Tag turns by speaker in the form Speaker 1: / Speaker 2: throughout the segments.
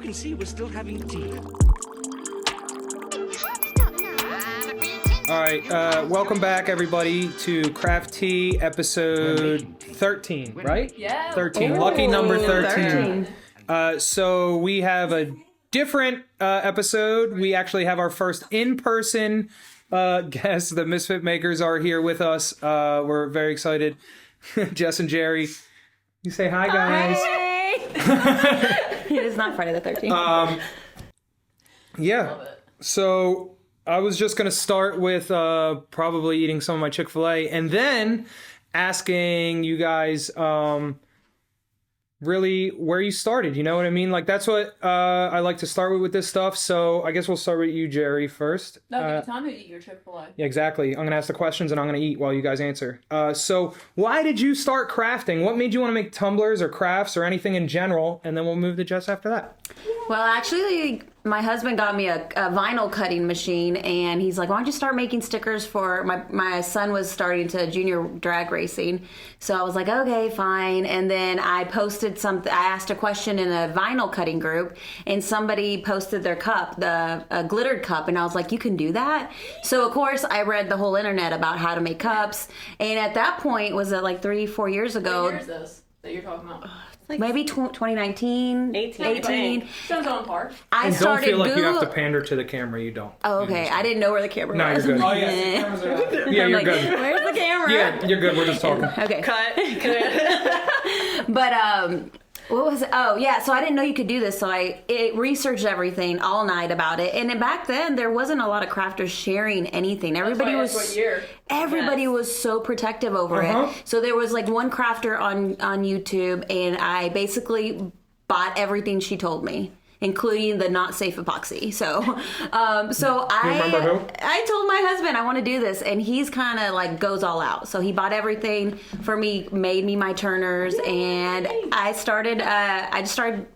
Speaker 1: can see we're still having tea.
Speaker 2: All right, uh, welcome back, everybody, to Craft Tea episode 13, right?
Speaker 3: Yeah.
Speaker 2: 13. Lucky number 13.
Speaker 4: 13.
Speaker 2: Uh, so we have a different uh, episode. We actually have our first in person uh, guest. The Misfit Makers are here with us. Uh, we're very excited. Jess and Jerry, you say hi, guys.
Speaker 4: It is not Friday the 13th.
Speaker 2: Yeah. So I was just going to start with uh, probably eating some of my Chick fil A and then asking you guys um, really where you started. You know what I mean? Like, that's what uh, I like to start with with this stuff. So I guess we'll start with you, Jerry, first.
Speaker 3: No,
Speaker 2: Uh,
Speaker 3: you tell me to eat your Chick Fil A.
Speaker 2: yeah, exactly. I'm going to ask the questions and I'm going to eat while you guys answer. Uh, so, why did you start crafting? What made you want to make tumblers or crafts or anything in general? And then we'll move to Jess after that.
Speaker 4: well, actually, my husband got me a, a vinyl cutting machine, and he's like, "Why don't you start making stickers for my my son was starting to junior drag racing?" So I was like, "Okay, fine." And then I posted something. I asked a question in a vinyl cutting group, and somebody posted their cup, the a glittered cup, and I was like, "You can do that." So of course, I read the whole internet about how to make cups, and at that point, was it like three, four years
Speaker 5: Oh.
Speaker 4: ago?
Speaker 3: What year is this that you're talking about?
Speaker 4: maybe tw- 2019
Speaker 5: 18.
Speaker 3: Sounds on par.
Speaker 4: i started
Speaker 2: Don't feel like
Speaker 4: Google-
Speaker 2: you have to pander to the camera. You don't.
Speaker 4: oh, okay i didn't know where the camera
Speaker 2: No,
Speaker 4: was
Speaker 2: you're
Speaker 3: Oh,
Speaker 2: good. Yeah,
Speaker 4: I'm
Speaker 2: you're
Speaker 4: like,
Speaker 2: good.
Speaker 4: where's the camera
Speaker 2: Yeah, you're good. We're just talking.
Speaker 4: okay
Speaker 5: Cut.
Speaker 4: but um what was it? oh yeah so i didn't know you could do this so i it researched everything all night about it and then back then there wasn't a lot of crafters sharing anything everybody
Speaker 3: That's
Speaker 4: was
Speaker 3: what year?
Speaker 4: everybody was so protective over
Speaker 2: Uh-huh.
Speaker 4: it. So there was like one crafter on on YouTube, and I basically bought everything she told me. Including the not safe epoxy, so, um, so I
Speaker 2: remember who?
Speaker 4: I told my husband I want to do this, and he's kind of like goes all out. So he bought everything for me, made me my turners, and I started. Uh, I just started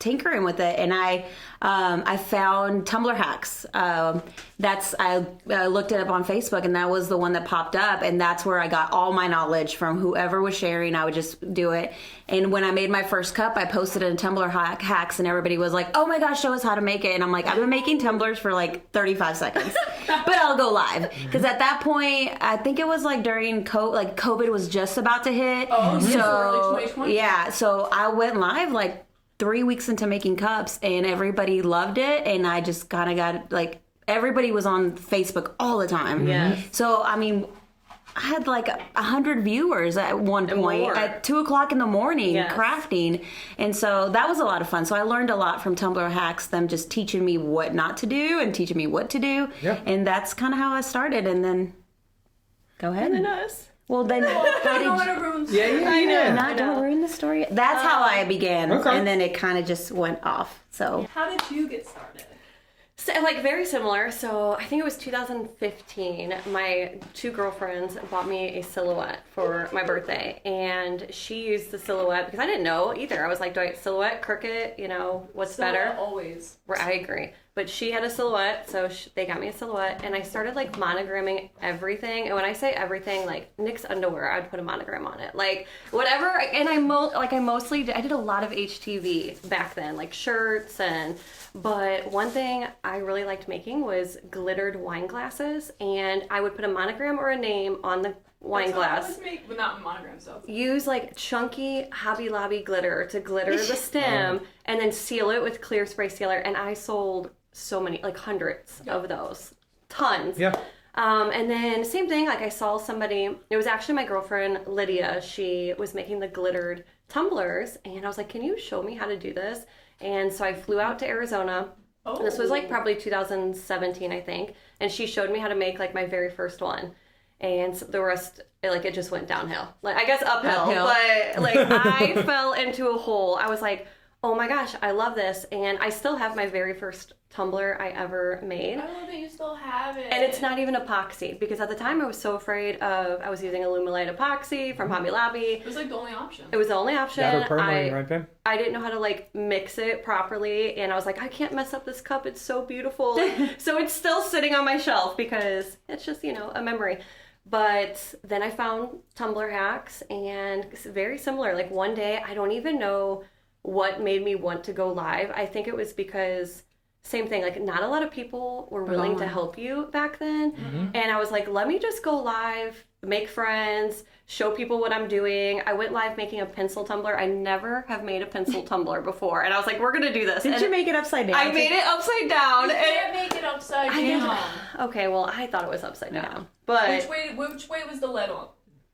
Speaker 4: tinkering with it and i um, i found tumblr hacks um, that's I, I looked it up on facebook and that was the one that popped up and that's where i got all my knowledge from whoever was sharing i would just do it and when i made my first cup i posted it in tumblr hack, hacks and everybody was like oh my gosh show us how to make it and i'm like i've been making tumblers for like 35 seconds but i'll go live because at that point i think it was like during co- like covid was just about to hit
Speaker 3: Oh, yeah, so early
Speaker 4: so
Speaker 3: 2020.
Speaker 4: yeah so i went live like three weeks into making cups and everybody loved it and i just kind of got like everybody was on facebook all the time
Speaker 5: Yes.
Speaker 4: so i mean i had like a 100 viewers at one point
Speaker 5: more.
Speaker 4: at two o'clock in the morning
Speaker 5: Yes.
Speaker 4: crafting and so that was a lot of fun so i learned a lot from tumblr hacks them just teaching me what not to do and teaching me what to do
Speaker 2: Yeah.
Speaker 4: and that's kind of how i started and then go ahead
Speaker 5: Us.
Speaker 4: well then
Speaker 3: I don't want to ruin.
Speaker 2: Yeah, yeah, yeah.
Speaker 4: not don't ruin the story. That's how
Speaker 5: Um,
Speaker 4: I began,
Speaker 2: Okay.
Speaker 4: and then it kind of just went off. So
Speaker 3: How did you get started?
Speaker 5: So, like very similar. So I think it was 2015. My two girlfriends bought me a silhouette for my birthday, and she used the silhouette because I didn't know either. I was like, do I get silhouette, crooked? You know, what's better?
Speaker 3: always.
Speaker 5: Right, I agree. But she had a silhouette, so sh they got me a silhouette, and I started like monogramming everything. And when I say everything, like Nick's underwear, I'd put a monogram on it, like whatever. And I mo- like I mostly did, I did a lot of HTV back then, like shirts and. But one thing I really liked making was glittered wine glasses, and I would put a monogram or a name on the wine glass
Speaker 3: Let's make, well, not monogram stuff.
Speaker 5: use like chunky Hobby Lobby glitter to glitter the stem and then seal it with clear spray sealer. And I sold so many, like hundreds of those, tons.
Speaker 2: Yeah.
Speaker 5: Um, and then same thing, like I saw somebody, it was actually my girlfriend Lydia. She was making the glittered tumblers, and I was like, "Can you show me how to do this?" And so I flew out to Arizona. Oh. This was like probably 2017, I think. And she showed me how to make like my very first one, and so the rest, it, like it just went downhill. Like I guess uphill,
Speaker 4: Uphill.
Speaker 5: but like I fell into a hole. I was like, "Oh my gosh, I love this!" And I still have my very first tumbler I ever made.
Speaker 3: I love that you still have it.
Speaker 5: And it's not even epoxy because at the time I was so afraid of I was using Lumilite epoxy from Hobby Lobby.
Speaker 3: It was like the only option.
Speaker 5: It was the only option.
Speaker 2: Mm-hmm. Got her permanent,
Speaker 5: I,
Speaker 2: right, babe?
Speaker 5: I didn't know how to like mix it properly, and I was like, I can't mess up this cup. It's so beautiful. so it's still sitting on my shelf because it's just you know a memory. But then I found Tumblr hacks, and it's very similar. Like one day, I don't even know what made me want to go live. I think it was because same thing like not a lot of people were willing to
Speaker 4: online.
Speaker 5: help you back then and i was like let me just go live make friends show people what i'm doing i went live making a pencil tumbler i never have made a pencil tumbler before and i was like we're gonna do this
Speaker 4: Did
Speaker 5: And
Speaker 4: you make it upside down?
Speaker 5: i made it upside down
Speaker 3: You
Speaker 5: and-
Speaker 3: can't make it upside
Speaker 5: I
Speaker 3: down.
Speaker 5: okay well i thought it was upside down but
Speaker 3: Which way? Which way was the lead on?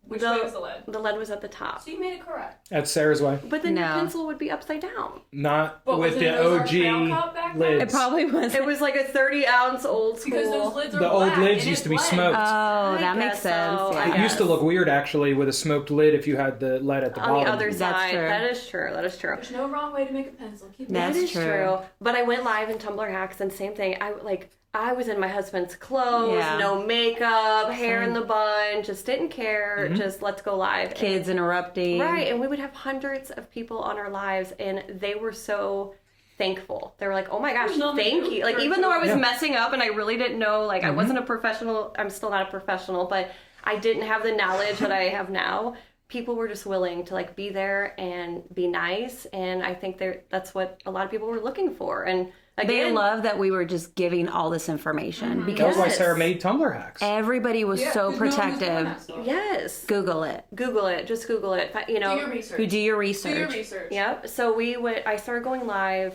Speaker 3: Which
Speaker 5: The-
Speaker 3: way was the lead?
Speaker 5: the lead was at the top
Speaker 3: So you made it correct.
Speaker 2: That's Sarah's way.
Speaker 5: but then your
Speaker 4: No.
Speaker 5: pencil would be upside down
Speaker 2: Not
Speaker 3: But
Speaker 2: with
Speaker 3: wasn't
Speaker 2: the
Speaker 3: those our crown cup back
Speaker 2: OG
Speaker 3: then?
Speaker 2: lids.
Speaker 4: It probably was.
Speaker 5: it was like a 30 ounce old school
Speaker 3: Because those lids are
Speaker 2: The old
Speaker 3: black,
Speaker 2: lids
Speaker 3: and
Speaker 2: used
Speaker 3: it
Speaker 2: to be
Speaker 3: blends.
Speaker 2: smoked.
Speaker 4: oh,
Speaker 5: I
Speaker 4: that makes
Speaker 5: guess
Speaker 4: sense.
Speaker 5: so.
Speaker 4: Yeah.
Speaker 2: it used to look weird actually with a smoked lid if you had the lead at the
Speaker 5: on
Speaker 2: bottom.
Speaker 5: the other
Speaker 4: That's
Speaker 5: side
Speaker 4: true.
Speaker 5: that is true that is true
Speaker 3: There's no wrong way to make a pencil. Keep
Speaker 4: That's
Speaker 5: That is
Speaker 4: true.
Speaker 5: But I went live in Tumblr hacks and same thing. I like I was in my husband's clothes,
Speaker 4: Yeah.
Speaker 5: no makeup, hair in the bun, just didn't care. Just let's go live.
Speaker 4: Mm-hmm. Kids interrupting.
Speaker 5: Right, and we would have hundreds of people on our lives, and they were so thankful. They were like, "Oh my gosh,
Speaker 3: There's nothing
Speaker 5: thank
Speaker 3: to do
Speaker 5: you!" Like
Speaker 3: for
Speaker 5: even though I was
Speaker 2: Yeah.
Speaker 5: messing up and I really didn't know, like
Speaker 4: Mm-hmm.
Speaker 5: I wasn't a professional. I'm still not a professional, but I didn't have the knowledge that I have now. People were just willing to like be there and be nice, and I think they're- that's what a lot of people were looking for. And
Speaker 4: They
Speaker 5: again,
Speaker 4: love that we were just giving all this information
Speaker 2: That
Speaker 4: because
Speaker 2: was why
Speaker 5: Yes.
Speaker 2: Sarah made Tumblr hacks.
Speaker 4: everybody was
Speaker 3: Yeah,
Speaker 4: so
Speaker 3: 'cause no one was doing
Speaker 4: protective.
Speaker 3: that stuff.
Speaker 5: yes.
Speaker 4: Google it.
Speaker 5: Google it. Just Google it. Fi- You know,
Speaker 3: Do your research.
Speaker 4: Who do your
Speaker 3: Do your
Speaker 4: research?
Speaker 3: research.
Speaker 5: Yep. So we would. I started going live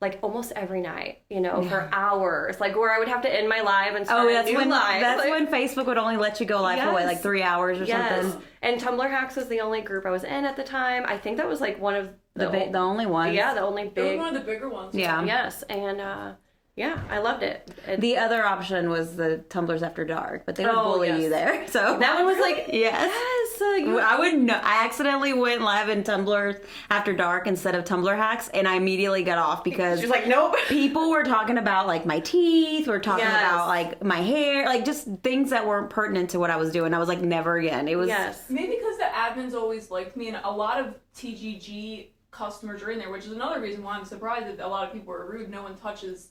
Speaker 5: like almost every night. You know, for hours. Like where I would have to end my live and start
Speaker 4: Oh,
Speaker 5: a
Speaker 4: that's
Speaker 5: new
Speaker 4: when
Speaker 5: live.
Speaker 4: that's
Speaker 5: like,
Speaker 4: when Facebook would only let you go live for what,
Speaker 5: Yes.
Speaker 4: like three hours or
Speaker 5: Yes.
Speaker 4: something.
Speaker 5: And Tumblr Hacks was the only group I was in at the time. I think that was like one of the,
Speaker 4: The ba- the only one.
Speaker 5: yeah the only
Speaker 3: It was
Speaker 5: big
Speaker 3: one of the bigger ones.
Speaker 4: Yeah.
Speaker 5: yes and uh, yeah I loved it. It-
Speaker 4: The other option was the tumblers after dark, but they would
Speaker 5: Oh,
Speaker 4: bully
Speaker 5: yes.
Speaker 4: you there. So
Speaker 5: that one was like
Speaker 4: yes.
Speaker 5: yes. Uh, you-
Speaker 4: I would know. I accidentally went live in Tumblr after dark instead of Tumblr hacks, and I immediately got off because
Speaker 5: She's like nope.
Speaker 4: people were talking about like my teeth, were talking
Speaker 5: Yes.
Speaker 4: about like my hair, like just things that weren't pertinent to what I was doing. I was like, never again. It was
Speaker 5: Yes.
Speaker 3: Maybe because the admins always liked me, and a lot of TGG customers are in there, which is another reason why I'm surprised that a lot of people are rude. No one touches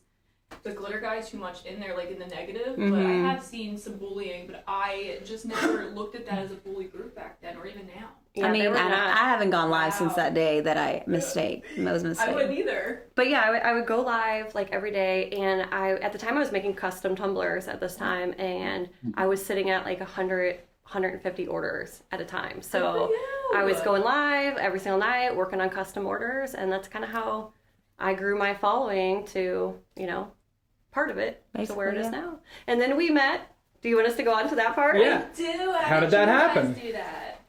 Speaker 3: the glitter guy too much in there, like in the negative. But
Speaker 2: Mm-hmm.
Speaker 3: I have seen some bullying, but I just never looked at that as a bully group back then, or even now.
Speaker 5: Yeah,
Speaker 4: I
Speaker 5: they
Speaker 4: mean,
Speaker 5: were
Speaker 4: I, don't-
Speaker 5: not-
Speaker 4: I haven't gone live
Speaker 3: Wow.
Speaker 4: since that day that I mistake. That was a mistake.
Speaker 3: I wouldn't either.
Speaker 5: but yeah, I would, I would go live like every day, and I at the time I was making custom tumblers at
Speaker 4: Mm-hmm.
Speaker 5: this time, and I was sitting at like 100, 150 orders at a time. So
Speaker 4: Oh,
Speaker 3: Good for you.
Speaker 5: I was going live every single night, working on custom orders, and that's kind of how I grew my following to you know part of it to where it
Speaker 4: Basically,
Speaker 5: is
Speaker 4: yeah.
Speaker 5: now. And then we met. Do you want us to go on to that part?
Speaker 2: Yeah.
Speaker 3: Do
Speaker 2: How did that
Speaker 3: you guys
Speaker 2: happen?
Speaker 3: Do that.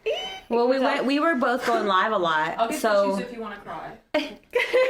Speaker 4: Well, we went. We were both going live a lot,
Speaker 3: I'll get
Speaker 4: so
Speaker 3: tissues if you want to cry.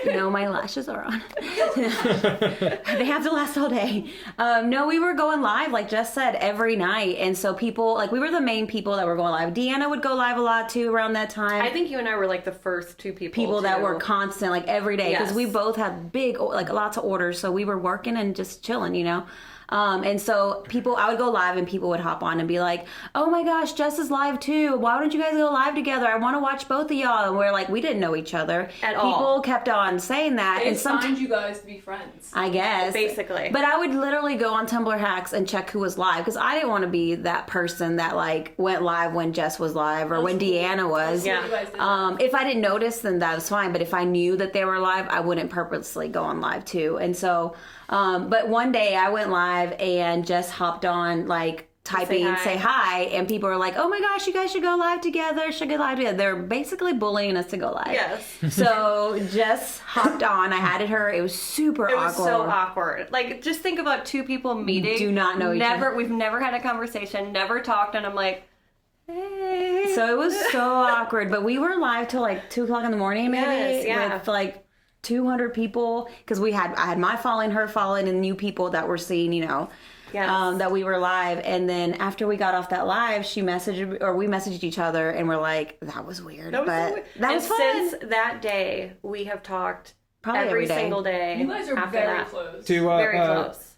Speaker 4: you know my lashes are on. they have to last all day. Um, no, we were going live, like Jess said, every night, and so people like we were the main people that were going live. Deanna would go live a lot too around that time.
Speaker 5: I think you and I were like the first two people
Speaker 4: people that
Speaker 5: to-
Speaker 4: were constant like every day because
Speaker 5: Yes.
Speaker 4: we both had big o- like lots of orders so we were working and just chilling you know um, and so people i would go live and people would hop on and be like oh my gosh jess is live too why don't you guys go live together i want to watch both of y'all and we're like we didn't know each other
Speaker 5: At
Speaker 4: people
Speaker 5: all.
Speaker 4: kept on saying that
Speaker 3: They
Speaker 4: and sometimes
Speaker 3: signed you guys to be friends.
Speaker 4: I guess.
Speaker 5: Basically.
Speaker 4: But I would literally go on Tumblr hacks and check who was live because I didn't want to be that person that like went live when Jess was live or when Deanna was.
Speaker 5: Yeah.
Speaker 3: You guys did that.
Speaker 4: Um, if I didn't notice, then that was fine. But if I knew that they were live, I wouldn't purposely go on live too. And so, um, but one day I went live and just hopped on like typing
Speaker 5: hi.
Speaker 4: say hi and people are like oh my gosh you guys should go live together should go live together they're basically bullying us to go live
Speaker 5: Yes.
Speaker 4: so jess hopped on i added her it was super
Speaker 5: It
Speaker 4: awkward
Speaker 5: was so awkward. Like, just think about two people meeting.
Speaker 4: Do not know each
Speaker 5: Never.
Speaker 4: other.
Speaker 5: We've never had a conversation. Never talked, and I'm like, hey.
Speaker 4: So it was so awkward, but we were live till like two o'clock in the morning, maybe
Speaker 5: Yes, yeah.
Speaker 4: with like two hundred people because we had I had my following, her following, and new people that were seeing, you know,
Speaker 5: Yes.
Speaker 4: um, that we were live. And then after we got off that live, she messaged or we messaged each other, and we're like, that was weird,
Speaker 5: That was
Speaker 4: but
Speaker 5: so weird.
Speaker 4: that
Speaker 5: and
Speaker 4: was fun.
Speaker 5: Since that day, we have talked
Speaker 4: Probably
Speaker 5: every
Speaker 4: every day.
Speaker 5: single day.
Speaker 3: you guys are
Speaker 5: after
Speaker 3: very
Speaker 5: that.
Speaker 3: close.
Speaker 2: Do, uh,
Speaker 5: Very
Speaker 2: uh,
Speaker 5: close.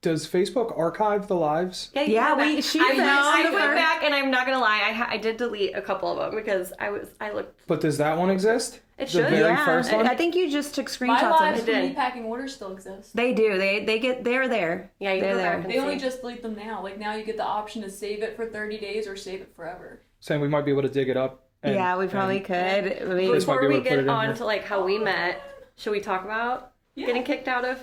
Speaker 2: does Facebook archive the lives?
Speaker 5: you
Speaker 4: Yeah,
Speaker 5: went back.
Speaker 4: we- she
Speaker 5: I,
Speaker 4: found
Speaker 5: went- I
Speaker 4: the
Speaker 5: went
Speaker 4: first-
Speaker 5: back, and I'm not gonna lie. I, ha- I did delete a couple of them because I was I looked.
Speaker 2: But does that one exist?
Speaker 5: It
Speaker 2: The
Speaker 5: should.
Speaker 2: very
Speaker 4: yeah,
Speaker 2: first one?
Speaker 4: I I think you just took
Speaker 3: My
Speaker 4: screenshots
Speaker 3: lives
Speaker 4: of
Speaker 5: did.
Speaker 4: it.
Speaker 3: for me packing orders still exist.
Speaker 4: They do. They they get they're there.
Speaker 5: Yeah, you
Speaker 4: they're
Speaker 5: go back
Speaker 4: there.
Speaker 5: and-
Speaker 3: They only
Speaker 5: See.
Speaker 3: just delete them now. Like now you get the option to save it for 30 days or save it forever.
Speaker 2: Saying we might be able to dig it up And-
Speaker 4: yeah, we probably
Speaker 2: and-
Speaker 4: could. I mean,
Speaker 2: This might
Speaker 5: Before
Speaker 2: be
Speaker 5: we
Speaker 2: able to put it
Speaker 5: get
Speaker 2: in
Speaker 5: on
Speaker 2: here.
Speaker 5: to like how we met, should we talk about getting kicked out of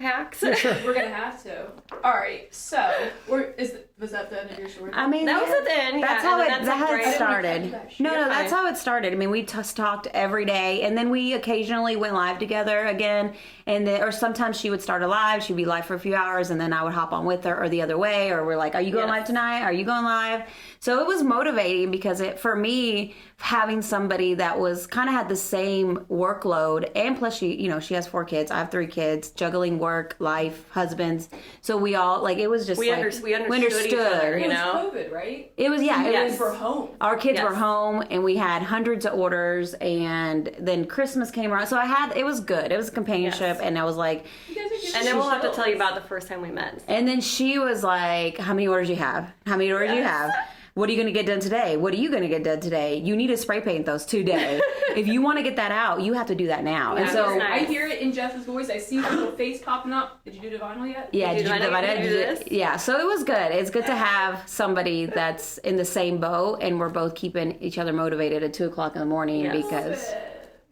Speaker 5: hacks?
Speaker 3: We're gonna have to. All right. So, we're, is was that the end of your story?
Speaker 4: I mean,
Speaker 5: That was
Speaker 4: yeah.
Speaker 5: it then, yeah,
Speaker 4: That's
Speaker 5: and
Speaker 4: how
Speaker 5: then
Speaker 4: it
Speaker 5: that's,
Speaker 4: that
Speaker 5: like,
Speaker 4: had
Speaker 5: right-
Speaker 4: started. No,
Speaker 5: You're
Speaker 4: no, that's
Speaker 5: fine.
Speaker 4: how it started. I mean, we just talked every day, and then we occasionally went live together again, and then or sometimes she would start a live, she'd be live for a few hours, and then I would hop on with her, or the other way, or we're like, "Are you going
Speaker 5: Yes.
Speaker 4: live tonight? Are you going live?" So it was motivating because it for me having somebody that was kind of had the same workload, and plus she, you know, she has four kids, I have three kids, juggling work, life, husbands. So we all like it was just
Speaker 5: We
Speaker 4: like,
Speaker 5: under- we understood each other, you
Speaker 3: it was
Speaker 5: know.
Speaker 3: COVID, right?
Speaker 4: It was yeah, it
Speaker 5: Yes.
Speaker 4: was
Speaker 3: We're home.
Speaker 4: our kids
Speaker 5: Yes.
Speaker 4: were home and we had hundreds of orders and then christmas came around so i had it was good it was a companionship
Speaker 5: Yes.
Speaker 4: and i was like
Speaker 3: You guys are doing
Speaker 5: And then we'll have to
Speaker 3: shows.
Speaker 5: tell you about the first time we met.
Speaker 4: and then she was like how many orders you have how many orders you
Speaker 3: Yes.
Speaker 4: have what are you going to get done today what are you going to get done today you need to spray paint those today if you want to get that out you have to do that now and
Speaker 5: Yeah,
Speaker 4: so
Speaker 5: it's nice.
Speaker 3: I hear it in Jeff's voice. I see his little face popping up. Did you do Divinal yet?
Speaker 4: yeah,
Speaker 5: Did
Speaker 4: did
Speaker 5: you
Speaker 4: you
Speaker 5: do
Speaker 4: divide
Speaker 5: that?
Speaker 4: it?
Speaker 5: Did you do this?
Speaker 4: Yeah, so it was good. It's good to have somebody that's in the same boat, and we're both keeping each other motivated at two o'clock in the morning
Speaker 5: Yes.
Speaker 4: because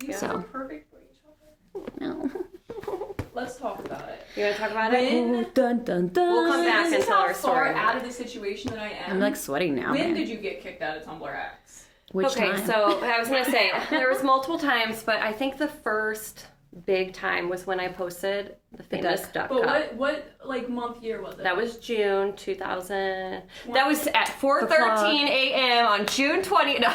Speaker 3: You guys
Speaker 4: So.
Speaker 3: are perfect for each other.
Speaker 4: no.
Speaker 3: Let's talk about it.
Speaker 5: You want to talk about it?
Speaker 3: When
Speaker 4: Ooh, Oh, dun, dun, dun.
Speaker 5: We'll come
Speaker 3: So
Speaker 5: back
Speaker 3: this
Speaker 5: and
Speaker 3: is
Speaker 5: tell
Speaker 3: how
Speaker 5: our
Speaker 3: far
Speaker 5: story.
Speaker 3: out of the situation that I am.
Speaker 4: I'm like sweating now.
Speaker 3: when
Speaker 4: man.
Speaker 3: did you get kicked out of Tumblr X?
Speaker 4: Which
Speaker 5: okay,
Speaker 4: time?
Speaker 5: so I was gonna say there was multiple times, but I think the first big time was when I posted the famous duck,
Speaker 3: But
Speaker 5: cup.
Speaker 3: what what like month year was it?
Speaker 5: That was June 2000. That was at 4:13
Speaker 4: clock.
Speaker 5: a.m. on June 20. No,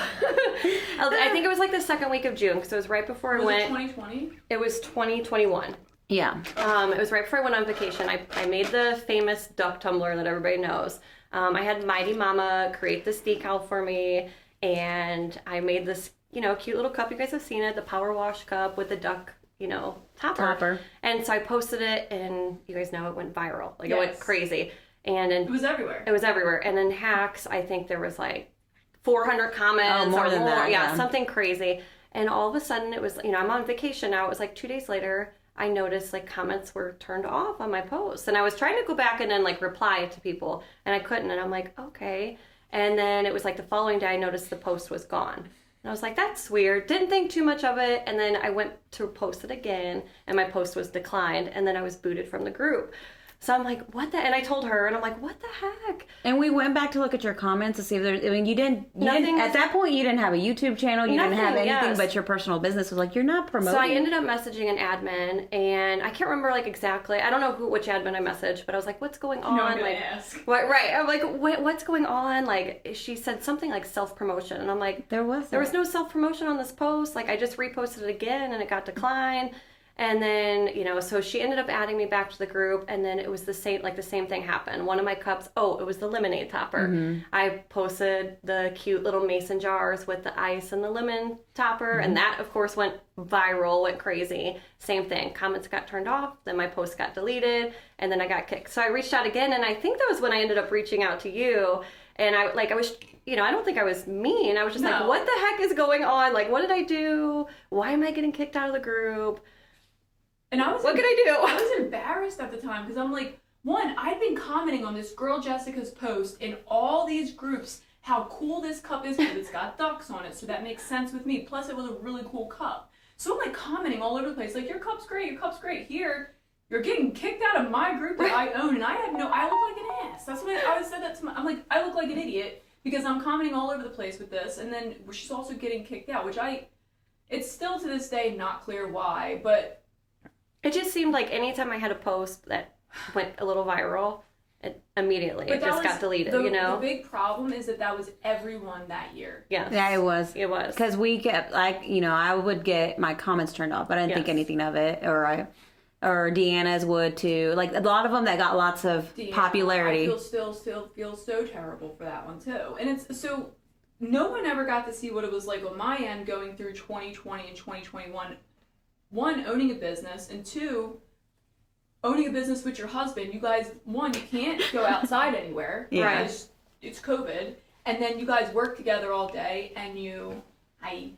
Speaker 5: I think it was like the second week of June because it was right before
Speaker 3: was
Speaker 5: I
Speaker 3: it
Speaker 5: went.
Speaker 3: 2020.
Speaker 5: it was 2021.
Speaker 4: yeah.
Speaker 5: Um, it was right before I went on vacation. I, I made the famous duck tumbler that everybody knows. Um, I had Mighty Mama create this decal for me, and I made this, you know, cute little cup. You guys have seen it, the power wash cup with the duck, you know, topper.
Speaker 4: Topper.
Speaker 5: And so I posted it, and you guys know it went viral. Like it went
Speaker 3: Yes.
Speaker 5: crazy. And
Speaker 3: It
Speaker 5: in,
Speaker 3: was everywhere.
Speaker 5: it was everywhere. And in hacks, I think there was like 400 comments
Speaker 4: Oh, more
Speaker 5: or
Speaker 4: than that,
Speaker 5: Yeah,
Speaker 4: yeah.
Speaker 5: something crazy. And all of a sudden, it was you know I'm on vacation now. It was like two days later. I noticed like comments were turned off on my posts, and I was trying to go back and then like reply to people, and I couldn't. And I'm like, okay. And then it was like the following day, I noticed the post was gone. And I was like, that's weird. Didn't think too much of it. And then I went to post it again, and my post was declined. And then I was booted from the group. So I'm like, what the? And I told her, and I'm like, what the heck?
Speaker 4: And we went back to look at your comments to see if there. I mean, you didn't. You
Speaker 5: Nothing
Speaker 4: didn't
Speaker 5: was-
Speaker 4: at that point, you didn't have a YouTube channel. You
Speaker 5: Nothing,
Speaker 4: didn't have anything
Speaker 5: yes.
Speaker 4: but your personal business. It was like you're not promoting.
Speaker 5: So I ended up messaging an admin, and I can't remember like exactly. I don't know who which admin I messaged, but I was like, "What's going on?"
Speaker 3: no, I'm gonna
Speaker 5: like,
Speaker 3: ask.
Speaker 5: what? Right? I'm like, what, "What's going on?" Like she said something like self promotion, and I'm like,
Speaker 4: there was
Speaker 5: "There was no self promotion on this post. Like I just reposted it again, and it got declined." And then you know, so she ended up adding me back to the group, and then it was the same like the same thing happened. One of my cups, oh, it was the lemonade topper. I posted the cute little mason jars with the ice and the lemon topper, and that of course went viral, went crazy. Same thing. Comments got turned off, then my post got deleted, and then I got kicked. So I reached out again, and I think that was when I ended up reaching out to you. And I like I was, you know, I don't think I was mean. I was just like,
Speaker 3: No.
Speaker 5: what the heck is going on? Like, what did I do? Why am I getting kicked out of the group?
Speaker 3: And I was
Speaker 5: What
Speaker 3: in-
Speaker 5: could I do?
Speaker 3: I was embarrassed at the time because I'm like, one, I've been commenting on this girl Jessica's post in all these groups how cool this cup is because it's got ducks on it, so that makes sense with me. Plus, it was a really cool cup. So I'm like commenting all over the place, like, your cup's great, your cup's great. Here, you're getting kicked out of my group that I own, and I have no, I look like an ass. That's what I, I always said that to my, I'm like, I look like an idiot because I'm commenting all over the place with this, and then she's also getting kicked out, which I, it's still to this day not clear why, but
Speaker 5: It just seemed like anytime I had a post that went a little viral, it immediately it
Speaker 3: that
Speaker 5: just
Speaker 3: was
Speaker 5: got deleted.
Speaker 3: The,
Speaker 5: you know?
Speaker 3: the big problem is that that was everyone that year.
Speaker 5: yes.
Speaker 4: Yeah, it was.
Speaker 5: It was.
Speaker 4: Because we kept like you know I would get my comments turned off, but I didn't think
Speaker 5: Yes.
Speaker 4: anything of it, or I, or Deanna's would too. Like a lot of them that got lots of
Speaker 3: Deanna, uh, I
Speaker 4: popularity.
Speaker 3: feel still still feel so terrible for that one too. And it's so no one ever got to see what it was like on my end going through 2020 and 2021. One owning a business and two owning a business with your husband. You guys one you can't go outside anywhere
Speaker 4: Yeah.
Speaker 3: because it's COVID. And then you guys work together all day and you I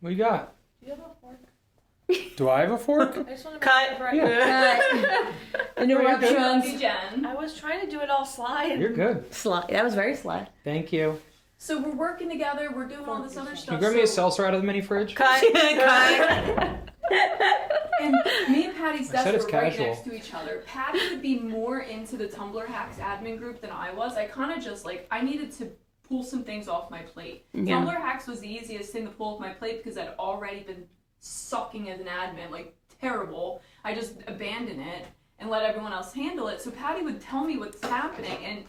Speaker 2: What do you got?
Speaker 1: Do you have a fork?
Speaker 2: Do I have a fork?
Speaker 1: I just want to
Speaker 5: Cut.
Speaker 1: Make sure I-
Speaker 2: Yeah.
Speaker 3: love
Speaker 4: Interruptions.
Speaker 3: you, Jen.
Speaker 1: I was trying to do it all slide.
Speaker 2: You're good.
Speaker 4: Sly. That was very sly.
Speaker 2: Thank you.
Speaker 3: So we're working together. We're doing all this other stuff.
Speaker 2: you grab me a
Speaker 3: so-
Speaker 2: seltzer out of the mini fridge?
Speaker 3: And me and Patty's
Speaker 2: I said
Speaker 3: desks
Speaker 2: it's
Speaker 3: were right
Speaker 2: casual.
Speaker 3: next to each other. Patty would be more into the Tumblr hacks admin group than I was. I kind of just like I needed to pull some things off my plate.
Speaker 4: Yeah.
Speaker 3: Tumblr hacks was the easiest thing to pull off my plate because I'd already been sucking as an admin, like terrible. I just abandoned it and let everyone else handle it. So Patty would tell me what's happening and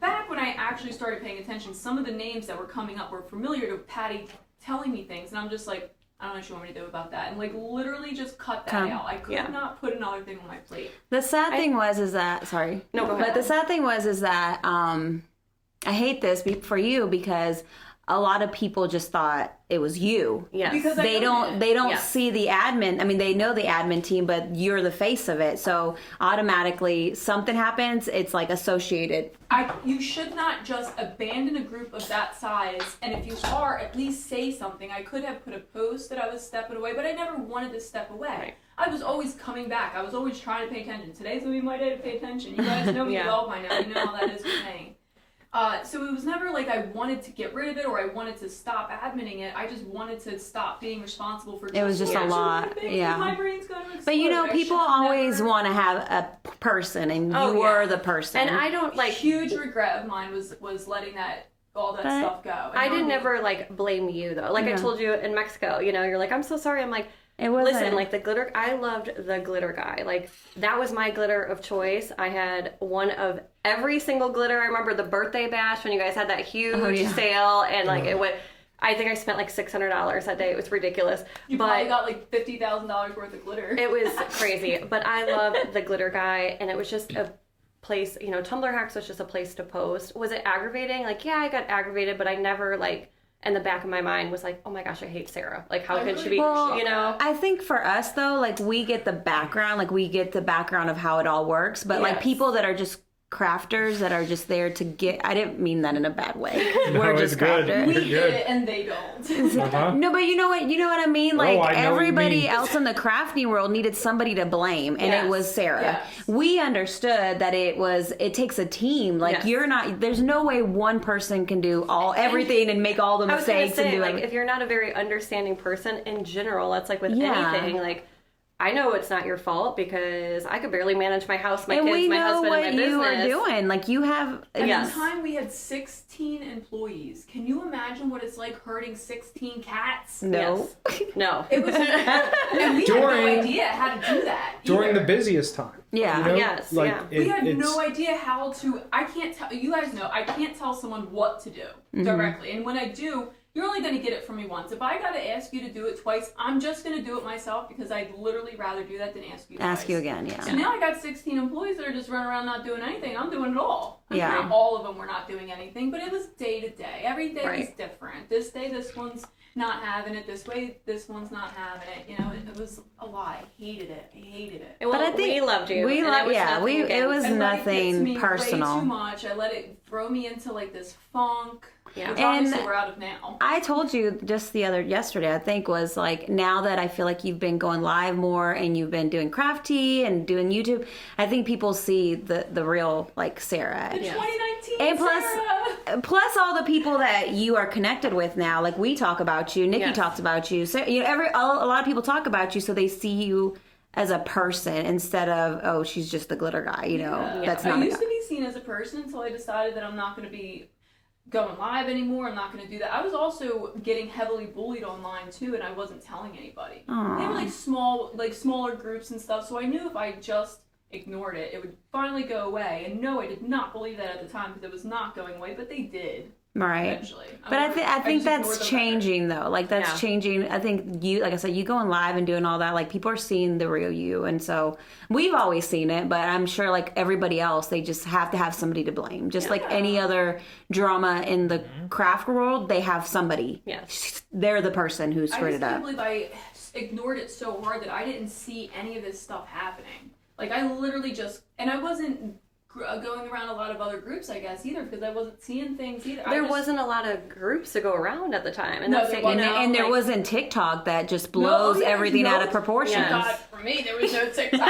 Speaker 3: back when I actually started paying attention, some of the names that were coming up were familiar to Patty telling me things, and I'm just like, I don't know what you want me to do about that, and like literally just cut that
Speaker 4: Come.
Speaker 3: out. I could
Speaker 5: Yeah.
Speaker 3: not put another thing on my plate.
Speaker 4: The sad thing was is that sorry.
Speaker 5: No, go
Speaker 4: But
Speaker 5: ahead.
Speaker 4: the sad thing was is that um I hate this be- for you because a lot of people just thought it was you.
Speaker 5: Yes.
Speaker 3: Because I
Speaker 4: They
Speaker 3: know
Speaker 4: don't
Speaker 3: that.
Speaker 4: they don't
Speaker 5: Yeah.
Speaker 4: see the admin. I mean they know the admin team but you're the face of it. So automatically something happens it's like associated.
Speaker 3: I you should not just abandon a group of that size, and if you are, at least say something. I could have put a post that I was stepping away, but I never wanted to step away.
Speaker 5: Right.
Speaker 3: I was always coming back. I was always trying to pay attention. Today's gonna be my day to pay attention. You guys know me
Speaker 5: Yeah.
Speaker 3: well by now. You know how that is for me. Uh, so it was never like I wanted to get rid of it or I wanted to stop admitting it. I just wanted to stop being responsible for.
Speaker 4: It was just a
Speaker 3: Yeah.
Speaker 4: lot,
Speaker 3: Things.
Speaker 4: yeah.
Speaker 3: My brain's going to
Speaker 4: But you know
Speaker 3: explode. I
Speaker 4: people
Speaker 3: should
Speaker 4: always
Speaker 3: never-
Speaker 4: want to have a p- person and
Speaker 5: Oh,
Speaker 4: you
Speaker 5: yeah.
Speaker 4: were the person.
Speaker 5: And I
Speaker 3: like
Speaker 5: don't like.
Speaker 3: huge regret of mine was was letting that all that
Speaker 4: But
Speaker 3: stuff go. And
Speaker 5: I didn't
Speaker 3: not-
Speaker 5: ever like blame you though. Like
Speaker 4: Yeah.
Speaker 5: I told you in Mexico, you know, you're like, I'm so sorry. I'm like,
Speaker 4: It wasn't-
Speaker 5: listen, like the glitter. I loved the glitter guy. Like that was my glitter of choice. I had one of every single glitter. I remember the birthday bash when you guys had that huge
Speaker 4: Oh, yeah.
Speaker 5: sale, and like it went. I think I spent like six hundred dollars that day. It was ridiculous.
Speaker 3: You
Speaker 5: but
Speaker 3: probably got like fifty thousand dollars worth of glitter.
Speaker 5: it was crazy but i love the glitter guy and it was just a place you know tumblr hacks was just a place to post was it aggravating like yeah i got aggravated but i never like in the back of my mind was like oh my gosh i hate sarah like how
Speaker 3: I
Speaker 5: could she
Speaker 3: really
Speaker 5: be
Speaker 3: appreciate
Speaker 5: you know
Speaker 4: I think for us though, like we get the background, like we get the background of how it all works, but like
Speaker 5: Yes.
Speaker 4: people that are just crafters that are just there to get I didn't mean that in a bad way. We're
Speaker 2: it's
Speaker 4: just
Speaker 2: good.
Speaker 4: crafters.
Speaker 3: we
Speaker 2: You're
Speaker 3: did
Speaker 2: good.
Speaker 3: it and they don't.
Speaker 2: Uh-huh.
Speaker 4: No, but you know what you know what I mean? Like
Speaker 2: I know what you
Speaker 4: everybody
Speaker 2: mean.
Speaker 4: else in the crafting world needed somebody to blame and it
Speaker 5: Yes.
Speaker 4: was Sarah.
Speaker 3: Yes.
Speaker 4: We understood that it was it takes a team. Like
Speaker 5: Yes.
Speaker 4: you're not there's no way one person can do all everything and make all the
Speaker 5: i was gonna
Speaker 4: mistakes and
Speaker 5: say
Speaker 4: do
Speaker 5: like
Speaker 4: everything.
Speaker 5: if you're not a very understanding person in general that's like with
Speaker 4: Yeah.
Speaker 5: anything like I know it's not your fault because I could barely manage my house, my
Speaker 4: and
Speaker 5: kids,
Speaker 4: we
Speaker 5: my
Speaker 4: know
Speaker 5: husband,
Speaker 4: what
Speaker 5: and my
Speaker 4: you
Speaker 5: business.
Speaker 4: are doing. Like you have
Speaker 3: At
Speaker 5: Yes.
Speaker 3: the time, we had sixteen employees. Can you imagine what it's like herding sixteen cats?
Speaker 4: no.
Speaker 5: No,
Speaker 3: It was, and we had
Speaker 2: During-
Speaker 3: no idea how to do that.
Speaker 2: During
Speaker 3: either.
Speaker 2: the busiest time.
Speaker 4: Yeah.
Speaker 2: You know?
Speaker 5: Yes,
Speaker 2: Like,
Speaker 5: yeah.
Speaker 2: it-
Speaker 3: we had
Speaker 2: it's-
Speaker 3: no idea how to i can't tell you guys know i can't tell someone what to do
Speaker 4: Mm-hmm.
Speaker 3: directly and when i do you're only going to get it from me once if i got to ask you to do it twice i'm just going to do it myself because i'd literally rather do that than ask you
Speaker 4: Ask
Speaker 3: twice.
Speaker 4: you again, yeah.
Speaker 3: so now i got 16 employees that are just running around not doing anything i'm doing it all I'm
Speaker 4: Yeah.
Speaker 3: sure all of them were not doing anything but it was day to day every day was
Speaker 5: Right.
Speaker 3: different this day this one's not having it this way this one's not having it you know it, it was a lot i hated it i hated it
Speaker 5: Well,
Speaker 4: I think
Speaker 5: we loved you.
Speaker 4: we
Speaker 5: and it
Speaker 4: lo-
Speaker 5: was
Speaker 4: yeah,
Speaker 5: nothing
Speaker 4: we- it was-
Speaker 5: against-
Speaker 3: I let it get to
Speaker 4: nothing
Speaker 3: me way
Speaker 4: personal.
Speaker 3: too much. I let it throw me into like this funk.
Speaker 5: Yeah.
Speaker 3: Which obviously
Speaker 4: And-
Speaker 3: we're out of now.
Speaker 4: I told you just the other yesterday, I think, was like now that I feel like you've been going live more and you've been doing crafty and doing YouTube, I think people see the the real like Sarah.
Speaker 3: The 2019
Speaker 4: And plus-
Speaker 3: Sarah.
Speaker 4: Plus all the people that you are connected with now, like we talk about you, Nikki
Speaker 5: Yes.
Speaker 4: talks about you, so you know, every a a lot of people talk about you, so they see you as a person instead of oh she's just the glitter guy, you know that's
Speaker 3: I
Speaker 4: not. a
Speaker 3: used
Speaker 4: guy.
Speaker 3: to be seen as a person until I decided that I'm not going to be going live anymore. I'm not going to do that. I was also getting heavily bullied online too, and I wasn't telling anybody. They were like small, like smaller groups and stuff. So I knew if I just ignored it, it would finally go away. And no, I did not believe that at the time because it was not going away, but they did.
Speaker 4: Right.
Speaker 3: Eventually.
Speaker 4: But I, think I think
Speaker 3: just ignored them
Speaker 4: that's
Speaker 3: better.
Speaker 4: changing though. Like that's
Speaker 5: Yeah.
Speaker 4: changing. I think you, like I said, you going live and doing all that. Like people are seeing the real you, and so we've always seen it. But I'm sure like everybody else, they just have to have somebody to blame. Just like any other drama in the craft world, they have somebody.
Speaker 5: Yes.
Speaker 4: They're the person who
Speaker 3: I
Speaker 4: screwed
Speaker 3: just
Speaker 4: it
Speaker 3: can't
Speaker 4: up.
Speaker 3: believe I ignored it so hard that I didn't see any of this stuff happening. Like I literally just, and I wasn't gr- uh, going around a lot of other groups, I guess, either because I wasn't seeing things either. I
Speaker 5: there
Speaker 3: just-
Speaker 5: wasn't a lot of groups to go around at the time, and
Speaker 3: No,
Speaker 5: that's
Speaker 3: there
Speaker 5: it, you
Speaker 4: And,
Speaker 5: know,
Speaker 4: and there
Speaker 5: like-
Speaker 4: wasn't TikTok that just
Speaker 3: No, oh,
Speaker 4: blows
Speaker 3: yeah,
Speaker 4: everything
Speaker 3: no-
Speaker 4: out of proportion.
Speaker 5: Yeah.
Speaker 3: God, for me, there was no TikTok.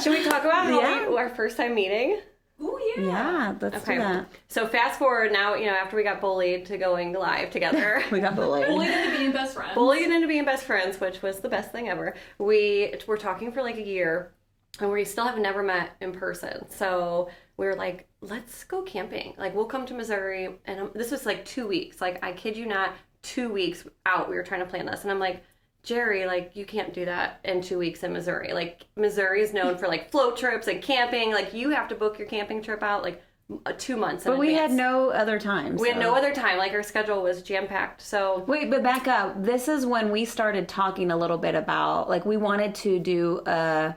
Speaker 5: Should we talk about how
Speaker 4: Yeah.
Speaker 5: we, our first time meeting?
Speaker 3: Ooh, yeah.
Speaker 4: Yeah, let's do that.
Speaker 5: So fast forward now, you know, after we got bullied to going live together.
Speaker 4: We got
Speaker 3: Bullied
Speaker 4: bullied.
Speaker 3: into being best friends.
Speaker 5: bullied into being best friends, which was the best thing ever. We were talking for like a year, and we still have never met in person. So we were like, let's go camping. Like we'll come to Missouri, and um this was like two weeks. Like I kid you not, two weeks out we were trying to plan this, and I'm like. Jerry, like you can't do that in two weeks in Missouri. Like Missouri is known for like float trips and camping. Like you have to book your camping trip out like m- uh, two months.
Speaker 4: But we had no other time.
Speaker 5: we had no other time. Like our schedule was jam packed. So
Speaker 4: Wait, but back up. This is when we started talking a little bit about like we wanted to do a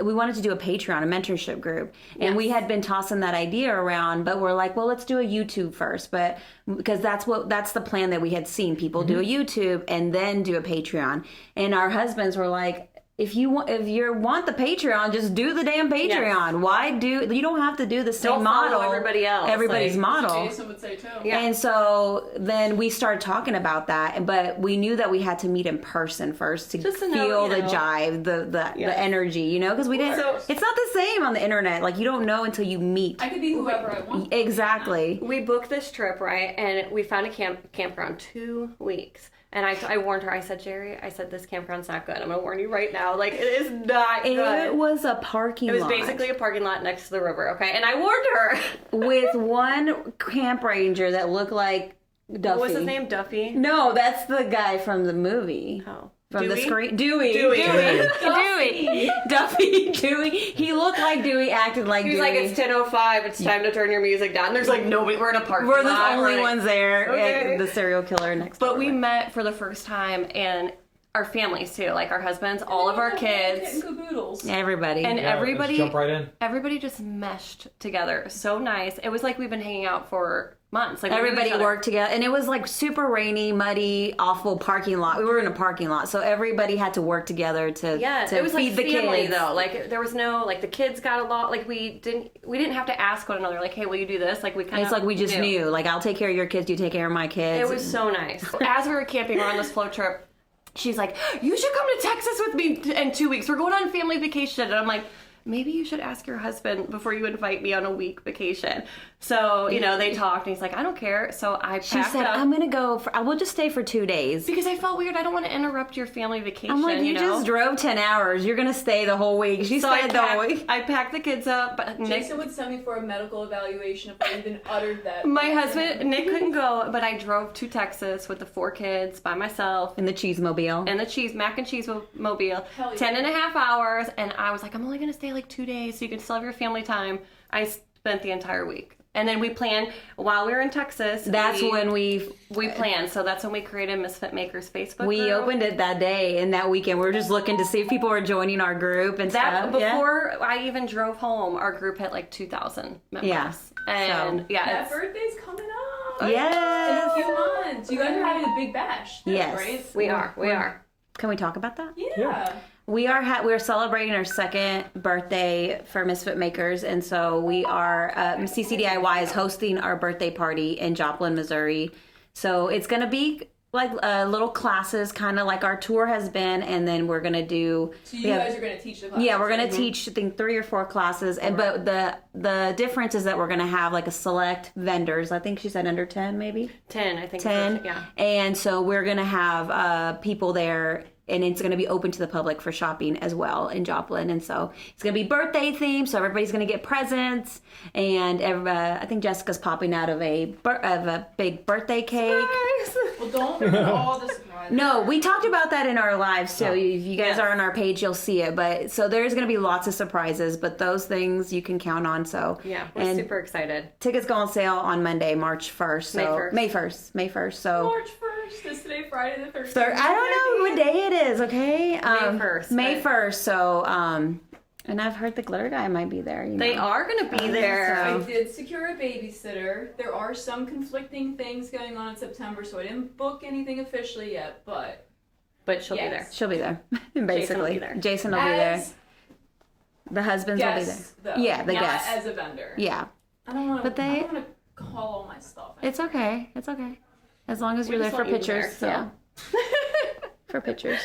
Speaker 4: we wanted to do a Patreon, a mentorship group, and we had been tossing that idea around. But we're like, well, let's do a YouTube first, but because that's what that's the plan that we had seen people
Speaker 5: Mm-hmm.
Speaker 4: do a YouTube and then do a Patreon. And our husbands were like. If you want, if you want the Patreon, just do the damn Patreon. Why do you don't have to do the same
Speaker 5: Don't follow
Speaker 4: model?
Speaker 5: everybody else,
Speaker 4: everybody's
Speaker 5: like-
Speaker 4: model.
Speaker 3: Jason would say too.
Speaker 4: And so then we started talking about that, but we knew that we had to meet in person first to
Speaker 5: Just to
Speaker 4: feel
Speaker 5: know, you
Speaker 4: the
Speaker 5: know.
Speaker 4: jive, the the, the energy, you know, because we didn't.
Speaker 5: So-
Speaker 4: it's not the same on the internet. Like you don't know until you meet.
Speaker 3: I could be whoever I want.
Speaker 4: exactly.
Speaker 5: we booked this trip right and we found a camp campground two weeks and I, I warned her i said jerry i said this campground's not good i'm gonna warn you right now like it is not
Speaker 4: It
Speaker 5: good
Speaker 4: was a parking
Speaker 5: it was
Speaker 4: lot
Speaker 5: basically a parking lot next to the river okay and i warned her
Speaker 4: with one camp ranger that looked like Duffy.
Speaker 5: what was his name duffy
Speaker 4: No, that's the guy from the movie.
Speaker 5: oh
Speaker 4: From the
Speaker 5: Dewey?
Speaker 4: screen, Dewey.
Speaker 5: Dewey.
Speaker 4: Dewey. Dewey. Duffy. Dewey. He looked like Dewey, acted like
Speaker 5: he was
Speaker 4: Dewey.
Speaker 5: like it's 10.05 it's time to turn your music down there's like nobody we're in a parking
Speaker 4: We're the
Speaker 5: lot
Speaker 4: only
Speaker 5: right?
Speaker 4: ones there.
Speaker 5: Okay.
Speaker 4: and the serial killer next.
Speaker 5: but
Speaker 4: door.
Speaker 5: we met for the first time and our families too like our husbands all of our kids
Speaker 3: Getting caboodles.
Speaker 4: everybody.
Speaker 5: and
Speaker 2: Yeah,
Speaker 5: everybody
Speaker 2: let's jump right in.
Speaker 5: everybody just meshed together so nice it was like we've been hanging out for months like we knew
Speaker 4: everybody
Speaker 5: each other.
Speaker 4: worked together, and it was like super rainy, muddy, awful parking lot. We were in a parking lot, so everybody had to work together to
Speaker 5: yeah
Speaker 4: to
Speaker 5: it was
Speaker 4: feed
Speaker 5: like
Speaker 4: the
Speaker 5: family
Speaker 4: kids.
Speaker 5: though like there was no like the kids got along like we didn't we didn't have to ask one another like hey will you do this like we kind
Speaker 4: And it's like we just knew, like I'll take care of your kids, you take care of my kids.
Speaker 5: It was so nice. As we were camping, we're on this float trip. She's like, "You should come to Texas with me t- in two weeks. We're going on family vacation." And I'm like, "Maybe you should ask your husband before you invite me on a week vacation." So you know, they talked, and he's like, "I don't care." So I packed
Speaker 4: she said,
Speaker 5: up
Speaker 4: "I'm gonna go. For, I will just stay for two days."
Speaker 5: because I felt weird. I don't want to interrupt your family vacation.
Speaker 4: I'm like, you,
Speaker 5: know?
Speaker 4: just drove ten hours. You're gonna stay the whole week. She
Speaker 5: So I
Speaker 4: stayed the whole
Speaker 5: packed,
Speaker 4: week.
Speaker 5: I packed the kids up, but Nick
Speaker 3: Jason would send me for a medical evaluation if I even uttered that.
Speaker 5: My husband, Nick couldn't go, but I drove to Texas with the four kids by myself
Speaker 4: In the cheese mobile.
Speaker 5: and the cheese, mac and cheese mo- mobile,
Speaker 3: Hell yeah.
Speaker 5: ten and a half 10 and a half hours. And I was like, I'm only going to stay like two days so you can still have your family time. I spent the entire week. And then we planned while we were in Texas.
Speaker 4: That's when we
Speaker 5: we planned. So that's when we created Misfit Makers Facebook.
Speaker 4: We
Speaker 3: Uh-huh.
Speaker 5: group.
Speaker 4: opened it that day and that weekend. We were just looking to see if people were joining our group and
Speaker 5: that
Speaker 4: stuff. yeah.
Speaker 5: before I even drove home. Our group hit like 2,000 members.
Speaker 4: Yeah.
Speaker 5: And
Speaker 4: So-
Speaker 5: yeah,
Speaker 3: That
Speaker 5: it's-
Speaker 3: birthday's coming up. In a
Speaker 4: Yes.
Speaker 3: few months. You guys are having a big bash. too,
Speaker 4: Yes.
Speaker 3: Right?
Speaker 5: we are. We are.
Speaker 4: Can we talk about that?
Speaker 3: Yeah.
Speaker 2: Yeah.
Speaker 4: We are ha- we're celebrating our second birthday for Misfit Makers, and so we are uh, CCDIY is hosting our birthday party in Joplin, Missouri. So it's gonna be like uh, little classes, kind of like our tour has been, and then we're gonna do.
Speaker 3: So
Speaker 4: we
Speaker 3: you
Speaker 4: have-
Speaker 3: guys are going to teach the class.
Speaker 4: Yeah, we're gonna teach I think three or four classes, and but the the difference is that we're gonna have like a select vendors. I think she said under ten, maybe
Speaker 5: 10, I think. is what-
Speaker 4: ten.
Speaker 5: Yeah.
Speaker 4: And so we're gonna have uh, people there, and it's gonna be open to the public for shopping as well in Joplin. And so it's gonna be birthday themed, so everybody's gonna get presents, and every, uh, I think Jessica's popping out of a bir- of a big birthday cake.
Speaker 3: Well, don't ruin all the surprises.
Speaker 4: No, we talked about that in our lives. So if you guys
Speaker 5: Oh. Yes.
Speaker 4: are on our page, you'll see it. But so there's going to be lots of surprises, but those things you can count on. So
Speaker 5: Yeah, we're
Speaker 4: and
Speaker 5: super excited.
Speaker 4: tickets go on sale on Monday, March 1st.
Speaker 5: May
Speaker 4: So
Speaker 5: 1st.
Speaker 4: May 1st, May 1st. So
Speaker 3: March 1st. Is today Friday the 13th?
Speaker 4: Thir- I don't know what day it is. Okay, um,
Speaker 5: 1st,
Speaker 4: May
Speaker 5: but-
Speaker 4: first. So, um, and I've heard the glitter guy might be there. You
Speaker 5: They
Speaker 4: know.
Speaker 5: are going
Speaker 4: Oh,
Speaker 5: to be
Speaker 3: I
Speaker 5: there.
Speaker 3: did secure a babysitter. There are some conflicting things going on in September, so I didn't book anything officially yet, but
Speaker 5: But she'll be there.
Speaker 3: Yes.
Speaker 4: She'll be there. Basically,
Speaker 5: there.
Speaker 4: Jason will be there.
Speaker 3: as
Speaker 4: The husbands
Speaker 3: guests,
Speaker 4: will
Speaker 3: though.
Speaker 4: be there. Yeah, the
Speaker 3: not
Speaker 4: guests.
Speaker 3: as a vendor.
Speaker 4: yeah,
Speaker 3: I don't want to.
Speaker 4: But they-
Speaker 3: I don't want to call all my stuff.
Speaker 4: it's okay. It's okay. As long as
Speaker 5: We
Speaker 4: you're there
Speaker 5: just
Speaker 4: for
Speaker 5: want you to be Oh,
Speaker 4: pictures.
Speaker 5: there,
Speaker 4: yeah. for pictures.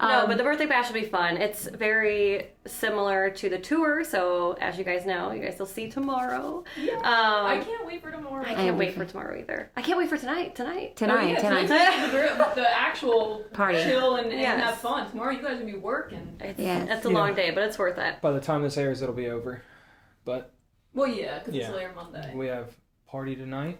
Speaker 5: no, but the birthday bash will be fun. It's very similar to the tour, so as you guys know, you guys will see tomorrow. Um,
Speaker 3: I can't wait for tomorrow.
Speaker 5: I can't wait for tomorrow either. I can't wait for tonight. Tonight.
Speaker 3: Oh,
Speaker 4: Tonight,
Speaker 3: yeah,
Speaker 4: tonight.
Speaker 3: tonight's the, gr- the actual
Speaker 4: Party.
Speaker 3: chill and, and
Speaker 5: Yes.
Speaker 3: have fun. Tomorrow you guys are gonna be working.
Speaker 5: It's,
Speaker 4: Yes.
Speaker 5: it's a
Speaker 2: Yeah.
Speaker 5: long day, but it's worth it.
Speaker 2: By the time this airs, it'll be over. But
Speaker 3: Well, yeah, because
Speaker 2: Yeah.
Speaker 3: it's later Monday.
Speaker 2: we have party tonight.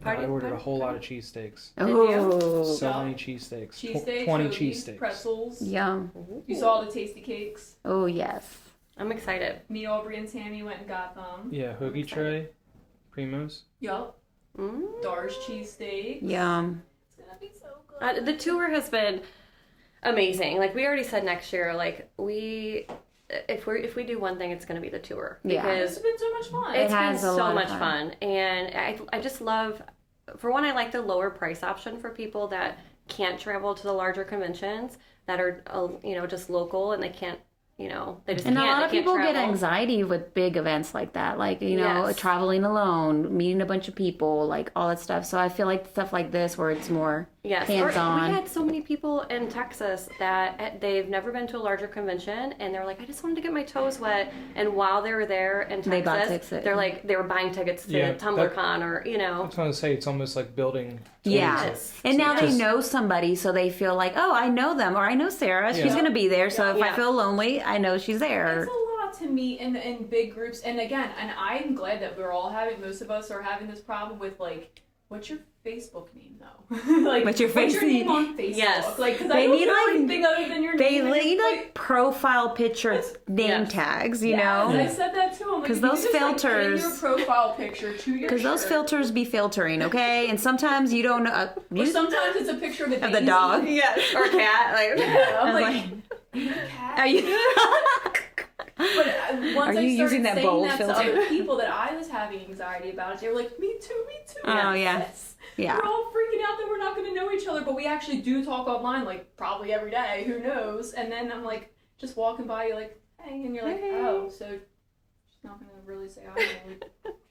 Speaker 2: and
Speaker 5: Party-
Speaker 2: I ordered a
Speaker 5: party-
Speaker 2: whole lot of cheesesteaks.
Speaker 4: Oh,
Speaker 2: So
Speaker 3: Yeah.
Speaker 2: many cheesesteaks. Tw-
Speaker 3: Cheesesteaks,
Speaker 2: 20
Speaker 3: hoagies,
Speaker 2: cheesesteaks.
Speaker 3: pretzels.
Speaker 4: yum.
Speaker 3: You saw the tasty cakes.
Speaker 4: Oh, yes.
Speaker 5: I'm excited.
Speaker 3: Me, Aubrey, and Sammy went and got them.
Speaker 2: Yeah, hoagie tray, primos.
Speaker 3: Yup.
Speaker 5: Mm.
Speaker 3: Dar's cheesesteak.
Speaker 4: Yum.
Speaker 3: It's gonna be so good.
Speaker 5: Uh, the tour has been amazing. Like we already said, next year, like we, if we if we do one thing, it's going to be the tour
Speaker 4: Yeah.
Speaker 5: because
Speaker 3: it's been so much fun.
Speaker 5: it's
Speaker 4: has
Speaker 5: been
Speaker 4: a
Speaker 5: so
Speaker 4: lot of
Speaker 5: much
Speaker 4: fun.
Speaker 5: fun. and I I just love. For one, I like the lower price option for people that can't travel to the larger conventions that are uh, you know just local and they can't you know they just
Speaker 4: And a
Speaker 5: can't,
Speaker 4: lot
Speaker 5: they
Speaker 4: of
Speaker 5: can't
Speaker 4: people get
Speaker 5: travel.
Speaker 4: anxiety with big events like that, like you know,
Speaker 5: Yes.
Speaker 4: traveling alone, meeting a bunch of people, like all that stuff. So I feel like stuff like this, where it's more
Speaker 5: Yes, or-
Speaker 4: hands on.
Speaker 5: we had so many people in Texas that uh, they've never been to a larger convention, and they're like, "I just wanted to get my toes wet." And while they were there in Texas,
Speaker 4: They bought tickets.
Speaker 5: are like they were buying tickets to
Speaker 2: Yeah, that-
Speaker 5: TumblrCon or you know,
Speaker 2: I was going to say, it's almost like building.
Speaker 4: yeah,
Speaker 5: Yes.
Speaker 4: and now
Speaker 2: Just-
Speaker 4: they know somebody, so they feel like, oh, I know them, or I know Sarah, she's
Speaker 2: Yeah.
Speaker 4: gonna be there. So if I
Speaker 5: Yeah.
Speaker 4: feel lonely, I know she's there.
Speaker 3: It's a lot to meet in in big groups, and again, and I'm glad that we're all having most of us are having this problem with like, what's your Facebook name though? like,
Speaker 4: What's your
Speaker 3: What's
Speaker 4: face-
Speaker 3: your name on Facebook?
Speaker 5: Yes.
Speaker 3: like because
Speaker 4: They
Speaker 3: I don't
Speaker 4: need,
Speaker 3: know
Speaker 4: like-
Speaker 3: anything other than your
Speaker 4: They
Speaker 3: name. and
Speaker 4: need
Speaker 3: it's
Speaker 4: like profile picture name
Speaker 5: Yes.
Speaker 4: tags, you
Speaker 3: Yes,
Speaker 4: know,
Speaker 3: I said that too. I'm like,
Speaker 4: 'Cause
Speaker 3: if you
Speaker 4: those
Speaker 3: just, like, pin
Speaker 4: filters-
Speaker 3: your profile picture to your
Speaker 4: because those
Speaker 3: shirt,
Speaker 4: filters be filtering, okay? And sometimes you don't know. Uh,
Speaker 3: Or
Speaker 4: you,
Speaker 3: sometimes it's a picture of the,
Speaker 4: of the
Speaker 3: baby.
Speaker 4: dog.
Speaker 5: yes, or cat. Like,
Speaker 3: I'm
Speaker 4: was
Speaker 3: like,
Speaker 4: Are you?
Speaker 3: But uh, once I
Speaker 4: Are
Speaker 3: started
Speaker 4: you using that
Speaker 3: saying
Speaker 4: bold
Speaker 3: that
Speaker 4: filter?
Speaker 3: to other people that I was having anxiety about, they were like, "Me too, me too."
Speaker 4: Oh, yeah.
Speaker 3: yes.
Speaker 4: Yeah.
Speaker 3: We're all freaking out that we're not going to know each other, but we actually do talk online, like probably every day. Who knows? And then I'm like, just walking by, you're like, "Hey," and you're like,
Speaker 5: Hey.
Speaker 3: "Oh, so she's not going to really say hi." and we're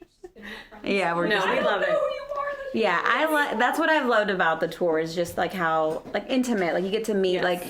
Speaker 3: just gonna be friends."
Speaker 4: Yeah, we're
Speaker 5: No,
Speaker 4: just.
Speaker 5: I
Speaker 3: I don't
Speaker 5: love
Speaker 3: know
Speaker 5: it.
Speaker 3: who you are. that's-
Speaker 4: Yeah, I like that's what I've loved about the tour is just like how like intimate, like you get to meet
Speaker 5: Yes.
Speaker 4: like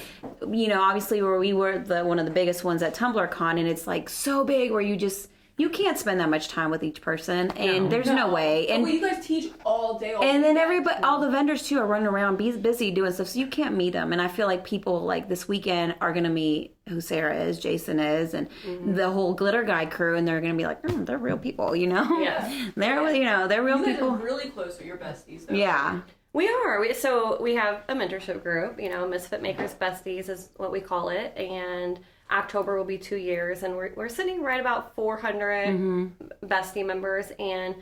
Speaker 4: you know, obviously where we were the one of the biggest ones at TumblrCon and it's like so big where you just you can't spend that much time with each person and there's no, way. And
Speaker 3: well, Oh, you guys teach all day. All
Speaker 4: and then
Speaker 3: weekend.
Speaker 4: everybody all the vendors too are running around be busy doing stuff so you can't meet them and i feel like people like this weekend are gonna meet who sarah is jason is and
Speaker 5: Mm-hmm.
Speaker 4: the whole glitter guy crew and they're gonna be like oh, they're real people you know
Speaker 5: Yes.
Speaker 4: they're you know they're real
Speaker 3: you guys
Speaker 4: people
Speaker 3: are really close with your besties. Though.
Speaker 4: yeah
Speaker 5: we are. We, so we have a mentorship group. You know, Misfit Makers Besties is what we call it, and October will be two years, and we're we're sitting right about 400
Speaker 4: Mm-hmm.
Speaker 5: bestie members and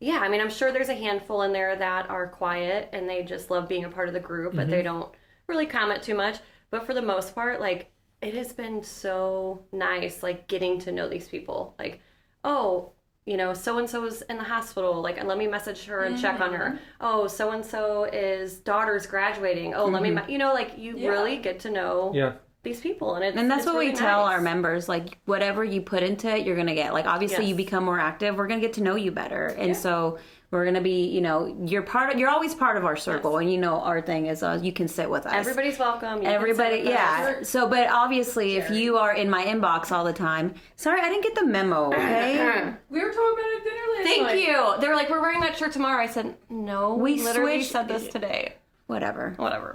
Speaker 5: yeah i mean i'm sure there's a handful in there that are quiet and they just love being a part of the group but they
Speaker 4: Mm-hmm.
Speaker 5: don't really comment too much but for the most part like it has been so nice like getting to know these people like oh you know so and so is in the hospital like let me message her and check on her oh so and so is daughter's graduating oh let me
Speaker 4: Mm-hmm.
Speaker 5: me you know like you
Speaker 3: Yeah.
Speaker 5: really get to know
Speaker 2: Yeah.
Speaker 5: these people and it's
Speaker 4: and that's
Speaker 5: it's
Speaker 4: what we
Speaker 5: really
Speaker 4: tell
Speaker 5: nice.
Speaker 4: our members like whatever you put into it you're gonna get like obviously
Speaker 5: Yes.
Speaker 4: you become more active we're gonna get to know you better and so we're gonna be you know you're part of you're always part of our circle and you know our thing is uh, you can sit with us
Speaker 5: everybody's welcome You can sit
Speaker 4: Everybody,
Speaker 5: with us.
Speaker 4: yeah. So, but obviously, if you are in my inbox all the time, sorry, I didn't get the memo. Okay,
Speaker 3: we were talking about it at dinner last
Speaker 5: Thank
Speaker 3: night.
Speaker 5: you. They're like, we're wearing that shirt tomorrow. I said, no.
Speaker 4: We
Speaker 5: We literally
Speaker 4: switched-
Speaker 5: said this today.
Speaker 4: whatever.
Speaker 5: Whatever.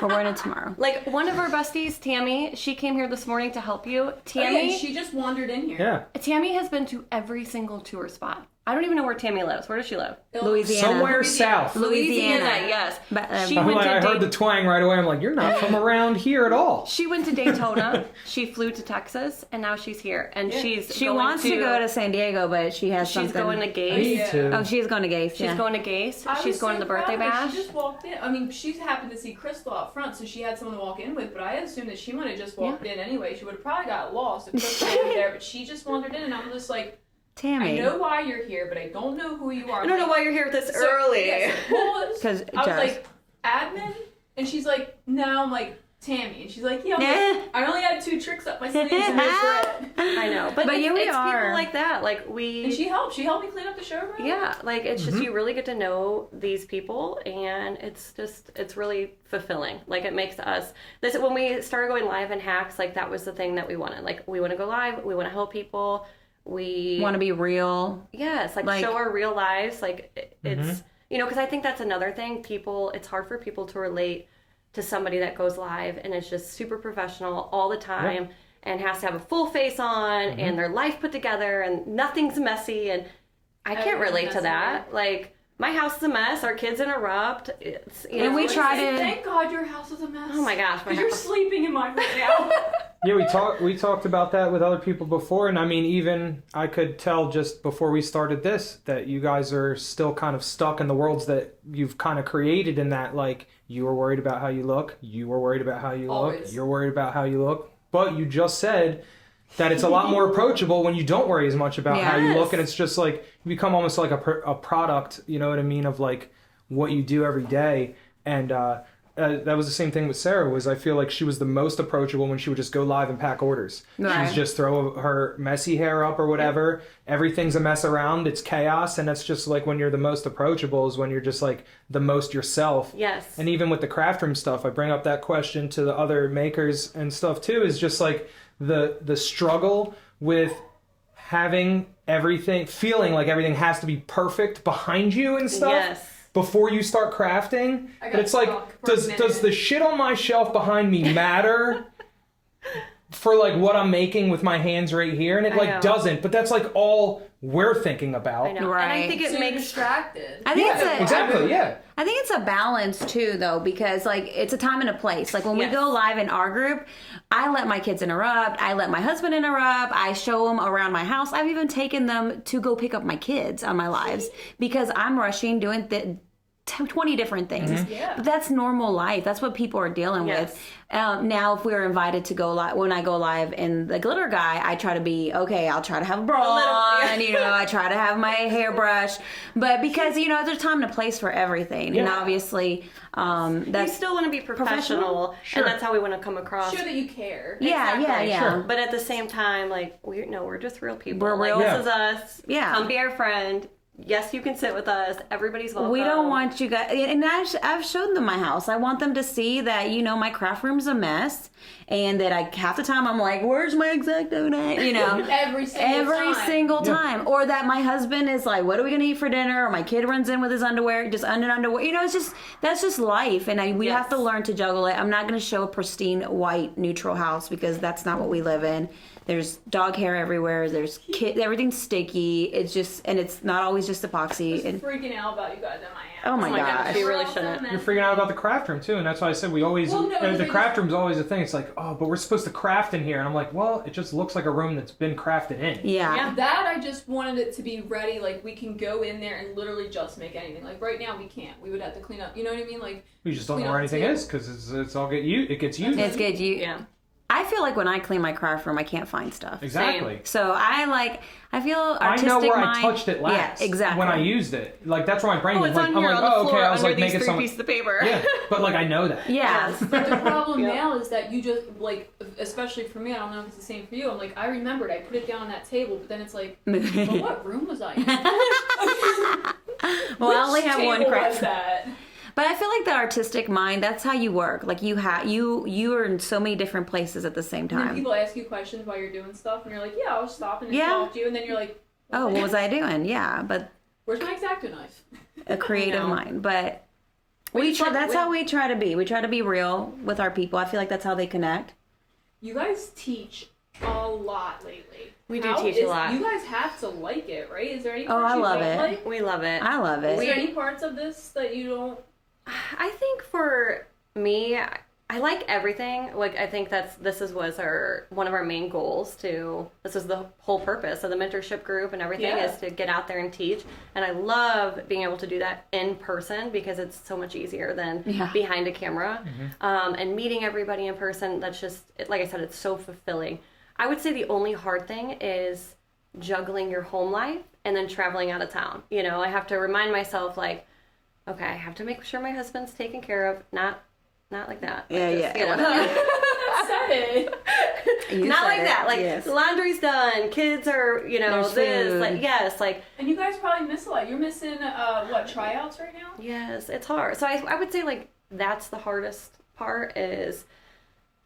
Speaker 4: We're wearing it tomorrow.
Speaker 5: Like one of our besties, Tammy, she came here this morning to help you.
Speaker 3: Yeah,
Speaker 5: Tammy,
Speaker 3: she just wandered in here.
Speaker 2: Yeah.
Speaker 5: Tammy has been to every single tour spot. I don't even know where Tammy lives. Where does she live?
Speaker 4: Louisiana,
Speaker 2: Somewhere south.
Speaker 4: Louisiana.
Speaker 5: yes.
Speaker 4: But, uh,
Speaker 5: she
Speaker 4: I'm
Speaker 2: I'm
Speaker 5: went
Speaker 2: like,
Speaker 5: to
Speaker 2: I heard
Speaker 5: Da-
Speaker 2: the twang right away. I'm like, you're not from around here at all.
Speaker 5: she went to Daytona. she flew to Texas, and now she's here. And she's
Speaker 4: She
Speaker 5: going
Speaker 4: wants to go to San Diego, but she has
Speaker 5: She's
Speaker 4: something.
Speaker 5: going to
Speaker 2: Me
Speaker 5: Gase.
Speaker 3: Yeah.
Speaker 2: too.
Speaker 4: oh, she's going to Gates.
Speaker 5: She's going to Gase.
Speaker 3: I
Speaker 5: she's
Speaker 3: was
Speaker 5: going to
Speaker 3: so
Speaker 5: the birthday
Speaker 3: proud of her.
Speaker 5: bash.
Speaker 3: She just walked in. I mean, she happened to see Crystal out front, so she had someone to walk in with. But I assumed that she might have just walked in anyway. She would have probably got lost if Crystal was there. But she just wandered in, and I'm just like, I
Speaker 4: Tammy.
Speaker 3: know why you're here, but I don't know who you are.
Speaker 5: I don't know why you're here this early.
Speaker 3: Because
Speaker 4: 'Cause
Speaker 3: I was
Speaker 4: Jess.
Speaker 3: like, admin, and she's like, no. I'm like, Tammy. And she's like, yeah, I'm
Speaker 4: Yeah.
Speaker 3: like, I only had two tricks up my sleeve to make bread.
Speaker 5: I know, but,
Speaker 4: But
Speaker 5: it's,
Speaker 4: yeah, we
Speaker 5: it's
Speaker 4: are.
Speaker 5: people like that. Like we,
Speaker 3: And she helped. She helped me clean up the showroom.
Speaker 5: yeah, like it's just you really get to know these people, and it's just it's really fulfilling. Like it makes us this when we started going live and hacks, like that was the thing that we wanted. Like we want to go live, we want to help people, we
Speaker 4: Want to be real?
Speaker 5: Yes, like,
Speaker 4: Like- Mm-hmm.
Speaker 5: show our real lives. Like it- it's you know because I think that's another thing. People, it's hard for people to relate to somebody that goes live and is just super professional all the time and has to have a full face on
Speaker 4: Mm-hmm.
Speaker 5: and their life put together and nothing's messy and I can't
Speaker 3: Everything's
Speaker 5: relate to
Speaker 3: messy.
Speaker 5: that. Like my house is a mess. Our kids interrupt. It's you
Speaker 4: And
Speaker 5: know,
Speaker 4: we
Speaker 5: it's-
Speaker 4: try to-
Speaker 3: Thank God your house is a mess.
Speaker 5: Oh my gosh, my
Speaker 3: Because you're
Speaker 5: house-
Speaker 3: sleeping in mine right now.
Speaker 2: Yeah, we talked we talked about that with other people before, and I mean, even I could tell just before we started this that you guys are still kind of stuck in the worlds that you've kind of created. In that, like, you were worried about how you look, you were worried about how you look,
Speaker 3: Always.
Speaker 2: you're worried about how you look, but you just said that it's a lot more approachable when you don't worry as much about how you look, and it's just like you become almost like a pr- a product. You know what I mean? Of like what you do every day, and. uh uh, that was the same thing with Sarah. Was I feel like she was the most approachable when she would just go live and pack orders. She
Speaker 4: Right.
Speaker 2: was just throw her messy hair up or whatever. Everything's a mess around. It's chaos, and that's just like when you're the most approachable is when you're just like the most yourself.
Speaker 5: Yes.
Speaker 2: And even with the craft room stuff, I bring up that question to the other makers and stuff too. Is just like the the struggle with having everything feeling like everything has to be perfect behind you and stuff
Speaker 5: Yes.
Speaker 2: before you start crafting. But
Speaker 3: got
Speaker 2: it's like,
Speaker 3: stuck for a
Speaker 2: does does
Speaker 3: minute.
Speaker 2: the shit on my shelf behind me matter for like what I'm making with my hands right here? And it like
Speaker 5: know.
Speaker 2: doesn't. But that's like all we're thinking about.
Speaker 5: I know. And I
Speaker 4: Right.
Speaker 5: think
Speaker 3: So
Speaker 5: it
Speaker 3: you're
Speaker 5: makes
Speaker 3: distracted.
Speaker 4: I think
Speaker 2: Yeah,
Speaker 4: it's a,
Speaker 2: exactly. Yeah.
Speaker 4: I think it's a balance too, though, because like it's a time and a place. Like when
Speaker 5: Yes.
Speaker 4: we go live in our group, I let my kids interrupt. I let my husband interrupt. I show them around my house. I've even taken them to go pick up my kids on my lives because I'm rushing doing th- t- 20 different things.
Speaker 3: Yeah.
Speaker 4: But that's normal life. That's what people are dealing
Speaker 5: Mm-hmm. Yes.
Speaker 4: with. Um, now, if we're invited to go live, when I go live in the glitter guy, I try to be okay. I'll try to have a bra
Speaker 5: little-
Speaker 4: on, you know. I try to have my hairbrush, but because you know, there's time and a place for everything, and
Speaker 2: Yeah.
Speaker 4: obviously, um,
Speaker 5: you
Speaker 4: that's
Speaker 5: still want to be professional,
Speaker 2: Sure.
Speaker 5: and that's how we want to come across.
Speaker 3: Show that you care.
Speaker 4: yeah, yeah,
Speaker 5: Exactly.
Speaker 4: yeah,
Speaker 2: Sure.
Speaker 5: But at the same time, like we no, we're just real people.
Speaker 4: We're
Speaker 5: like,
Speaker 4: real.
Speaker 5: This is us.
Speaker 4: Yeah.
Speaker 5: Come be our friend. Yes, you can sit with us. Everybody's welcome.
Speaker 4: We don't want you guys, and I've, I've shown them my house. I want them to see that you know my craft room's a mess, and that I half the time I'm like, "Where's my exacto knife?" You know,
Speaker 3: Every single
Speaker 4: every
Speaker 3: time.
Speaker 4: single time or that my husband is like what are we gonna eat for dinner or my kid runs in with his underwear just under underwear you know it's just that's just life and I, we
Speaker 5: Yes.
Speaker 4: have to learn to juggle it i'm not gonna show a pristine white neutral house because that's not what we live in there's dog hair everywhere there's kid everything's sticky it's just and it's not always just epoxy and
Speaker 3: Freaking out about you guys in my house.
Speaker 4: oh my,
Speaker 5: my
Speaker 4: gosh,
Speaker 5: gosh. You really
Speaker 3: We're all so
Speaker 5: shouldn't.
Speaker 3: messy.
Speaker 2: You're freaking out about the craft room too, and that's why I said we always
Speaker 3: Well, no,
Speaker 2: uh, the
Speaker 3: because-
Speaker 2: craft room's always a thing. It's like, oh, but we're supposed to craft in here, and I'm like, well, it just looks like a room that's been crafted in.
Speaker 4: yeah.
Speaker 5: Yeah.
Speaker 3: That I just wanted it to be ready. Like we can go in there and literally just make anything. Like right now we can't. We would have to clean up. You know what I mean? Like
Speaker 2: We just don't
Speaker 3: We
Speaker 2: know where
Speaker 3: don't
Speaker 2: anything
Speaker 3: do.
Speaker 2: is because it's, it's all get you. It gets used.
Speaker 4: it's good you
Speaker 5: Yeah.
Speaker 4: i feel like when i clean my craft room i can't find stuff
Speaker 2: Exactly.
Speaker 4: so i like i feel
Speaker 2: I
Speaker 4: artistic
Speaker 2: know where
Speaker 4: mind
Speaker 2: I touched it last.
Speaker 4: yeah exactly
Speaker 2: When I used it, like that's where my brain
Speaker 5: Oh,
Speaker 2: was
Speaker 5: it's
Speaker 2: like,
Speaker 5: on
Speaker 2: I'm
Speaker 5: here
Speaker 2: like,
Speaker 5: on the
Speaker 2: oh,
Speaker 5: floor
Speaker 2: okay. I was
Speaker 5: under
Speaker 2: like, make
Speaker 5: these three
Speaker 2: it some.
Speaker 5: pieces of paper.
Speaker 2: Yeah, but like I know that.
Speaker 4: yeah
Speaker 3: But the problem
Speaker 5: Yeah.
Speaker 3: now is that you just like, especially for me, I don't know if it's the same for you. I'm like, I remembered I put it down on that table, but then it's like, well, what room was I in?
Speaker 4: Well, I only
Speaker 3: Which
Speaker 4: have one
Speaker 3: table was
Speaker 4: craft,
Speaker 3: that?
Speaker 4: but I feel like the artistic mind. That's how you work. Like you have you you are in so many different places at the same
Speaker 3: And then
Speaker 4: time.
Speaker 3: people ask you questions while you're doing stuff, and you're like, yeah, I was stopping and
Speaker 4: Yeah.
Speaker 3: talk to you, and then you're like,
Speaker 4: Oh, what was I doing? Yeah, but
Speaker 3: where's my exacto knife?
Speaker 4: a creative
Speaker 5: know.
Speaker 4: mind. But we
Speaker 5: just
Speaker 4: try,
Speaker 5: like-
Speaker 4: that's
Speaker 5: we-
Speaker 4: how we try to be. We try to be real with our people. I feel like that's how they connect.
Speaker 3: You guys teach a lot lately.
Speaker 5: We do
Speaker 3: How
Speaker 5: teach a
Speaker 3: is-
Speaker 5: lot.
Speaker 3: You guys have to like it, right? Is there any?
Speaker 4: Oh,
Speaker 3: parts
Speaker 4: I
Speaker 3: you
Speaker 4: love
Speaker 3: don't
Speaker 4: it.
Speaker 3: Like?
Speaker 5: We love it.
Speaker 4: I love
Speaker 3: Is there
Speaker 4: it.
Speaker 3: any parts of this that you don't?
Speaker 5: I think for me, I- I like everything. Like I think that's this is was our one of our main goals to this is the whole purpose of the mentorship group and everything
Speaker 3: Yeah.
Speaker 5: is to get out there and teach. And I love being able to do that in person because it's so much easier than
Speaker 4: Yeah.
Speaker 5: behind a camera. Um, and meeting everybody in person, that's just it- like I said, it's so fulfilling. I would say the only hard thing is juggling your home life and then traveling out of town. You know, I have to remind myself like okay, I have to make sure my husband's taken care of, not Not like that.
Speaker 4: Yeah,
Speaker 5: Like
Speaker 4: yeah.
Speaker 5: you know.
Speaker 3: said it.
Speaker 4: You
Speaker 5: not
Speaker 4: said
Speaker 5: like
Speaker 4: it,
Speaker 5: that. Like
Speaker 4: yes.
Speaker 5: laundry's done, kids are, you know,
Speaker 4: There's
Speaker 5: this.
Speaker 4: food.
Speaker 5: Like yes, like
Speaker 3: And you guys probably miss a lot. You're missing uh, what tryouts right now?
Speaker 5: yes, it's hard. So I, I would say like that's the hardest part is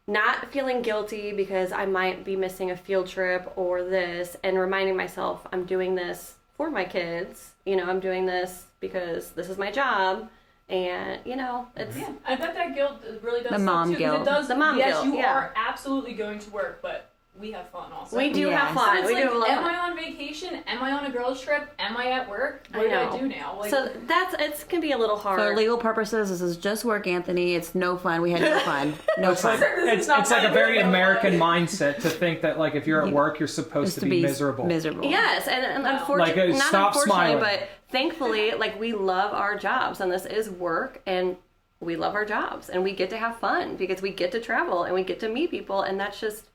Speaker 5: not feeling guilty because I might be missing a field trip or this, and reminding myself I'm doing this for my kids. You know, I'm doing this because this is my job, and you know, it's
Speaker 3: Yeah, I bet that guilt really does.
Speaker 4: The
Speaker 3: suck,
Speaker 4: mom
Speaker 3: too, 'cause
Speaker 4: guilt.
Speaker 3: It does.
Speaker 5: The mom
Speaker 3: yes,
Speaker 5: guilt,
Speaker 3: you
Speaker 5: yeah.
Speaker 3: are absolutely going to work, but we have fun also.
Speaker 5: we do
Speaker 4: Yeah.
Speaker 5: have
Speaker 3: So
Speaker 5: fun.
Speaker 3: it's
Speaker 5: we
Speaker 3: like,
Speaker 5: do have a lot. of
Speaker 3: am
Speaker 5: fun.
Speaker 3: I on vacation? Am I on a girls trip? Am I at work?
Speaker 5: I
Speaker 3: What do
Speaker 5: know.
Speaker 3: I do now? Like,
Speaker 5: so that's it's can be a little hard.
Speaker 4: For legal purposes, this is just work, Anthony. It's no fun. We had no fun. No fun.
Speaker 2: It's, it's like a very American mindset to think that like if you're at work you're supposed
Speaker 4: Just
Speaker 2: to be miserable.
Speaker 4: Miserable.
Speaker 5: Yes, and, and
Speaker 2: Like,
Speaker 5: unfortunately,
Speaker 2: uh,
Speaker 5: not
Speaker 2: stop
Speaker 5: unfortunately,
Speaker 2: smiling.
Speaker 5: but thankfully, like we love our jobs, and this is work, and we love our jobs, and we get to have fun because we get to travel and we get to meet people, and that's just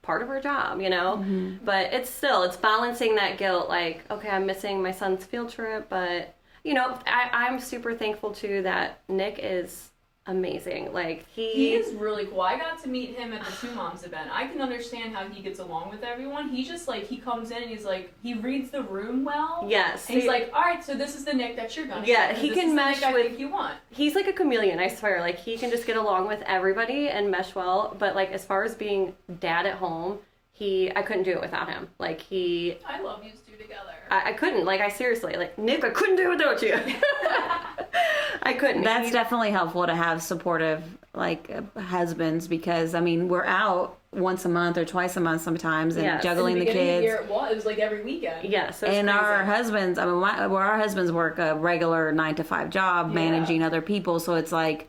Speaker 5: part of our job, you know. But it's still it's balancing that guilt, like okay, I'm missing my son's field trip, but you know, I, I'm super thankful too that Nick is amazing. Like he,
Speaker 3: He is really cool. I got to meet him at the Two Moms event. I can understand how he gets along with everyone. He just like he comes in and he's like he reads the room well.
Speaker 5: yes,
Speaker 3: And he's
Speaker 5: he-
Speaker 3: like, all right, so this is the Nick that you're gonna.
Speaker 5: Yeah,
Speaker 3: get,
Speaker 5: he
Speaker 3: this
Speaker 5: can
Speaker 3: is the
Speaker 5: mesh
Speaker 3: Nick I
Speaker 5: with-
Speaker 3: think you want.
Speaker 5: he's like a chameleon i swear like he can just get along with everybody and mesh well but like as far as being dad at home he i couldn't do it without him like he
Speaker 3: I love you two together.
Speaker 5: i, I couldn't like i seriously like nick i couldn't do it without you i couldn't
Speaker 4: That's
Speaker 5: He-
Speaker 4: definitely helpful to have supportive like uh, husbands because I mean we're out once a month or twice a month sometimes and
Speaker 5: Yes.
Speaker 4: juggling
Speaker 3: In
Speaker 4: the,
Speaker 3: the beginning of the
Speaker 4: kids.
Speaker 3: year, it was, it was like every weekend.
Speaker 5: yeah so it's
Speaker 4: and
Speaker 5: crazy.
Speaker 4: our husbands, I mean, my, well, our husbands work a regular nine to five job managing other people, so it's like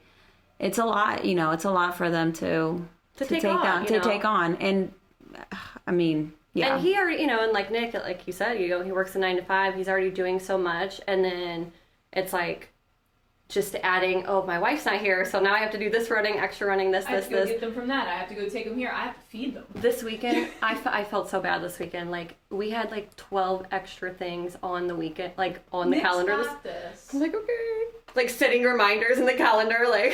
Speaker 4: it's a lot. You know, it's a lot for them to
Speaker 5: To take on,
Speaker 4: on
Speaker 5: you
Speaker 4: to
Speaker 5: know.
Speaker 4: take on. And uh, I mean, yeah,
Speaker 5: And he already, you know, and like Nick, like you said, you know, he works a nine to five. He's already doing so much, and then it's like just adding, oh, my wife's not here, so now I have to do this running, extra running, this,
Speaker 3: I have
Speaker 5: this,
Speaker 3: to go
Speaker 5: this.
Speaker 3: get them from that. I have to go take them here. I have to feed them.
Speaker 5: This weekend, I, fe- I felt so bad this weekend. Like, we had like 12 extra things on the weekend, like on the
Speaker 3: Nick's
Speaker 5: calendar. This,
Speaker 3: got this.
Speaker 5: I'm like, okay. Like, setting reminders in the calendar. Like,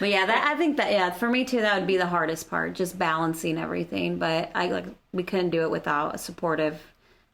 Speaker 4: But yeah, that I think that yeah, for me too, that would be the hardest part, just balancing everything. But I like we couldn't do it without supportive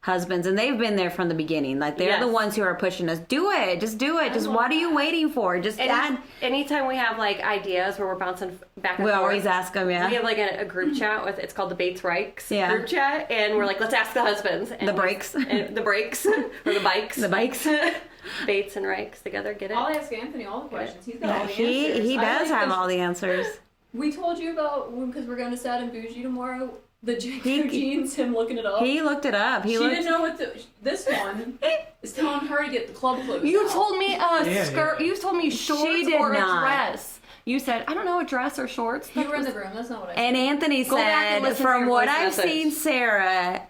Speaker 4: husbands, and they've been there from the beginning. Like they're the
Speaker 5: Yes.
Speaker 4: ones who are pushing us. Do it, just do it. Just what are you waiting for? Just
Speaker 5: any,
Speaker 4: add.
Speaker 5: anytime we have like ideas where we're bouncing f- back and
Speaker 4: We
Speaker 5: forth,
Speaker 4: always ask them, yeah.
Speaker 5: We have like a, a group chat with it's called the Bates Rikes
Speaker 4: Yeah.
Speaker 5: group chat, and we're like, let's ask the husbands and
Speaker 4: The
Speaker 5: we-
Speaker 4: breaks.
Speaker 5: and the breaks or the bikes,
Speaker 4: The bikes.
Speaker 5: Bates and Rikes together. Get it?
Speaker 3: I'll ask Anthony all the questions. He's got all the
Speaker 4: he
Speaker 3: answers.
Speaker 4: he
Speaker 3: I
Speaker 4: does
Speaker 3: like
Speaker 4: have
Speaker 3: this-
Speaker 4: all the answers.
Speaker 3: We told you about because we're going to Sad and Bougie tomorrow. The JQ
Speaker 4: He-
Speaker 3: jeans. Him looking it up.
Speaker 4: He looked it up. He
Speaker 3: she
Speaker 4: looked.
Speaker 3: didn't know what to. This one is telling her to get the club clothes.
Speaker 5: You
Speaker 3: out.
Speaker 5: told me a
Speaker 2: yeah.
Speaker 5: skirt. You told me shorts
Speaker 4: did
Speaker 5: or
Speaker 4: not.
Speaker 5: a dress. You said I don't know a dress or shorts.
Speaker 3: You were in the room. That's not what I. said.
Speaker 4: And Anthony
Speaker 5: back and
Speaker 4: said,
Speaker 5: listen to
Speaker 4: from
Speaker 5: your
Speaker 4: what
Speaker 5: voice
Speaker 4: I've
Speaker 5: message."
Speaker 4: seen, Sarah.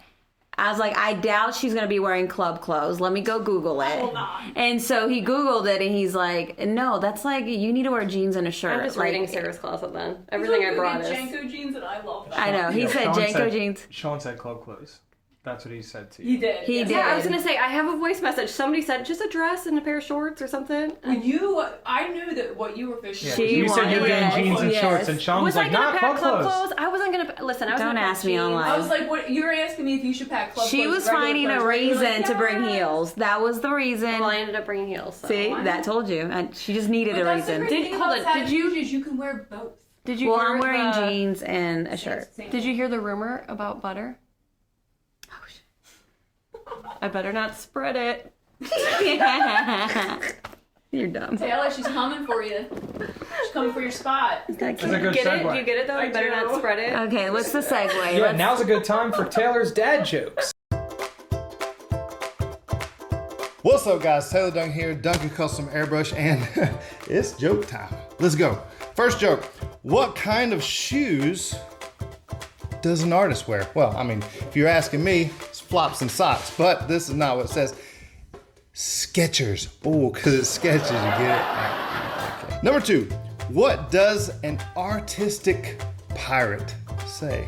Speaker 4: I was like, I doubt she's gonna be wearing club clothes. Let me go Google it.
Speaker 3: will not.
Speaker 4: And so he Googled it, and he's like, "No, that's like you need to wear jeans and a shirt."
Speaker 5: I'm just
Speaker 4: like,
Speaker 5: reading Sarah's closet then. Everything I
Speaker 3: Look,
Speaker 5: brought
Speaker 3: we
Speaker 5: is.
Speaker 3: did Janko jeans, and I love that.
Speaker 4: I know. He
Speaker 2: Yeah,
Speaker 4: said
Speaker 2: Sean
Speaker 4: Janko jeans.
Speaker 2: Sean said club clothes. That's what he said to you.
Speaker 3: He did.
Speaker 4: He
Speaker 3: yes.
Speaker 4: did.
Speaker 5: Yeah, I was gonna say I have a voice message. Somebody said just a dress and a pair of shorts or something.
Speaker 3: When you, I knew that what you were fishing.
Speaker 2: Yeah,
Speaker 3: for.
Speaker 4: She
Speaker 2: you said you're
Speaker 4: wanted-
Speaker 2: doing jeans and
Speaker 4: yes.
Speaker 2: shorts, and Sean was,
Speaker 5: I
Speaker 2: like,
Speaker 5: gonna
Speaker 2: not
Speaker 5: pack
Speaker 2: club clothes.
Speaker 5: I wasn't gonna listen. I was
Speaker 4: Don't
Speaker 5: gonna pack
Speaker 4: ask me
Speaker 5: jeans.
Speaker 4: online.
Speaker 3: I was like, what? You were asking me if you should pack club
Speaker 4: She
Speaker 3: clothes,
Speaker 4: was
Speaker 3: regular
Speaker 4: finding a
Speaker 3: clothes, and you were
Speaker 4: reason
Speaker 3: like,
Speaker 4: to bring
Speaker 3: "Yeah."
Speaker 4: heels. That was the reason.
Speaker 5: Well, I ended up bringing heels. So.
Speaker 4: See,
Speaker 3: Why?
Speaker 4: that told you, and she just
Speaker 3: But
Speaker 4: needed a
Speaker 3: that's the
Speaker 4: reason.
Speaker 3: great
Speaker 1: Did-
Speaker 3: thing about
Speaker 1: hold on,
Speaker 3: Saturday
Speaker 1: did you-
Speaker 3: is you can wear both.
Speaker 1: Did you?
Speaker 4: Well,
Speaker 1: hear
Speaker 4: I'm wearing
Speaker 5: uh,
Speaker 1: the-
Speaker 4: jeans and a shirt.
Speaker 3: Same.
Speaker 1: Did you hear the rumor about butter? I better not spread it.
Speaker 4: You're dumb.
Speaker 3: Taylor, she's coming for you. She's coming for your spot.
Speaker 2: That's a good
Speaker 5: Get it?
Speaker 2: segue.
Speaker 5: Do you get it though?
Speaker 3: I
Speaker 5: You better
Speaker 3: do.
Speaker 5: not spread it.
Speaker 4: Okay, what's the segue?
Speaker 2: yeah,
Speaker 4: Let's-
Speaker 2: now's a good time for Taylor's dad jokes.
Speaker 6: What's up, guys? Taylor Dung here, Duncan Custom Airbrush, and it's joke time. Let's go. First joke What kind of shoes does an artist wear? Well, I mean, if you're asking me, it's flops and socks, but this is not what it says. Sketchers. Oh, because it's sketches, you get it? Okay. Number two, what does an artistic pirate say?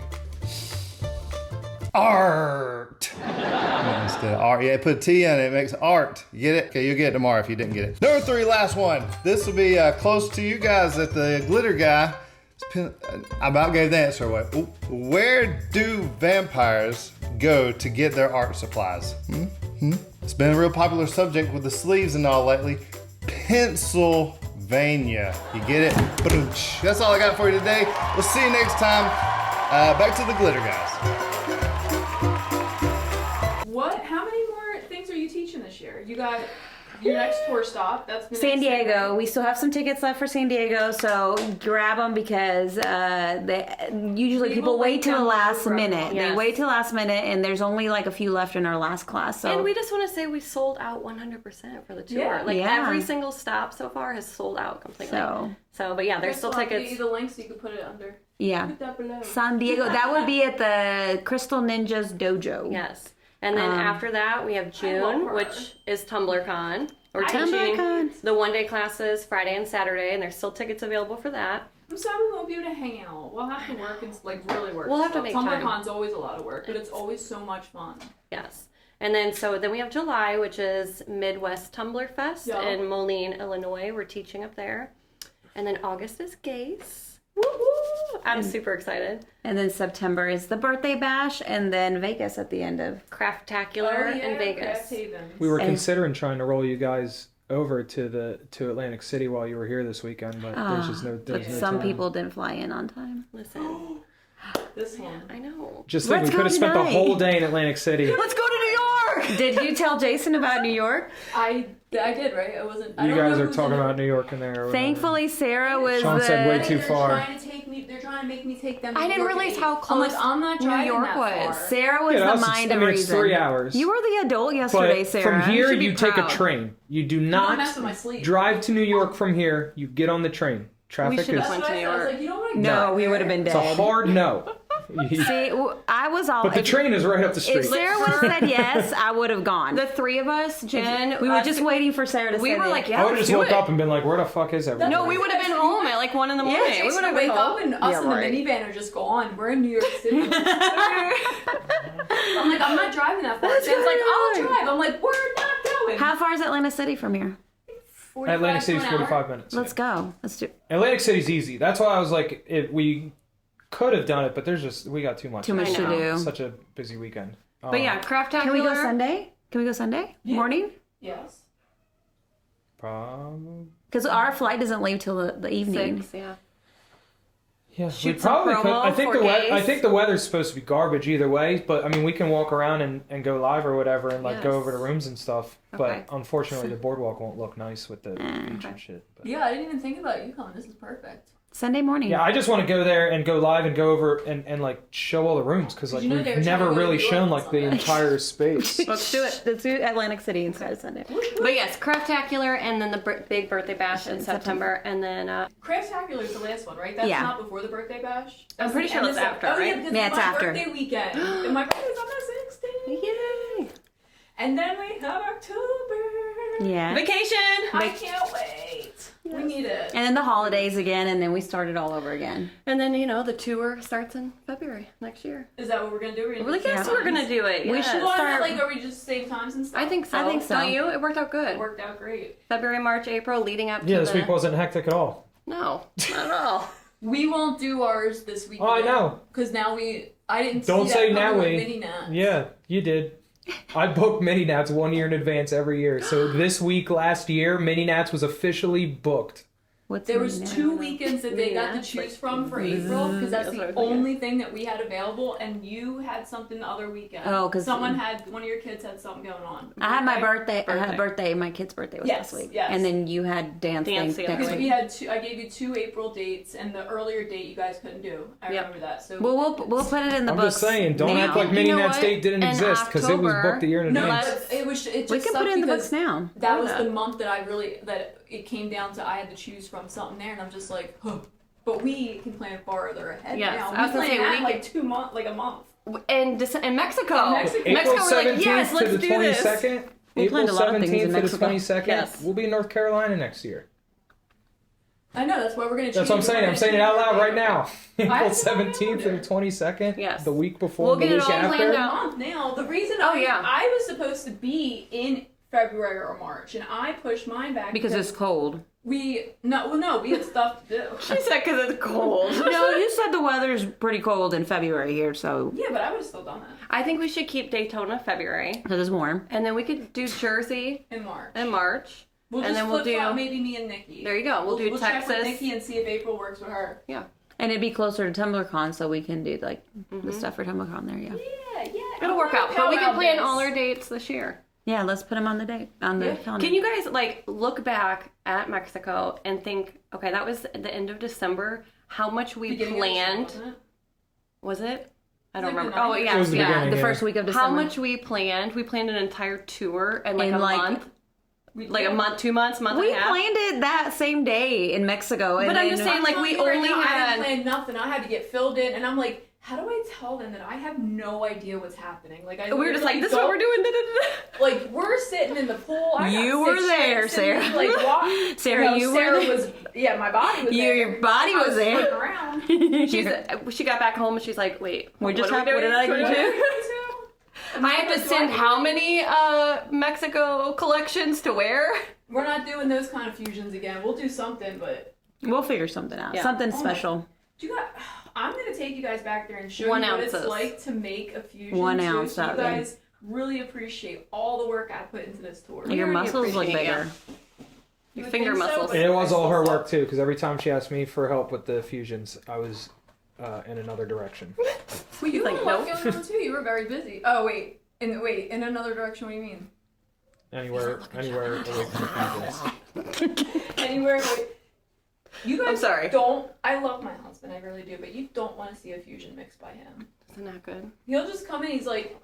Speaker 6: Art. Yes. Instead of art. Yeah, put a T on it. It makes art. You Get it? Okay, you'll get it tomorrow if you didn't get it. Number three, last one. This will be uh, close to you guys at the glitter guy. It's pin- I about gave the answer away. Oop. Where do vampires go to get their art supplies? Hmm? Hmm? It's been a real popular subject with the sleeves and all lately. Pennsylvania. You get it? Ba-dum-tsh. That's all I got for you today. We'll see you next time. Uh, back to the glitter guys.
Speaker 3: What? How many more things are you teaching this year? You got your next tour stop. That's the
Speaker 4: San
Speaker 3: next thing,
Speaker 4: Diego.
Speaker 3: right?
Speaker 4: We still have some tickets left for San Diego, so grab them because uh, they, usually people,
Speaker 3: People
Speaker 4: wait
Speaker 3: wait
Speaker 4: till the
Speaker 3: down the
Speaker 4: last
Speaker 3: road.
Speaker 4: minute. They
Speaker 5: Yes.
Speaker 4: wait till last minute, and there's only like a few left in our last class. So
Speaker 5: And we just want to say we sold out 100% for the tour.
Speaker 3: Yeah.
Speaker 5: Like
Speaker 4: Yeah.
Speaker 5: every single stop so far has sold out completely.
Speaker 4: So-
Speaker 5: So, but yeah, there's
Speaker 3: Just
Speaker 5: still
Speaker 3: I'll give
Speaker 5: tickets.
Speaker 3: you the link so you can put it under.
Speaker 4: yeah,
Speaker 3: Put that below.
Speaker 4: San Diego. That would be at the Crystal Ninjas Dojo.
Speaker 5: Yes. And then after that, we have June,
Speaker 3: her.
Speaker 5: which is TumblrCon. We're teaching
Speaker 4: TumblrCon.
Speaker 5: the one day classes Friday and Saturday, and there's still tickets available for that.
Speaker 3: I'm sorry we won't be able to hang out. We'll have to work and like really work.
Speaker 5: We'll have to
Speaker 3: stuff.
Speaker 5: make time.
Speaker 3: TumblrCon's always a lot of work, but it's always so much fun.
Speaker 5: Yes. And then so then we have July, which is Midwest Tumblr Fest
Speaker 3: Yeah.
Speaker 5: in Moline, Illinois. We're teaching up there. And then August is Gaze. Woo woo! I'm super excited.
Speaker 4: And then September is the birthday bash, and then Vegas at the end of. Oh,
Speaker 5: Craftacular in Vegas.
Speaker 3: Craft Haven.
Speaker 2: We were considering trying to roll you guys over to the to Atlantic City while you were here this weekend, but there's just no there's no
Speaker 4: Ah, Some
Speaker 2: time.
Speaker 4: people didn't fly in on time.
Speaker 5: Listen,
Speaker 3: This one.
Speaker 5: I know.
Speaker 2: just think we
Speaker 4: Let's
Speaker 2: could
Speaker 4: go
Speaker 2: have spent the
Speaker 4: tonight.
Speaker 2: whole day in Atlantic City.
Speaker 4: Let's go to New York. Did you tell Jason about New York?
Speaker 3: I I did right. I wasn't. I
Speaker 2: You
Speaker 3: don't
Speaker 2: guys
Speaker 3: know
Speaker 2: are
Speaker 3: who's
Speaker 2: talking
Speaker 3: in it.
Speaker 2: about New York in there. or whatever.
Speaker 4: Thankfully, Sarah was.
Speaker 2: Sean
Speaker 4: the,
Speaker 2: said way too
Speaker 3: They're
Speaker 2: far.
Speaker 3: trying to take me. They're trying to make me take them. to
Speaker 4: I didn't
Speaker 3: New York
Speaker 4: realize
Speaker 3: at
Speaker 4: how
Speaker 3: eight.
Speaker 4: close
Speaker 3: I'm like, I'm not
Speaker 4: New
Speaker 3: driving
Speaker 4: York
Speaker 3: that
Speaker 4: was.
Speaker 3: far.
Speaker 4: Sarah was
Speaker 2: Yeah,
Speaker 4: the
Speaker 2: that's-
Speaker 4: mind
Speaker 2: I
Speaker 4: of
Speaker 2: mean, it's
Speaker 4: reason.
Speaker 2: three hours.
Speaker 4: You were the adult yesterday,
Speaker 2: But
Speaker 4: Sarah.
Speaker 2: from here,
Speaker 4: should be
Speaker 2: you take a
Speaker 4: proud.
Speaker 2: train. You do
Speaker 3: I'm messing with
Speaker 2: not
Speaker 3: my sleep.
Speaker 2: drive to New York from here. You get on the train. Traffic
Speaker 4: should've
Speaker 2: is
Speaker 3: That's
Speaker 4: went
Speaker 3: what
Speaker 4: to
Speaker 3: I
Speaker 4: New
Speaker 3: said. I was
Speaker 4: York.
Speaker 3: like, you don't want to.
Speaker 4: No, we would have been
Speaker 2: it's a
Speaker 4: dead.
Speaker 2: hard no.
Speaker 4: See, w- I was all.
Speaker 2: but the
Speaker 4: if-
Speaker 2: train is right up the
Speaker 4: If
Speaker 2: street.
Speaker 4: Sarah would have said yes, I would have gone.
Speaker 1: The three of us, Jen,
Speaker 4: we were
Speaker 1: us-
Speaker 4: just waiting for Sarah to
Speaker 5: We
Speaker 4: say
Speaker 5: were
Speaker 4: that.
Speaker 5: like,
Speaker 2: I
Speaker 5: yeah,
Speaker 2: would have
Speaker 5: let's
Speaker 2: just
Speaker 5: do
Speaker 2: woke
Speaker 5: it.
Speaker 2: up and been like, "Where the fuck is everyone?"
Speaker 5: No, we would have been home at like one in the morning.
Speaker 4: Jason
Speaker 5: we would have
Speaker 3: wake
Speaker 5: been home.
Speaker 3: up and us
Speaker 4: Yeah,
Speaker 3: and the
Speaker 4: right.
Speaker 3: minivan are just gone. We're in New York City. I'm like, I'm not driving that far.
Speaker 4: That's
Speaker 3: Jen's like, I'll
Speaker 4: really
Speaker 3: drive. I'm like, we're not going.
Speaker 4: How far is Atlanta City from here?
Speaker 3: 45
Speaker 2: Atlantic City's
Speaker 3: to an hour.
Speaker 2: forty-five minutes.
Speaker 4: Let's go. Let's do
Speaker 2: Atlantic City's easy. That's why I was like, if we could have done it, but there's just we got too much.
Speaker 4: too much to
Speaker 5: know.
Speaker 4: do.
Speaker 2: Such a busy weekend. Um,
Speaker 5: But yeah, Craftacular.
Speaker 4: Can we go Sunday? Can we go Sunday morning?
Speaker 3: Yes.
Speaker 2: Probably.
Speaker 4: Because our flight doesn't leave till the, the evening.
Speaker 5: Six, yeah.
Speaker 2: Yeah, we
Speaker 5: Shoot some
Speaker 2: probably could.
Speaker 5: promo
Speaker 2: I think
Speaker 5: for
Speaker 2: the weather. I
Speaker 5: days.
Speaker 2: think the weather's supposed to be garbage either way, but I mean we can walk around and, and go live or whatever and like go
Speaker 5: Yes.
Speaker 2: over to rooms and stuff.
Speaker 5: Okay.
Speaker 2: But unfortunately, the boardwalk won't look nice with the beach and shit. But.
Speaker 3: Yeah, I didn't even think about you coming. This is perfect.
Speaker 4: Sunday morning.
Speaker 2: Yeah, I just want to go there and go live and go over and, and like show all the rooms because like
Speaker 3: you know they were
Speaker 2: we've never
Speaker 3: trying to
Speaker 2: really
Speaker 3: do it
Speaker 2: shown
Speaker 3: on
Speaker 2: like the
Speaker 3: Sunday.
Speaker 2: entire space.
Speaker 4: Let's do it. Let's do Atlantic City instead of Sunday.
Speaker 5: But yes, Craftacular and then the br- big birthday bash in September. And then, uh,
Speaker 3: Craftacular is the last one, right? That's
Speaker 4: Yeah.
Speaker 3: not before the birthday bash.
Speaker 5: I'm pretty sure
Speaker 3: And
Speaker 5: it's
Speaker 3: this-
Speaker 5: after,
Speaker 3: Oh, yeah,
Speaker 5: right?
Speaker 3: because
Speaker 4: Yeah, it's
Speaker 3: it's my
Speaker 4: after.
Speaker 3: birthday weekend. and my birthday's on the 16th.
Speaker 5: yay!
Speaker 3: And then we have October.
Speaker 4: Yeah.
Speaker 5: Vacation!
Speaker 3: I can't wait. We need it.
Speaker 4: And then the holidays again, and then we started all over again.
Speaker 5: And then, you know, the tour starts in February next year.
Speaker 3: Is that what we're gonna do? We're gonna
Speaker 5: Well, I
Speaker 3: do
Speaker 5: guess
Speaker 3: same
Speaker 5: we're going to
Speaker 3: times?
Speaker 5: do it.
Speaker 4: We
Speaker 5: yes.
Speaker 4: should-
Speaker 3: Well, I meant,
Speaker 4: start-
Speaker 3: like, are we just same times and stuff?
Speaker 5: I think so.
Speaker 4: I think so.
Speaker 5: Don't you? It worked out good.
Speaker 3: it worked out great.
Speaker 5: February, March, April, leading up to
Speaker 2: yeah, this
Speaker 5: the...
Speaker 2: week wasn't hectic at all.
Speaker 5: No, not at all.
Speaker 3: We won't do ours this week.
Speaker 2: Oh, I know.
Speaker 3: Because now we, I didn't.
Speaker 2: Don't
Speaker 3: see
Speaker 2: say
Speaker 3: that
Speaker 2: now
Speaker 3: coming
Speaker 2: we.
Speaker 3: with Mini Nat.
Speaker 2: Yeah, you did. I booked mini nats one year in advance every year. So this week last year, mini nats was officially booked.
Speaker 4: What's
Speaker 3: There
Speaker 4: my
Speaker 3: was
Speaker 4: name?
Speaker 3: two weekends that they got to choose from for
Speaker 4: Mm-hmm.
Speaker 3: April because that's,
Speaker 5: That's what I
Speaker 3: the
Speaker 5: was thinking.
Speaker 3: only thing that we had available, and you had something the other weekend.
Speaker 4: Oh, 'cause-
Speaker 3: someone had one of your kids had something going on.
Speaker 4: I had my
Speaker 3: Okay?
Speaker 4: birthday. I had a birthday. My kid's birthday was
Speaker 3: Yes,
Speaker 4: this week.
Speaker 3: yes.
Speaker 4: And then you had dance,
Speaker 5: Dance
Speaker 4: thing
Speaker 5: the other
Speaker 4: next week.
Speaker 3: Because we had two, I gave you two April dates, and the earlier date you guys couldn't do. I
Speaker 5: Yep.
Speaker 3: remember that. So
Speaker 4: Well, we'll we'll put it in the
Speaker 2: I'm just
Speaker 4: books.
Speaker 2: saying, don't
Speaker 4: now.
Speaker 2: act like
Speaker 5: You
Speaker 2: mini
Speaker 5: know
Speaker 2: nats
Speaker 5: what?
Speaker 2: date didn't
Speaker 5: In
Speaker 2: exist because it was
Speaker 5: October-
Speaker 2: booked a year in
Speaker 3: No,
Speaker 2: advance.
Speaker 3: but it was. It just
Speaker 4: We can put
Speaker 3: sucked
Speaker 4: it in the
Speaker 3: because
Speaker 4: books now.
Speaker 3: That
Speaker 5: Do
Speaker 3: was
Speaker 5: that.
Speaker 3: the month that I really that it came down to. I had to choose from something there, and I'm just like, huh. but we can plan farther ahead
Speaker 5: Yes,
Speaker 3: now.
Speaker 5: I was
Speaker 3: we
Speaker 5: gonna
Speaker 3: plan
Speaker 5: say,
Speaker 3: out
Speaker 5: we
Speaker 3: like
Speaker 5: could-
Speaker 3: two month, like a month.
Speaker 5: And, Dece- and Mexico.
Speaker 3: And Mexico.
Speaker 2: April
Speaker 5: we're like, yes,
Speaker 2: to
Speaker 5: let's
Speaker 2: the
Speaker 5: do
Speaker 2: twenty
Speaker 5: this.
Speaker 2: second.
Speaker 4: We
Speaker 2: April
Speaker 4: planned a lot of things in
Speaker 2: seventeenth to the
Speaker 4: Mexico.
Speaker 2: twenty second.
Speaker 5: Yes.
Speaker 2: We'll be in North Carolina next year.
Speaker 3: I know that's why we're gonna.
Speaker 2: That's what I'm saying. I'm saying it out loud right now. April
Speaker 3: I-
Speaker 2: 17th and 22nd.
Speaker 5: Yes.
Speaker 2: The week before.
Speaker 5: We'll
Speaker 2: and the
Speaker 5: get it
Speaker 2: week
Speaker 5: all
Speaker 2: after.
Speaker 5: planned out.
Speaker 3: Month now. The reason
Speaker 5: Oh,
Speaker 3: I,
Speaker 5: yeah.
Speaker 3: I was supposed to be in February or March, and I pushed mine back
Speaker 4: because it's cold.
Speaker 3: we no well no we had stuff to do.
Speaker 5: She said because it's cold.
Speaker 4: No, you said the weather's pretty cold in February here, so
Speaker 3: yeah, but I would have still done that
Speaker 5: I think we should keep Daytona February,
Speaker 4: because it's warm.
Speaker 5: and then we could do Jersey
Speaker 3: in March.
Speaker 5: in March.
Speaker 3: We'll
Speaker 5: and
Speaker 3: just
Speaker 5: then we'll
Speaker 3: flip flop
Speaker 5: do-
Speaker 3: maybe me and Nikki.
Speaker 5: There you go. We'll do
Speaker 3: we'll check with
Speaker 5: Texas.
Speaker 3: Nikki and see if April works with her.
Speaker 5: Yeah.
Speaker 4: And it'd be closer to TumblrCon, so we can do like
Speaker 5: Mm-hmm.
Speaker 4: the stuff for TumblrCon there. Yeah,
Speaker 3: Yeah, yeah.
Speaker 5: It'll work out, but we can plan all our dates this year.
Speaker 4: yeah. Let's put them on the date on the calendar.
Speaker 5: Can you guys like look back at Mexico and think, okay, that was the end of December. How much we planned was it? I don't
Speaker 3: Like the
Speaker 5: remember. Oh
Speaker 3: ninth?
Speaker 5: yeah,
Speaker 2: It was the
Speaker 5: yeah.
Speaker 2: beginning.
Speaker 4: the
Speaker 2: Yeah.
Speaker 4: first week of December?
Speaker 5: How much we planned? We planned an entire tour and like
Speaker 4: In,
Speaker 5: a
Speaker 4: like-
Speaker 5: month, like a month, two months, month
Speaker 4: We
Speaker 5: and a half.
Speaker 4: planned it that same day in Mexico. and
Speaker 5: But I'm
Speaker 4: then-
Speaker 5: just saying, like we only
Speaker 3: I didn't
Speaker 5: had.
Speaker 3: plan nothing. I had to get filled in, and I'm like, how do I tell them that I have no idea what's happening? Like I
Speaker 5: We were just
Speaker 3: literally
Speaker 5: like, this is what
Speaker 3: don't-
Speaker 5: we're doing. da, da, da, da.
Speaker 3: Like we're sitting in the pool. I got
Speaker 4: You
Speaker 3: six
Speaker 4: were there,
Speaker 3: drinks in me,
Speaker 4: Sarah.
Speaker 3: Like walk.
Speaker 4: Sarah,
Speaker 3: No,
Speaker 4: you were
Speaker 3: Sarah
Speaker 4: there.
Speaker 3: was. Yeah, my body was.
Speaker 4: You-
Speaker 3: there.
Speaker 4: your body
Speaker 3: I
Speaker 4: was there.
Speaker 3: floating Around.
Speaker 5: She's, uh, she got back home and she's like, wait,
Speaker 4: We just
Speaker 5: what,
Speaker 4: have-
Speaker 5: are we
Speaker 4: what
Speaker 5: doing?
Speaker 4: did I do?
Speaker 5: What are we doing? I have to send how many uh, Mexico collections to wear?
Speaker 3: We're not doing those kind of fusions again. We'll do something, but
Speaker 4: we'll figure something out.
Speaker 5: Yeah.
Speaker 4: Something
Speaker 3: Oh my-
Speaker 4: special.
Speaker 3: do you got? I'm gonna take you guys back there and show
Speaker 5: One
Speaker 3: you what
Speaker 5: ounces.
Speaker 3: it's like to make a fusion.
Speaker 4: One
Speaker 3: too,
Speaker 4: ounce
Speaker 3: So
Speaker 4: of
Speaker 3: you
Speaker 4: it.
Speaker 3: guys really appreciate all the work I put into this tour.
Speaker 4: Your
Speaker 5: already
Speaker 4: muscles look
Speaker 5: appreciate
Speaker 4: bigger.
Speaker 5: it,
Speaker 3: You would
Speaker 5: finger
Speaker 3: think so,
Speaker 5: muscles.
Speaker 3: but
Speaker 2: And it was
Speaker 3: I
Speaker 2: all her
Speaker 3: still-
Speaker 2: work too, because every time she asked me for help with the fusions, I was uh, in another direction.
Speaker 3: Well, you
Speaker 5: Like,
Speaker 3: had a lot
Speaker 5: nope.
Speaker 3: going on too. You were very busy. Oh wait, in wait, in another direction. What do you mean?
Speaker 2: Anywhere, anywhere away from the fusions.
Speaker 3: Anywhere. Wait. You guys
Speaker 5: sorry.
Speaker 3: don't. I love my husband, I really do, but you don't want to see a fusion mix by him.
Speaker 5: Isn't that good?
Speaker 3: He'll just come in. He's like,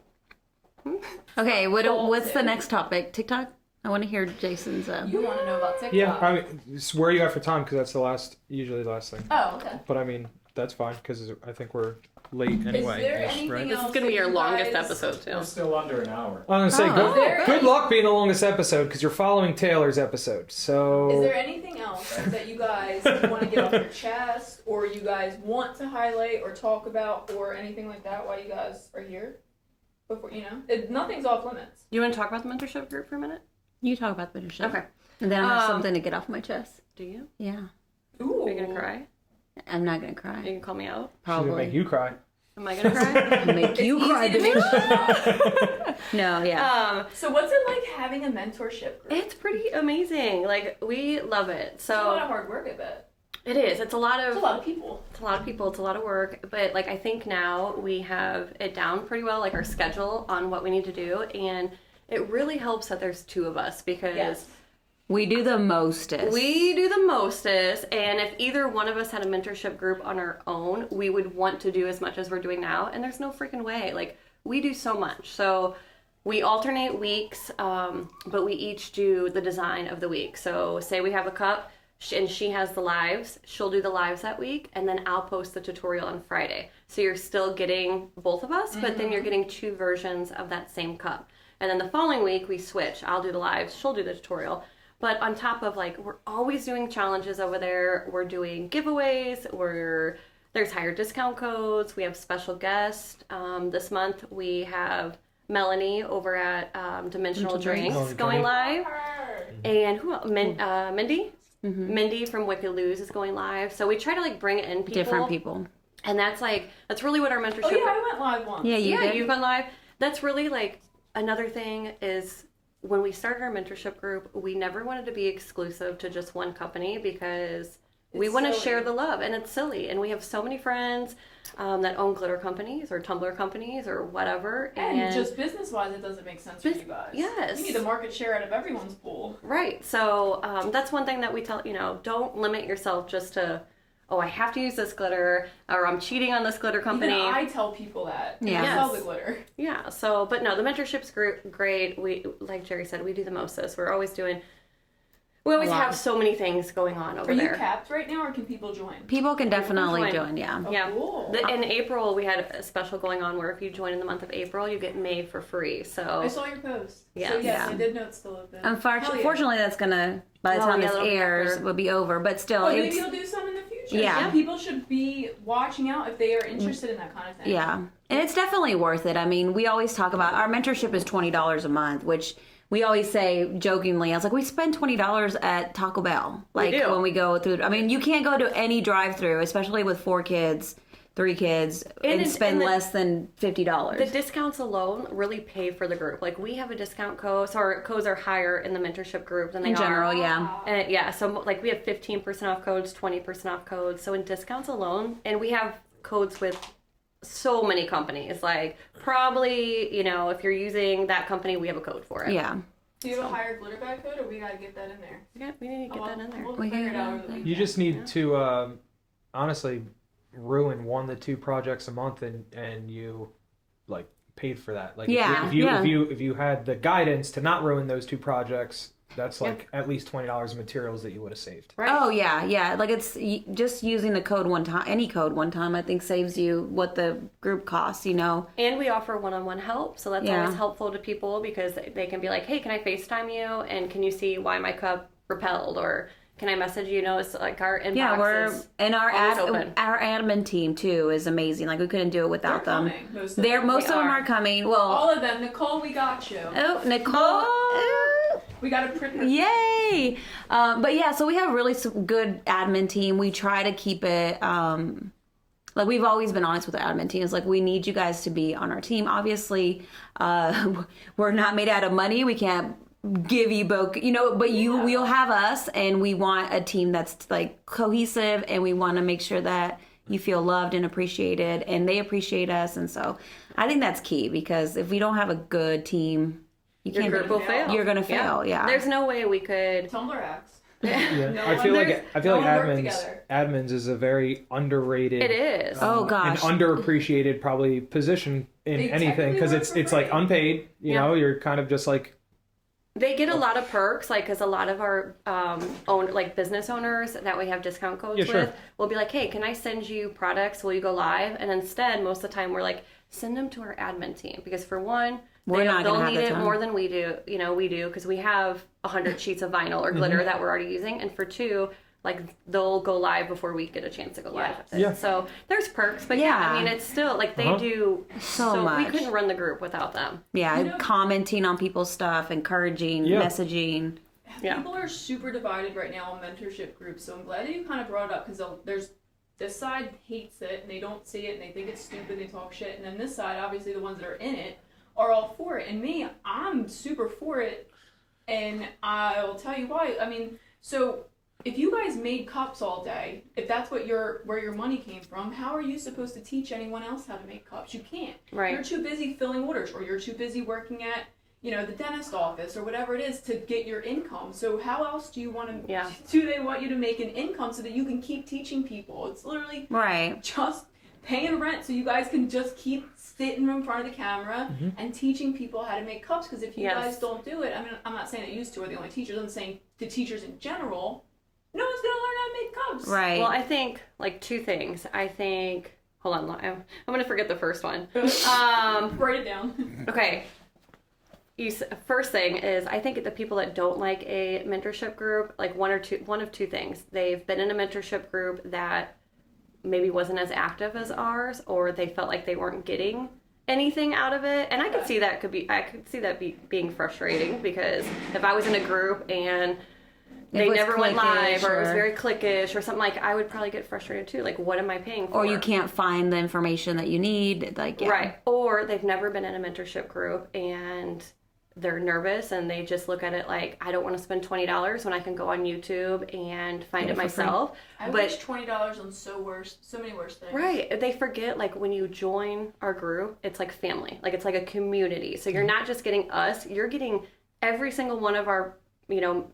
Speaker 4: Okay, what,
Speaker 3: Cool.
Speaker 4: what's the next topic? TikTok. I want to hear Jason's. Uh,
Speaker 3: you want to know about TikTok?
Speaker 2: Yeah, I mean, it's where you at for time? Because that's the last, usually the last thing.
Speaker 3: oh, okay.
Speaker 2: But I mean, that's fine because I think we're late
Speaker 3: Is
Speaker 2: anyway.
Speaker 3: there
Speaker 2: yes,
Speaker 3: anything
Speaker 2: right?
Speaker 3: else?
Speaker 5: This is gonna
Speaker 3: that
Speaker 5: be your
Speaker 3: you
Speaker 5: longest
Speaker 3: guys-
Speaker 5: episode too.
Speaker 7: We're still under an hour.
Speaker 2: I'm gonna say
Speaker 4: Oh.
Speaker 2: good,
Speaker 4: Is
Speaker 3: there
Speaker 2: good
Speaker 3: any-
Speaker 2: luck being the longest episode because you're following Taylor's episode.
Speaker 3: Is
Speaker 2: So
Speaker 3: there anything else that you guys want to get off your chest, or you guys want to highlight, or talk about, or anything like that while you guys are here? Before you know, it, nothing's off limits.
Speaker 5: You want to talk about the mentorship group for a minute?
Speaker 4: you talk about the mentorship.
Speaker 5: Okay.
Speaker 4: And then I have
Speaker 5: Um,
Speaker 4: something to get off my chest.
Speaker 5: Do you?
Speaker 4: Yeah.
Speaker 3: Ooh,
Speaker 5: Are you gonna cry?
Speaker 4: I'm not going to
Speaker 5: Are
Speaker 4: cry.
Speaker 5: you gonna call me out?
Speaker 2: she's gonna
Speaker 4: Probably.
Speaker 2: make you cry.
Speaker 5: Am I gonna cry?
Speaker 4: Make you
Speaker 3: It's
Speaker 4: cry,
Speaker 3: easy to make
Speaker 4: bitch.
Speaker 3: you laugh.
Speaker 4: No, yeah.
Speaker 5: um,
Speaker 3: So what's it like having a mentorship group?
Speaker 5: it's pretty amazing. Like we love it.
Speaker 3: It's a lot of
Speaker 5: So
Speaker 3: hard work, I bet.
Speaker 5: it is. It's a lot of
Speaker 3: It's a lot of people.
Speaker 5: It's a lot of people, it's a lot of work, but like I think now we have it down pretty well, like our schedule on what we need to do, and it really helps that there's two of us because
Speaker 3: Yes.
Speaker 4: we do the mostest.
Speaker 5: we do the mostest. And if either one of us had a mentorship group on our own, we would want to do as much as we're doing now, and there's no freaking way. Like we do so much, so we alternate weeks, um, but we each do the design of the week. So say we have a cup. sh- And she has the lives. She'll do the lives that week, and then I'll post the tutorial on Friday. So you're still getting both of us, but then you're getting two versions of that same cup. And then the following week we switch. I'll do the lives. She'll do the tutorial. But on top of like, we're always doing challenges over there. We're doing giveaways. We're there's higher discount codes. We have special guests. Um, this month we have Melanie over at um, Dimensional Drinks
Speaker 2: Drinks.
Speaker 5: going live,
Speaker 3: Hard.
Speaker 5: and who else? Min- uh, Mindy. Mindy from Wicked Lose is going live. So we try to like bring in people,
Speaker 4: different people.
Speaker 5: and that's like that's really what our mentorship
Speaker 3: Oh yeah, I went live once.
Speaker 4: Yeah, you
Speaker 5: yeah,
Speaker 4: did.
Speaker 5: you've gone live. That's really like another thing is when we started our mentorship group, we never wanted to be exclusive to just one company because we
Speaker 3: It's
Speaker 5: want to
Speaker 3: silly.
Speaker 5: share the love and it's silly. And we have so many friends um, that own glitter companies or Tumblr companies or whatever.
Speaker 3: And, just business wise, it doesn't make sense for
Speaker 5: Bus-
Speaker 3: you guys.
Speaker 5: yes.
Speaker 3: You need the market share out of everyone's pool.
Speaker 5: Right. So um, that's one thing that we tell you know, don't limit yourself just to, oh, I have to use this glitter or I'm cheating on this glitter company.
Speaker 3: Even I tell people that.
Speaker 4: Yeah.
Speaker 3: I tell the
Speaker 5: Yes.
Speaker 3: glitter.
Speaker 5: Yeah. So, but no, the mentorship's gr- great. We, like Jerry said, we do the mostest. We're always doing. We always
Speaker 4: Wow.
Speaker 5: have so many things going on over
Speaker 3: Are you
Speaker 5: there.
Speaker 3: capped right now, or can people join? Oh,
Speaker 4: People can definitely join, yeah.
Speaker 5: Yeah.
Speaker 3: cool.
Speaker 5: The- in April, we had a special going on where if you join in the month of April, you get May for free.
Speaker 3: I
Speaker 5: So
Speaker 3: saw your post.
Speaker 5: Oh. Yeah.
Speaker 3: So yes,
Speaker 4: Yeah.
Speaker 3: I did know it's still open. Hell
Speaker 4: Unfortunately,
Speaker 3: yeah.
Speaker 4: fortunately, that's gonna by the
Speaker 5: Oh,
Speaker 4: time
Speaker 5: yeah,
Speaker 4: this
Speaker 5: that'll be
Speaker 4: airs,
Speaker 5: after.
Speaker 4: will be over. But still,
Speaker 3: But Oh, maybe
Speaker 4: it's
Speaker 3: you'll do some in the future.
Speaker 4: Yeah.
Speaker 3: So people should be watching out if they are interested in that content.
Speaker 4: yeah, and it's definitely worth it. I mean, we always talk about our mentorship is twenty dollars a month, which we always say jokingly. I was like, we spend twenty dollars at Taco Bell, like
Speaker 5: do.
Speaker 4: when we go through. I mean, you can't go to any drive-through, especially with four kids, three kids, and,
Speaker 5: it's-
Speaker 4: spend
Speaker 5: and the-
Speaker 4: less than fifty
Speaker 5: the
Speaker 4: dollars.
Speaker 5: discounts alone really pay for the group. Like we have a discount code, so our codes are higher in the mentorship group than they
Speaker 4: In general,
Speaker 5: are.
Speaker 4: yeah.
Speaker 5: And yeah, so like we have 15% off codes, 20% off codes. So in discounts alone, and we have codes with so many companies. Like probably, you know, if you're using that company, we have a code for it.
Speaker 4: Yeah,
Speaker 3: Do you have a higher glitter bag code, or we gotta get that in there?
Speaker 5: Yeah, we need to get
Speaker 3: Oh,
Speaker 5: that in there.
Speaker 3: We'll
Speaker 4: We
Speaker 3: figure it
Speaker 4: can-
Speaker 3: out. over the weekend.
Speaker 2: You just need to um, honestly ruin one to two projects a month, and and you like paid for that. Like if you-
Speaker 4: Yeah,
Speaker 2: if you,
Speaker 4: yeah.
Speaker 2: if you if you had the guidance to not ruin those two projects, that's like at least twenty dollars of materials that you would have saved.
Speaker 5: Right.
Speaker 4: Oh yeah, yeah. Like it's y- just using the code one time, any code one time. I think saves you what the group costs. You know.
Speaker 5: And we offer one-on-one help, so that's
Speaker 4: Yeah.
Speaker 5: always helpful to people because they can be like, "Hey, can I FaceTime you? And can you see why my cup repelled? Or can I message you? you?" Know it's like our inbox.
Speaker 4: Yeah, we're
Speaker 5: is
Speaker 4: and our ad,
Speaker 5: always open.
Speaker 4: our admin team too is amazing. Like we couldn't do it without them.
Speaker 3: coming, most of
Speaker 4: They're
Speaker 3: them.
Speaker 4: most
Speaker 3: They
Speaker 4: of them
Speaker 3: are.
Speaker 4: are coming. Well,
Speaker 3: All of them, Nicole, we got you.
Speaker 4: oh Nicole, oh,
Speaker 3: We got a print.
Speaker 4: yay! Um, but yeah, so we have really s- good admin team. We try to keep it. Um, like we've always been honest with our admin team. It's like we need you guys to be on our team. Obviously, uh, we're not made out of money. We can't give you both, you know. But you, you'll have us, and we want a team that's like cohesive, and we want to make sure that you feel loved and appreciated, and they appreciate us. And so, I think that's key because if we don't have a good team, you
Speaker 5: your
Speaker 4: can't.
Speaker 5: group will fail.
Speaker 4: You're gonna fail. Yeah.
Speaker 5: There's no way we could.
Speaker 3: Tumblr acts. No
Speaker 2: I
Speaker 3: one-
Speaker 2: feel like
Speaker 3: there's-
Speaker 2: I feel
Speaker 3: no
Speaker 2: like
Speaker 3: one worked
Speaker 2: admins
Speaker 3: together.
Speaker 2: admins is a very underrated.
Speaker 5: It is.
Speaker 4: oh
Speaker 2: an
Speaker 4: gosh.
Speaker 2: underappreciated probably position in
Speaker 3: They
Speaker 2: anything because
Speaker 3: technically
Speaker 2: it's
Speaker 3: work for
Speaker 2: it's like
Speaker 3: free.
Speaker 2: unpaid. You
Speaker 5: Yeah.
Speaker 2: know, you're kind of just like
Speaker 5: They get a lot of perks, like because a lot of our um, own like business owners that we have discount codes
Speaker 2: Yeah, sure.
Speaker 5: with will be like, "Hey, can I send you products? Will you go live?" And instead, most of the time, we're like, "Send them to our admin team because for one,
Speaker 4: We're
Speaker 5: they,
Speaker 4: not gonna
Speaker 5: they'll
Speaker 4: have
Speaker 5: need
Speaker 4: the
Speaker 5: it
Speaker 4: time.
Speaker 5: more than we do. You know, we do because we have hundred sheets of vinyl
Speaker 4: Mm-hmm.
Speaker 5: or glitter that we're already using, and for two, like they'll go live before we get a chance to go live. with it.
Speaker 2: Yeah.
Speaker 5: So there's perks, but yeah,
Speaker 4: Yeah.
Speaker 5: I mean, it's still like they
Speaker 2: Uh-huh.
Speaker 5: do
Speaker 4: So
Speaker 5: We
Speaker 4: much.
Speaker 5: couldn't run the group without them.
Speaker 4: yeah,
Speaker 3: You know-
Speaker 4: commenting on people's stuff, encouraging,
Speaker 2: Yeah.
Speaker 4: messaging.
Speaker 5: Yeah.
Speaker 3: People are super divided right now on mentorship groups, so I'm glad that you kind of brought it up because there's this side hates it and they don't see it and they think it's stupid. They talk shit, and then this side, obviously, the ones that are in it are all for it. And me, I'm super for it, and I'll tell you why. I mean, so if you guys made cups all day, if that's what your where your money came from, how are you supposed to teach anyone else how to make cups? You can't.
Speaker 5: Right.
Speaker 3: You're too busy filling orders, or you're too busy working at you know the dentist office or whatever it is to get your income. So how else do you want to?
Speaker 5: Yeah.
Speaker 3: Do they want you to make an income so that you can keep teaching people? It's literally
Speaker 4: Right.
Speaker 3: just paying rent so you guys can just keep sitting in front of the camera and teaching people how to make cups because if you
Speaker 5: Yes.
Speaker 3: guys don't do it i mean i'm not saying that you two are the only teachers i'm saying the teachers in general no one's gonna learn how to make cups
Speaker 4: Right.
Speaker 5: Well, I think like two things. I think hold on, I'm, I'm gonna forget the first one. Um,
Speaker 3: write it down
Speaker 5: okay. You s- first thing is I think the people that don't like a mentorship group, like one or two, one of two things. They've been in a mentorship group that maybe wasn't as active as ours, or they felt like they weren't getting anything out of it. And I could see that could be, I could see that be, being frustrating because if I was in a group and they
Speaker 4: was
Speaker 5: never went
Speaker 4: cliquish
Speaker 5: live or, it was
Speaker 4: or-
Speaker 5: very clickish or something like I would probably get frustrated too. Like, what am I paying for?
Speaker 4: or you can't find the information that you need. Like yeah.
Speaker 5: Right. Or they've never been in a mentorship group and they're nervous and they just look at it like, I don't want to spend $20 when I can go on YouTube and find it myself.
Speaker 3: i
Speaker 5: but
Speaker 3: wish $20 on so worse so many worse things
Speaker 5: Right. They forget like when you join our group, it's like family. Like it's like a community. So you're not just getting us, you're getting every single one of our, you know,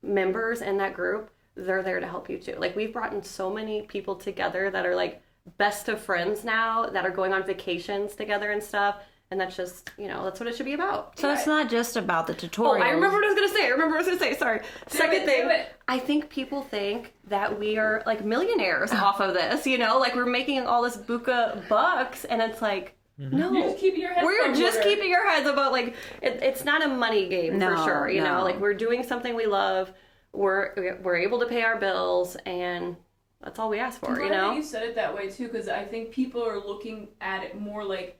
Speaker 5: members in that group. They're there to help you too. Like we've brought in so many people together that are like best of friends now that are going on vacations together and stuff. And that's just, you know, that's what it should be about.
Speaker 4: So it's not just about the
Speaker 5: Oh,
Speaker 4: tutorial.
Speaker 5: I remember what I was gonna say. I remember what I was gonna say. Sorry. Second
Speaker 3: it,
Speaker 5: thing,
Speaker 3: do it.
Speaker 5: I think people think that we are like millionaires
Speaker 3: Ah.
Speaker 5: off of this. You know, like we're making all this buka bucks, and it's like, no,
Speaker 3: You're just keeping your heads
Speaker 5: we're
Speaker 3: above
Speaker 5: just
Speaker 3: water.
Speaker 5: keeping our heads about like it, it's not a money game
Speaker 4: No,
Speaker 5: for sure. You
Speaker 4: no.
Speaker 5: know, like we're doing something we love. We're we're able to pay our bills, and that's all we ask for.
Speaker 3: I'm
Speaker 5: You
Speaker 3: glad that
Speaker 5: know.
Speaker 3: you said it that way too, because I think people are looking at it more like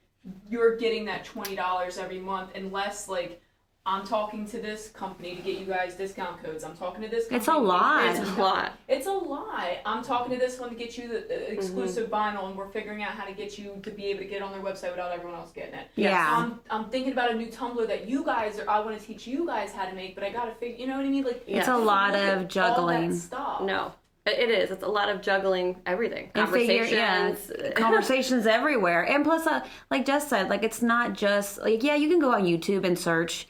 Speaker 3: you're getting that twenty dollars every month, and less like I'm talking to this company to get you guys discount codes. I'm talking to this. Company
Speaker 4: It's a
Speaker 3: to get you
Speaker 4: lot.
Speaker 3: this
Speaker 5: It's a
Speaker 3: discount-
Speaker 5: lot.
Speaker 3: It's a lot. I'm talking to this one to get you the uh,
Speaker 4: Mm-hmm.
Speaker 3: exclusive vinyl, and we're figuring out how to get you to be able to get on their website without everyone else getting it.
Speaker 4: Yeah.
Speaker 3: I'm, I'm thinking about a new Tumblr that you guys are. I want to teach you guys how to make, but I gotta figure. You know what I mean? Like
Speaker 5: It's
Speaker 4: a lot
Speaker 3: look at
Speaker 4: of
Speaker 3: all that
Speaker 4: juggling.
Speaker 3: stuff.
Speaker 5: No, it it is. It's a lot of juggling everything.
Speaker 4: And figure-
Speaker 5: Conversations.
Speaker 4: yeah, it's conversations everywhere. And plus, uh, like Jess said, like it's not just like yeah, you can go on YouTube and search,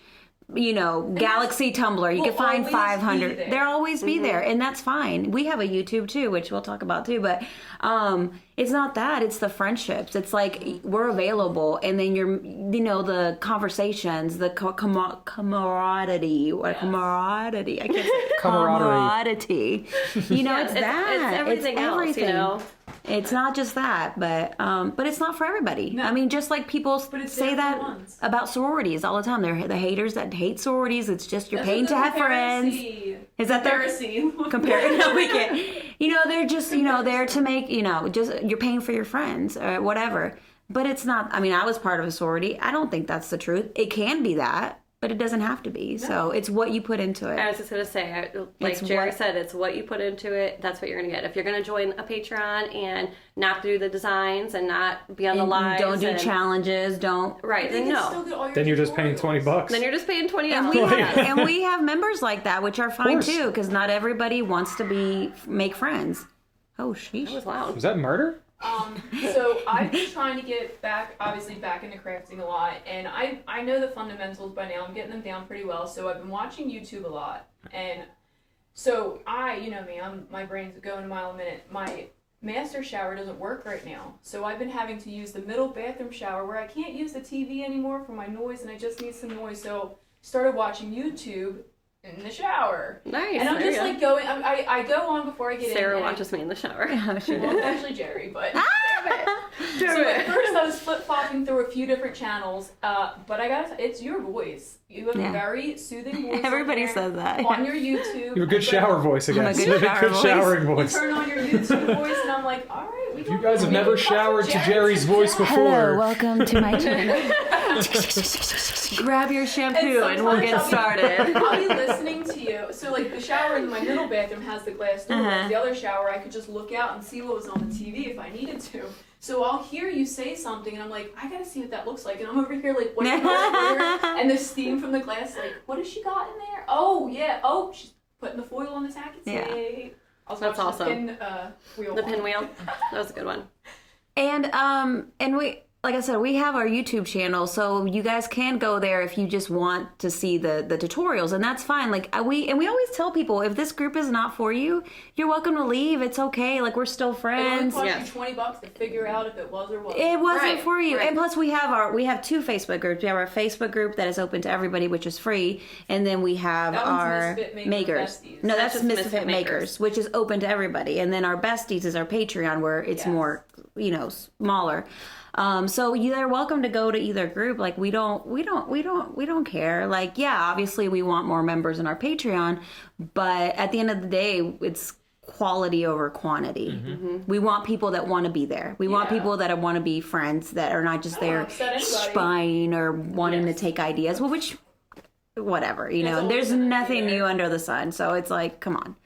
Speaker 4: you know, Galaxy Tumblr. You
Speaker 3: will
Speaker 4: can find
Speaker 3: always
Speaker 4: five
Speaker 3: be
Speaker 4: hundred.
Speaker 3: there.
Speaker 4: They'll always be there,
Speaker 5: Mm-hmm.
Speaker 4: and that's fine. We have a YouTube too, which we'll talk about too. But um, it's not that. It's the friendships. It's like we're available, and then you're you know the conversations, the co- camar- camaraderie, or camaraderie. I can't say
Speaker 2: Camaraderie.
Speaker 4: camaraderie. You know, it's,
Speaker 5: it's,
Speaker 4: that.
Speaker 5: it's everything else, you know.
Speaker 4: It's not just that, but um, but it's not for everybody. I mean, just like people s-
Speaker 3: But it's
Speaker 4: say
Speaker 3: there for
Speaker 4: that
Speaker 3: ones.
Speaker 4: about sororities all the time. They're the haters that hate sororities. It's just you're paying to have friends. Is that their
Speaker 3: Heresy.
Speaker 4: comparing? no, we can't. You know, they're just you know there to make you know just you're paying for your friends or whatever. But it's not. I mean, I was part of a sorority. I don't think that's the truth. It can be that, but it doesn't have to be. So it's what you put into it.
Speaker 5: I was just gonna say, I- like
Speaker 4: It's
Speaker 5: Jerry
Speaker 4: what-
Speaker 5: said, it's what you put into it. That's what you're gonna get. If you're gonna join a Patreon and not do the designs and not be on the live,
Speaker 4: don't do
Speaker 5: and,
Speaker 4: challenges. Don't
Speaker 5: Right,
Speaker 3: You
Speaker 5: then
Speaker 3: can
Speaker 5: no.
Speaker 3: still get all your
Speaker 2: Then you're just paying
Speaker 3: tutorials.
Speaker 2: twenty bucks.
Speaker 5: Then you're just paying twenty
Speaker 4: And
Speaker 5: dollars.
Speaker 4: we have, and we have members like that, which are fine
Speaker 2: course.
Speaker 4: too, because not everybody wants to be make friends. Oh, sheesh.
Speaker 5: was loud.
Speaker 2: Was that murder?
Speaker 3: Um, so I've been trying to get back, obviously back into crafting a lot, and I I know the fundamentals by now. I'm getting them down pretty well. So I've been watching YouTube a lot, and so I, you know me, I'm my brain's going a mile a minute. My master shower doesn't work right now, so I've been having to use the middle bathroom shower where I can't use the TV anymore for my noise, and I just need some noise. So started watching YouTube in the shower.
Speaker 5: Nice.
Speaker 3: And I'm
Speaker 5: there
Speaker 3: just
Speaker 5: you
Speaker 3: like going. I'm- I, I go on before I
Speaker 5: go.
Speaker 3: get
Speaker 5: Sarah
Speaker 3: in. and I-
Speaker 5: watches me in the shower.
Speaker 3: well, it's actually Jerry, but.
Speaker 4: Ah!
Speaker 3: so at
Speaker 5: Damn it.
Speaker 3: first I was flip flopping through a few different channels, uh, but I gotta. It's your voice. You have
Speaker 4: Yeah.
Speaker 3: a very soothing voice. on
Speaker 4: Everybody
Speaker 3: there,
Speaker 4: says that,
Speaker 3: on your YouTube.
Speaker 2: You have a good
Speaker 3: But
Speaker 2: shower voice, I
Speaker 4: I'm a
Speaker 2: guess.
Speaker 4: good
Speaker 2: You have
Speaker 4: shower voice.
Speaker 2: showering
Speaker 3: You
Speaker 2: voice.
Speaker 3: turn on your YouTube voice, and I'm like, all right, we.
Speaker 2: You guys have never showered to Jerry's voice before.
Speaker 4: welcome to my channel. Grab your shampoo and, we'll get started.
Speaker 3: I'll be listening to you. So like the shower in my middle bathroom has the glass door.
Speaker 4: Uh-huh.
Speaker 3: whereas The other shower I could just look out and see what was on the TV if I needed to. So I'll hear you say something and I'm like, I gotta see what that looks like. And I'm over here like waiting for the water and the steam from the glass. Like, what has she got in there? Oh yeah. Oh, she's putting the foil on the tacky
Speaker 4: Yeah.
Speaker 3: tape. I was
Speaker 5: That's
Speaker 3: watching
Speaker 5: awesome.
Speaker 3: The, pin, uh, wheel
Speaker 5: the
Speaker 3: one.
Speaker 5: pinwheel. That was a good one.
Speaker 4: and um, and we. Like I said, we have our YouTube channel, so you guys can go there if you just want to see the the tutorials, and that's fine. Like I- we and we always tell people if this group is not for you, you're welcome to leave. It's okay. Like we're still
Speaker 3: It only
Speaker 4: friends.
Speaker 3: cost you
Speaker 5: Yes.
Speaker 3: twenty bucks to figure out if it was or wasn't.
Speaker 4: It wasn't
Speaker 5: Right,
Speaker 4: for you.
Speaker 5: right.
Speaker 4: And plus, we have our we have two Facebook groups. We have our Facebook group that is open to everybody, which is free, and then we have
Speaker 3: That one's
Speaker 4: our
Speaker 3: Misfit Maker
Speaker 4: makers.
Speaker 3: Besties.
Speaker 4: No, that's,
Speaker 5: That's just
Speaker 4: Misfit,
Speaker 5: Misfit
Speaker 4: makers,
Speaker 5: Makers.
Speaker 4: which is open to everybody. And then our besties is our Patreon, where it's
Speaker 3: Yes.
Speaker 4: more you know smaller. Um, so you're welcome to go to either group. Like we don't, we don't, we don't, we don't care. Like yeah, obviously we want more members in our Patreon, but at the end of the day, it's quality over quantity. We want people that want to be there. We want
Speaker 3: Mm-hmm. Yeah.
Speaker 4: people that want to be friends that are not just there
Speaker 3: upset anybody.
Speaker 4: spying or wanting to take ideas. Well, which whatever, you know.
Speaker 3: always
Speaker 4: There's
Speaker 3: an
Speaker 4: nothing
Speaker 3: idea.
Speaker 4: new under the sun, so it's like, come on.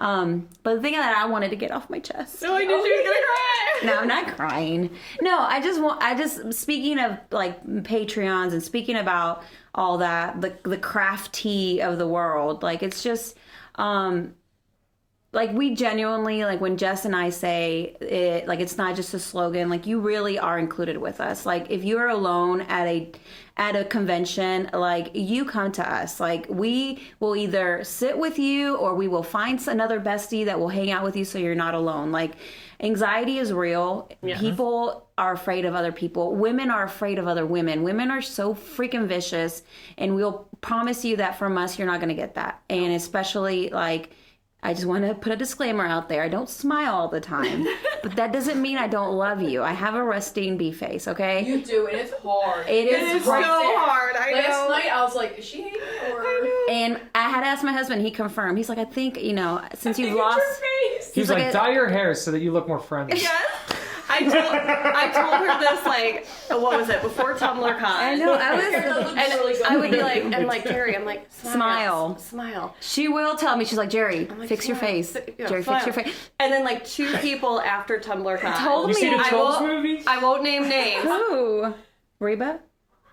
Speaker 4: Um, but the thing that I wanted to get off my chest.
Speaker 5: I knew she was gonna cry.
Speaker 4: No, I'm not crying. No, I just want. I just speaking of like Patreons and speaking about all that the the crafty of the world. Like it's just, um, like we genuinely like when Jess and I say it. Like it's not just a slogan. Like you really are included with us. Like if you're alone at a at a convention, like you come to us. Like we will either sit with you or we will find another bestie that will hang out with you so you're not alone. Like anxiety is real. People are afraid of other people. Women are afraid of other women. Women are so freaking vicious, and we'll promise you that from us, you're not going to get that. And especially like. I just want to put a disclaimer out there. I don't smile all the time, but that doesn't mean I don't love you. I have a resting bee face, okay?
Speaker 3: You do, and it's hard.
Speaker 4: It is
Speaker 3: it's
Speaker 4: hard.
Speaker 3: right
Speaker 4: So
Speaker 3: there.
Speaker 5: hard, I
Speaker 3: Last
Speaker 5: know.
Speaker 3: night I was like, is she hating me or? I
Speaker 4: And I had asked my husband, he confirmed. He's like, I think, you know, since you've lost.
Speaker 3: Your face.
Speaker 2: He's like,
Speaker 4: like a-
Speaker 2: dye your hair so that you look more friendly.
Speaker 5: Yes. I told I told her this like what was it before TumblrCon.
Speaker 4: I know, I
Speaker 3: That
Speaker 4: was.
Speaker 3: looks
Speaker 5: And
Speaker 3: really good.
Speaker 5: I would be like, and like Carrie, I'm like,
Speaker 4: Smile.
Speaker 5: smile, s- smile.
Speaker 4: She will tell me, she's like, Jerry,
Speaker 5: I'm like,
Speaker 4: fix your
Speaker 5: smile,
Speaker 4: face.
Speaker 5: si- yeah,
Speaker 4: Jerry,
Speaker 5: smile.
Speaker 4: fix your face.
Speaker 5: And then like two people after TumblrCon
Speaker 4: Told
Speaker 2: You
Speaker 4: me.
Speaker 2: see the
Speaker 5: I
Speaker 2: Trolls
Speaker 5: will-
Speaker 2: movie?
Speaker 5: I won't name names.
Speaker 4: Ooh. Reba?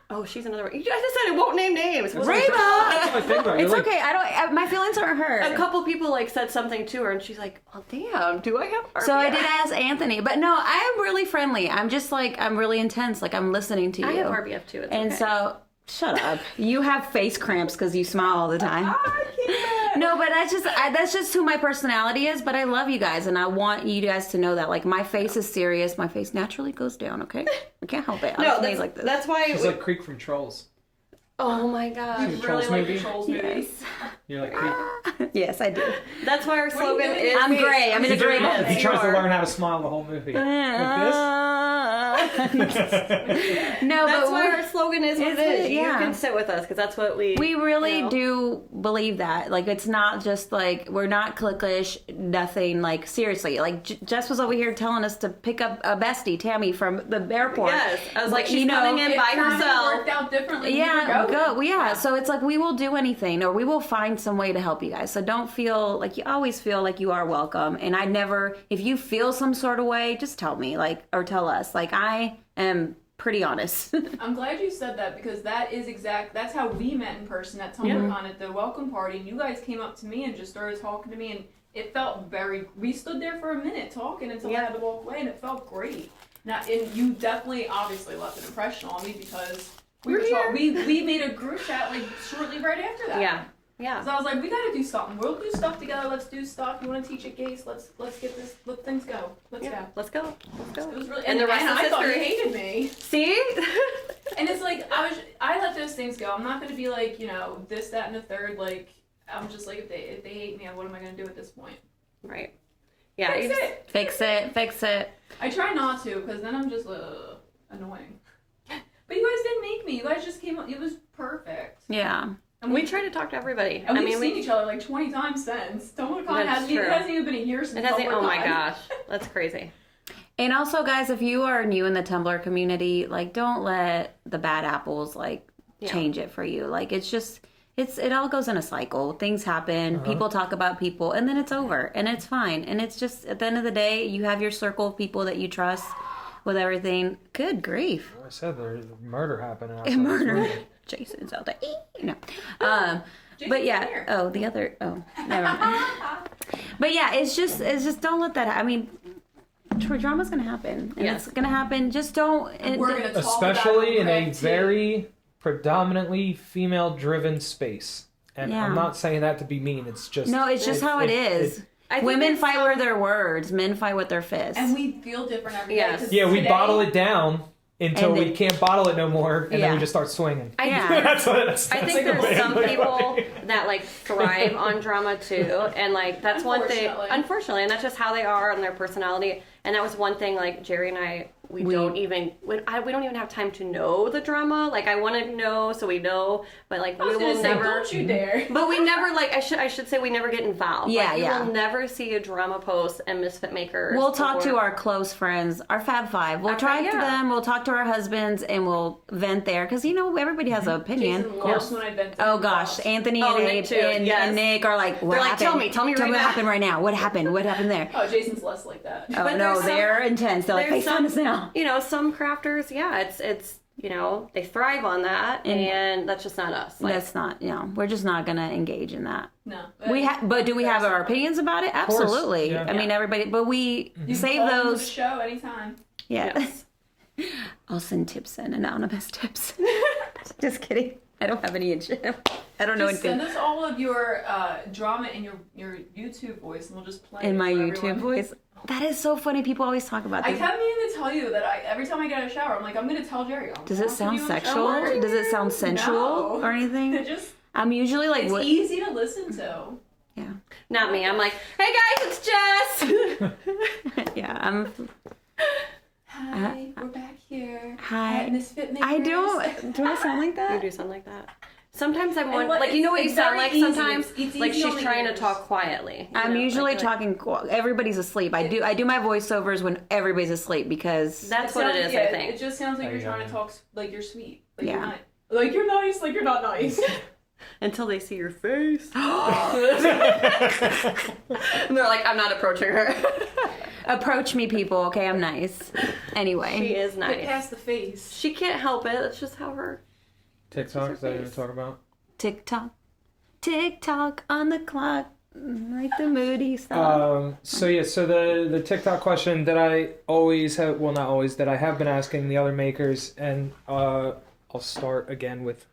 Speaker 5: Oh, she's another one. You- I just said I won't name names.
Speaker 4: Reba!
Speaker 2: I think about it.
Speaker 4: It's
Speaker 2: You're like,
Speaker 4: okay. I don't. I, my feelings aren't hurt.
Speaker 5: A couple people like said something to her, and she's like, "Oh, damn, do I have?"
Speaker 4: So I
Speaker 5: RBF?
Speaker 4: did ask Anthony, but no, I am really friendly. I'm just like I'm really intense. Like I'm listening to you.
Speaker 5: I have RBF too. It's
Speaker 4: And
Speaker 5: okay.
Speaker 4: so, shut up. You have face cramps because you smile all the time. No, but that's just I, that's just who my personality is. But I love you guys, and I want you guys to know that. Like my face is serious. My face naturally goes down. Okay, I can't help it. I
Speaker 5: no,
Speaker 4: was made
Speaker 5: that's,
Speaker 4: like this.
Speaker 5: that's why.
Speaker 2: it's
Speaker 5: we-
Speaker 2: like Creek from Trolls.
Speaker 5: oh my god,
Speaker 2: Trolls
Speaker 3: really like the
Speaker 2: movie?
Speaker 3: Trolls movies.
Speaker 2: You're like Creek.
Speaker 4: Ah, yes, I do.
Speaker 5: that's why our slogan
Speaker 3: doing?
Speaker 5: is.
Speaker 4: I'm great. I'm in a
Speaker 2: He
Speaker 4: great. Ah.
Speaker 2: tries- he
Speaker 5: you
Speaker 2: tries to
Speaker 5: are.
Speaker 2: learn how to smile the whole movie. Like
Speaker 4: no,
Speaker 5: That's
Speaker 4: but
Speaker 5: why
Speaker 4: we're,
Speaker 5: our slogan is.
Speaker 4: Is
Speaker 5: Is
Speaker 4: it?
Speaker 5: You
Speaker 4: Yeah.
Speaker 5: can sit with us because that's what we.
Speaker 4: we really
Speaker 5: Yeah.
Speaker 4: do believe that. Like it's not just like we're not cliquish. Nothing. Like seriously. Like J- Jess was over here telling us to pick up a bestie, Tammy, from the airport.
Speaker 5: Yes, I was like,
Speaker 4: But,
Speaker 5: she's coming in by
Speaker 3: It kinda
Speaker 5: herself.
Speaker 3: worked out differently.
Speaker 4: Yeah,
Speaker 3: we were
Speaker 4: go.
Speaker 3: going.
Speaker 4: Yeah. So it's like we will do anything or we will find some way to help you guys. So don't feel like you always feel like you are welcome. And I never, if you feel some sort of way, just tell me, like, or tell us. Like, I am pretty honest.
Speaker 3: I'm glad you said that because that is exact. That's how we met in person at TumblrCon at the welcome party, and you guys came up to me and just started talking to me, and it felt very. We stood there for a minute talking until I had to walk away, and it felt great. Now, and you definitely, obviously, left an impression on me because we were talking. We we made a group chat like shortly right after that.
Speaker 5: Yeah, yeah.
Speaker 3: So I was like, we gotta do something. We'll do stuff together. Let's do stuff. You want to teach at Gates? Let's let's get this. Let things go. Let's
Speaker 5: Yeah,
Speaker 3: go.
Speaker 5: let's go. Let's go.
Speaker 3: It was really,
Speaker 5: and the rest
Speaker 3: I
Speaker 5: is
Speaker 3: thought you
Speaker 5: history.
Speaker 3: hated me.
Speaker 5: See?
Speaker 3: And it's like I was, I let those things go. I'm not gonna be like, you know, this, that, and the third. Like, I'm just like, if they, if they hate me, what am I gonna do at this point?
Speaker 5: Right. Yeah.
Speaker 3: That's
Speaker 5: you just-
Speaker 3: it.
Speaker 4: fix it, fix it.
Speaker 3: I try not to, because then I'm just uh, annoying. But you guys didn't make me. You guys just came up. It was perfect.
Speaker 4: Yeah.
Speaker 3: And
Speaker 5: We
Speaker 3: we,
Speaker 5: try to talk to everybody.
Speaker 3: and
Speaker 5: I
Speaker 3: we've
Speaker 5: mean,
Speaker 3: seen
Speaker 5: we.
Speaker 3: each other like 20 times since. TomorCon
Speaker 5: That's
Speaker 3: hasn't, even- it
Speaker 5: true.
Speaker 3: hasn't even been a year since.
Speaker 5: It has. Oh my
Speaker 3: TumblrCon.
Speaker 5: gosh, that's crazy.
Speaker 4: And also, guys, if you are new in the Tumblr community, like, don't let the bad apples, like, change it for you. Like, it's just. It's it all goes in a cycle. Things happen. People talk about people, and then it's over, and it's fine. And it's just at the end of the day, you have your circle of people that you trust with everything. Good grief,
Speaker 2: I said there's murder happening. outside.
Speaker 4: murder! Jason's out there. Eek. No, um, but yeah.
Speaker 3: here.
Speaker 4: Oh, the other. Oh, never mind. but yeah, it's just it's just don't let that. I mean, tra- drama's gonna happen, and
Speaker 5: Yes.
Speaker 4: it's gonna happen. Just don't. And
Speaker 3: We're gonna talk
Speaker 2: especially in
Speaker 3: about it
Speaker 2: a
Speaker 3: crack, too.
Speaker 2: very predominantly female-driven space. And
Speaker 4: Yeah.
Speaker 2: I'm not saying that to be mean. It's just
Speaker 4: no, it's just how it is.
Speaker 5: I think
Speaker 4: Women
Speaker 5: it's,
Speaker 4: fight
Speaker 5: um,
Speaker 4: with their words. Men fight with their fists.
Speaker 3: And we feel different every day.
Speaker 5: Yes.
Speaker 3: 'cause
Speaker 2: yeah, we
Speaker 3: today-
Speaker 2: bottle it down until
Speaker 4: And
Speaker 2: we
Speaker 4: then-
Speaker 2: can't bottle it no more, and then
Speaker 4: Yeah.
Speaker 2: we just start swinging.
Speaker 5: I,
Speaker 4: yeah.
Speaker 2: that's what. That's,
Speaker 5: I
Speaker 2: that's
Speaker 5: think
Speaker 2: the way
Speaker 5: there's
Speaker 2: I
Speaker 5: some
Speaker 2: look at
Speaker 5: people
Speaker 2: it.
Speaker 5: that like thrive on drama too, and like that's one thing.
Speaker 3: Unfortunately.
Speaker 5: Unfortunately, and that's just how they are and their personality. And that was one thing. Like Jerry and I, we, don't even we, I, we don't even have time to know the drama. Like I want to know, so we know, but like
Speaker 3: I
Speaker 5: we
Speaker 3: was
Speaker 5: will
Speaker 3: gonna say,
Speaker 5: never.
Speaker 3: don't you dare.
Speaker 5: But we never like I should I should say we never get involved.
Speaker 4: Yeah,
Speaker 5: like,
Speaker 4: yeah.
Speaker 5: We will never see a drama post and misfit makers.
Speaker 4: We'll talk to
Speaker 5: or-
Speaker 4: our close friends, our Fab Five. We'll try
Speaker 5: yeah.
Speaker 4: to them. We'll talk to our husbands, and we'll vent there because you know everybody has an opinion.
Speaker 3: Jason loves when I vent to
Speaker 4: Oh
Speaker 3: him.
Speaker 4: gosh, Anthony
Speaker 5: Oh,
Speaker 4: and,
Speaker 5: Nick,
Speaker 4: Abe
Speaker 5: too.
Speaker 4: and,
Speaker 5: Yes.
Speaker 4: and Nick are like, what
Speaker 5: They're like,
Speaker 4: happened?
Speaker 5: "Tell me, tell me right
Speaker 4: what
Speaker 5: now."
Speaker 4: happened right now. What happened? What happened there?
Speaker 3: Oh, Jason's less like that.
Speaker 4: Oh
Speaker 5: But
Speaker 4: no,
Speaker 5: there's some-
Speaker 4: they're intense. They're like,
Speaker 5: there's
Speaker 4: face on us
Speaker 5: some-
Speaker 4: now.
Speaker 5: You know, some crafters, yeah, it's it's you know they thrive on that, and that's just not us. Like,
Speaker 4: That's not. You know, we're just not gonna engage in that.
Speaker 3: No.
Speaker 4: We ha- but do we have our opinions about it?
Speaker 2: course,
Speaker 4: Absolutely.
Speaker 2: yeah.
Speaker 4: I mean, everybody. But we
Speaker 5: Mm-hmm.
Speaker 4: save
Speaker 3: Call into the
Speaker 4: those.
Speaker 3: show anytime.
Speaker 4: Yeah.
Speaker 5: Yes.
Speaker 4: I'll send tips in anonymous tips. just kidding. I don't have any in I don't know
Speaker 3: Just
Speaker 4: anything.
Speaker 3: send us all of your uh, drama in your, your YouTube voice, and we'll just play
Speaker 4: In
Speaker 3: it
Speaker 4: my
Speaker 3: for
Speaker 4: YouTube
Speaker 3: everyone.
Speaker 4: voice. That is so funny. People always talk about
Speaker 3: I
Speaker 4: this.
Speaker 3: kept meaning to tell you that I every time I get out of the shower, I'm like, I'm gonna tell Jerry. I'm
Speaker 4: Does it
Speaker 3: watching
Speaker 4: sound
Speaker 3: you on the
Speaker 4: sexual?
Speaker 3: shower.
Speaker 4: Does it sound sensual
Speaker 3: No.
Speaker 4: or anything?
Speaker 3: It just
Speaker 4: I'm usually like,
Speaker 3: it's
Speaker 4: what?
Speaker 3: easy to listen to.
Speaker 4: yeah,
Speaker 5: Not me. I'm like, hey guys, it's Jess.
Speaker 4: yeah. I'm. Uh,
Speaker 3: Hi, we're back here.
Speaker 4: Hi.
Speaker 3: At Misfit Makers.
Speaker 4: I do. Do I sound like
Speaker 5: you
Speaker 4: that?
Speaker 5: do sound like that. Sometimes I'm one,
Speaker 3: what-
Speaker 5: like you know what
Speaker 3: it's- it's
Speaker 5: you sound
Speaker 3: very
Speaker 5: like
Speaker 3: easy.
Speaker 5: sometimes.
Speaker 3: It's- it's
Speaker 5: like
Speaker 3: easy
Speaker 5: she's
Speaker 3: on the
Speaker 5: trying
Speaker 3: ears.
Speaker 5: to talk quietly. you
Speaker 4: I'm
Speaker 5: know,
Speaker 4: usually
Speaker 5: like-
Speaker 4: talking. qu- Everybody's asleep. I do. I do my voiceovers when everybody's asleep because
Speaker 5: That's what it
Speaker 3: sounds-
Speaker 5: is.
Speaker 3: yeah,
Speaker 5: I
Speaker 3: It
Speaker 5: think.
Speaker 3: just sounds like
Speaker 2: There
Speaker 3: you're
Speaker 2: you go,
Speaker 3: trying
Speaker 2: yeah.
Speaker 3: to talk s- like you're sweet. Like
Speaker 4: Yeah.
Speaker 3: you're not like you're nice, like you're not nice.
Speaker 5: Until they see your face. and they're like, I'm not approaching her.
Speaker 4: approach me, people. Okay, I'm nice. Anyway,
Speaker 5: she is
Speaker 3: Get
Speaker 5: nice.
Speaker 3: past the face.
Speaker 5: She can't help it. That's just how her.
Speaker 2: TikTok is that what you're
Speaker 5: face.
Speaker 2: talking about?
Speaker 4: tick tock, tick tock on the clock, Mm, like the moody
Speaker 5: Oh.
Speaker 4: stuff.
Speaker 2: Um, so yeah, so the the TikTok question that I always have, well, not always, that I have been asking the other makers, and uh, I'll start again with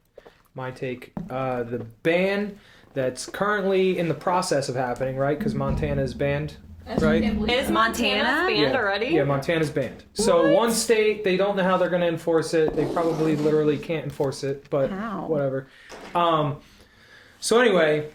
Speaker 2: my take. Uh, the ban that's currently in the process of happening, right? Because Montana is banned, right?
Speaker 4: Montana?
Speaker 5: Is Montana banned
Speaker 2: yeah.
Speaker 5: already?
Speaker 2: Yeah, Montana's banned. So one state, they don't know how they're going to enforce it. They probably literally can't enforce it, but
Speaker 4: How?
Speaker 2: whatever. Um, so anyway,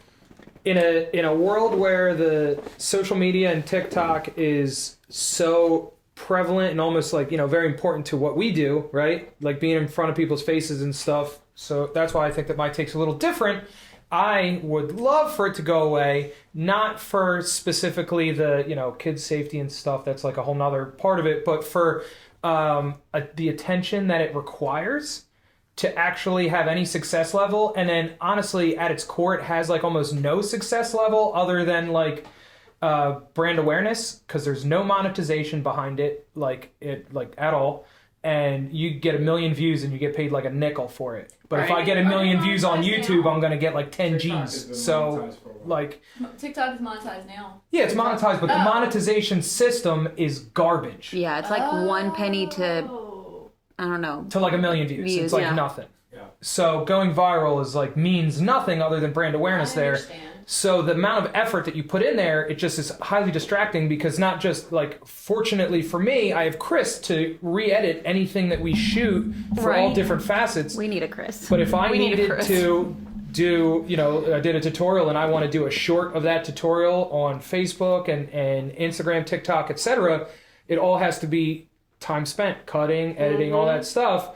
Speaker 2: in a in a world where the social media and TikTok is so prevalent and almost like you know very important to what we do, right? Like being in front of people's faces and stuff. So that's why I think that my take's a little different. I would love for it to go away, not for specifically the you know kids safety and stuff. That's like a whole nother part of it, but for um, a, the attention that it requires to actually have any success level and then honestly at its core it has like almost no success level other than like uh, brand awareness because there's no monetization behind it like it like at all and you get a million views and you get paid like a nickel for it but if i
Speaker 3: Right.
Speaker 2: get a
Speaker 3: Are they
Speaker 2: million views on
Speaker 3: monetized
Speaker 2: youtube
Speaker 3: now?
Speaker 2: i'm gonna get like 10
Speaker 7: TikTok has been
Speaker 2: g's so
Speaker 7: monetized for a while.
Speaker 2: like
Speaker 3: TikTok is monetized now.
Speaker 2: yeah it's monetized but the
Speaker 3: Oh.
Speaker 2: monetization system is garbage
Speaker 4: Yeah, it's like one penny to
Speaker 3: Oh.
Speaker 4: I don't know.
Speaker 2: to like a million views.
Speaker 4: Views,
Speaker 2: it's like
Speaker 4: yeah.
Speaker 2: nothing.
Speaker 7: Yeah.
Speaker 2: So going viral is like means nothing other than brand awareness
Speaker 3: I
Speaker 2: there.
Speaker 3: understand.
Speaker 2: So the amount of effort that you put in there, it just is highly distracting because not just like fortunately for me, I have Chris to re-edit anything that we shoot for all
Speaker 4: Right.
Speaker 2: different facets.
Speaker 4: We need a Chris.
Speaker 2: But if I
Speaker 5: We need a
Speaker 2: needed
Speaker 5: Chris.
Speaker 2: to do, you know, I did a tutorial and I want to do a short of that tutorial on Facebook and, and Instagram, TikTok, etc., it all has to be time spent cutting, editing, all
Speaker 5: Mm-hmm.
Speaker 2: that stuff.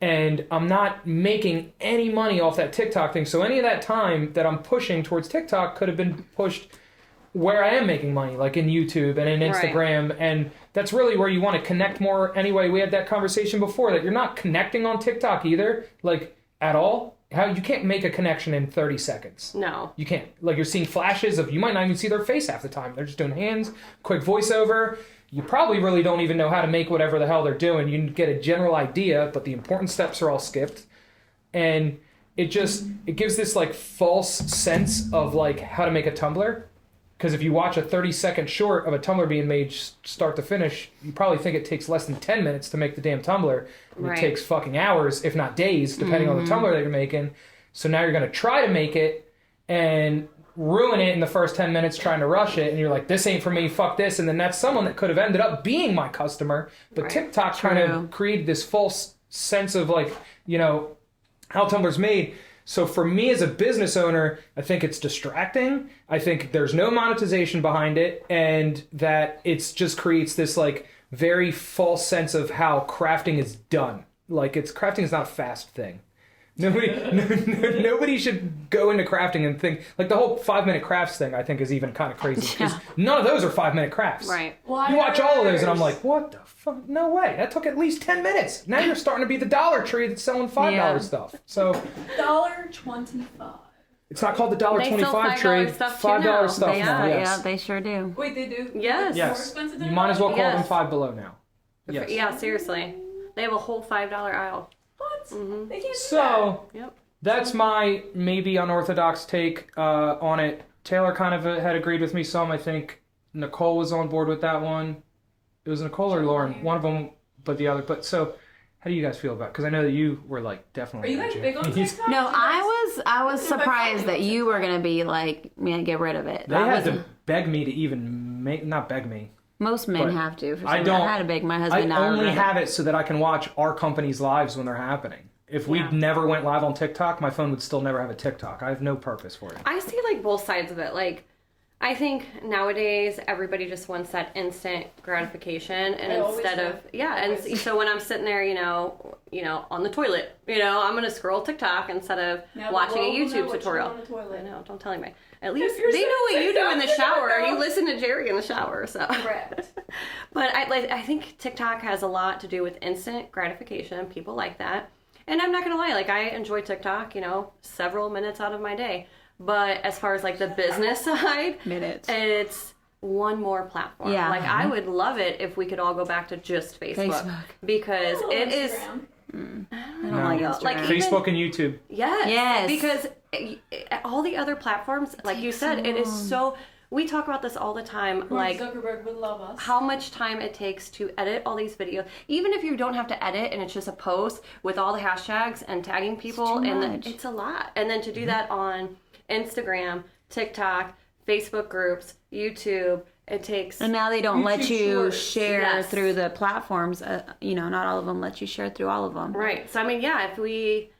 Speaker 2: And I'm not making any money off that TikTok thing. So any of that time that I'm pushing towards TikTok could have been pushed where I am making money, like in YouTube and in
Speaker 5: Right.
Speaker 2: Instagram. And that's really where you want to connect more. Anyway, we had that conversation before that you're not connecting on TikTok either, like at all. How you can't make a connection in 30 seconds.
Speaker 5: No.
Speaker 2: You can't. Like you're seeing flashes of you might not even see their face half the time. They're just doing hands, quick voiceover. You probably really don't even know how to make whatever the hell they're doing. You get a general idea, but the important steps are all skipped. And it just it gives this like false sense of like how to make a Tumblr. Because if you watch a 30 second short of a Tumblr being made s- start to finish, you probably think it takes less than 10 minutes to make the damn Tumblr. And
Speaker 5: Right.
Speaker 2: It takes fucking hours, if not days, depending on the Tumblr that you're making. So now you're going to try to make it and ruin it in the first 10 minutes trying to rush it. And you're like, this ain't for me, fuck this. And then that's someone that could have ended up being my customer. But TikTok kind
Speaker 4: True.
Speaker 2: of created this false sense of like, you know, how Tumblr's made. So for me as a business owner, I think it's distracting. I think there's no monetization behind it, and that it's just creates this like very false sense of how crafting is done. Like it's crafting is not a fast thing. Nobody, no, no, nobody should go into crafting and think like the whole five minute crafts thing. I think is even kind of crazy. 'cause None of those are five minute crafts.
Speaker 5: Right.
Speaker 2: You watch all of those, and I'm like, what the fuck? No way. That took at least 10 minutes. Now you're starting to be the Dollar Tree that's selling $5
Speaker 4: Yeah.
Speaker 2: stuff. So
Speaker 3: dollar twenty-five.
Speaker 2: it's not called the dollar
Speaker 5: They sell
Speaker 2: 25
Speaker 5: $5
Speaker 2: tree.
Speaker 5: stuff too
Speaker 2: $5
Speaker 5: now.
Speaker 2: stuff
Speaker 4: They,
Speaker 2: now,
Speaker 4: yeah,
Speaker 2: yes.
Speaker 4: yeah, they sure do.
Speaker 3: Wait, they do.
Speaker 5: Yes.
Speaker 2: Yes.
Speaker 3: It's More expensive than
Speaker 2: You
Speaker 3: a
Speaker 2: might as well
Speaker 3: dollar?
Speaker 2: call them
Speaker 5: Yes.
Speaker 2: Five Below now. Yes.
Speaker 5: Yeah, seriously. They have a whole $5 aisle.
Speaker 3: What?
Speaker 5: Mm-hmm.
Speaker 3: They can't do that.
Speaker 2: So
Speaker 5: Yep.
Speaker 2: that's my maybe unorthodox take uh, on it. Taylor kind of uh, had agreed with me some. I think Nicole was on board with that one. It was Nicole or Lauren, one of them, but the other. But so How do you guys feel about? Because I know that you were like definitely.
Speaker 3: Are you guys
Speaker 2: Jim.
Speaker 3: big on TikTok?
Speaker 4: No, I was I was
Speaker 3: That's my
Speaker 4: surprised that
Speaker 3: problem.
Speaker 4: you were gonna be like, man, get rid of it.
Speaker 2: They
Speaker 4: I
Speaker 2: had
Speaker 4: wasn't.
Speaker 2: to beg me to even make not beg me.
Speaker 4: Most men
Speaker 2: but
Speaker 4: have to. For some
Speaker 2: I don't.
Speaker 4: I had a big. My
Speaker 2: I
Speaker 4: husband now
Speaker 2: only
Speaker 4: regret it.
Speaker 2: have it so that I can watch our company's lives when they're happening. If we never went live on TikTok, my phone would still never have a TikTok. I have no purpose for it.
Speaker 5: I see like both sides of it. Like, I think nowadays everybody just wants that instant gratification, and
Speaker 3: I always
Speaker 5: instead
Speaker 3: do.
Speaker 5: of yeah, and
Speaker 3: Always.
Speaker 5: so when I'm sitting there, you know, you know, on the toilet, you know, I'm gonna scroll TikTok instead of
Speaker 3: Now the
Speaker 5: watching a
Speaker 3: world will know what
Speaker 5: YouTube
Speaker 3: you do
Speaker 5: tutorial.
Speaker 3: on the toilet.
Speaker 5: I know, don't tell anybody. At least
Speaker 3: you're
Speaker 5: they know what
Speaker 3: sitting
Speaker 5: you do in the
Speaker 3: down, they
Speaker 5: shower.
Speaker 3: know.
Speaker 5: You listen to Jerry in the shower, so.
Speaker 3: Correct.
Speaker 5: But I like I think TikTok has a lot to do with instant gratification. People like that. And I'm not gonna lie, like I enjoy TikTok, you know, several minutes out of my day. But as far as like the business side,
Speaker 4: Minutes.
Speaker 5: it's one more platform.
Speaker 4: Yeah.
Speaker 5: Like I would love it if we could all go back to just Facebook,
Speaker 4: Facebook.
Speaker 5: because it is
Speaker 4: I don't like
Speaker 5: No.
Speaker 4: Instagram.
Speaker 5: Like, even-
Speaker 2: Facebook and YouTube.
Speaker 5: Yes.
Speaker 4: Yes.
Speaker 5: Because eh, eh, all the other platforms, like you said, it is so. We talk about this all the time.
Speaker 3: Like
Speaker 5: Like
Speaker 3: Zuckerberg would love us.
Speaker 5: how much time it takes to edit all these videos. Even if you don't have to edit and it's just a post with all the hashtags and tagging people,
Speaker 4: too
Speaker 5: and
Speaker 4: much. Mm-hmm.
Speaker 5: The, it's a lot. And then to do that on Instagram, TikTok, Facebook groups, YouTube, it takes.
Speaker 4: and now they don't let
Speaker 3: YouTube
Speaker 4: you
Speaker 3: Shorts,
Speaker 4: share
Speaker 5: yes.
Speaker 4: through the platforms. Uh, you know, not all of them let you share through all of them.
Speaker 5: Right. So I mean, yeah, if we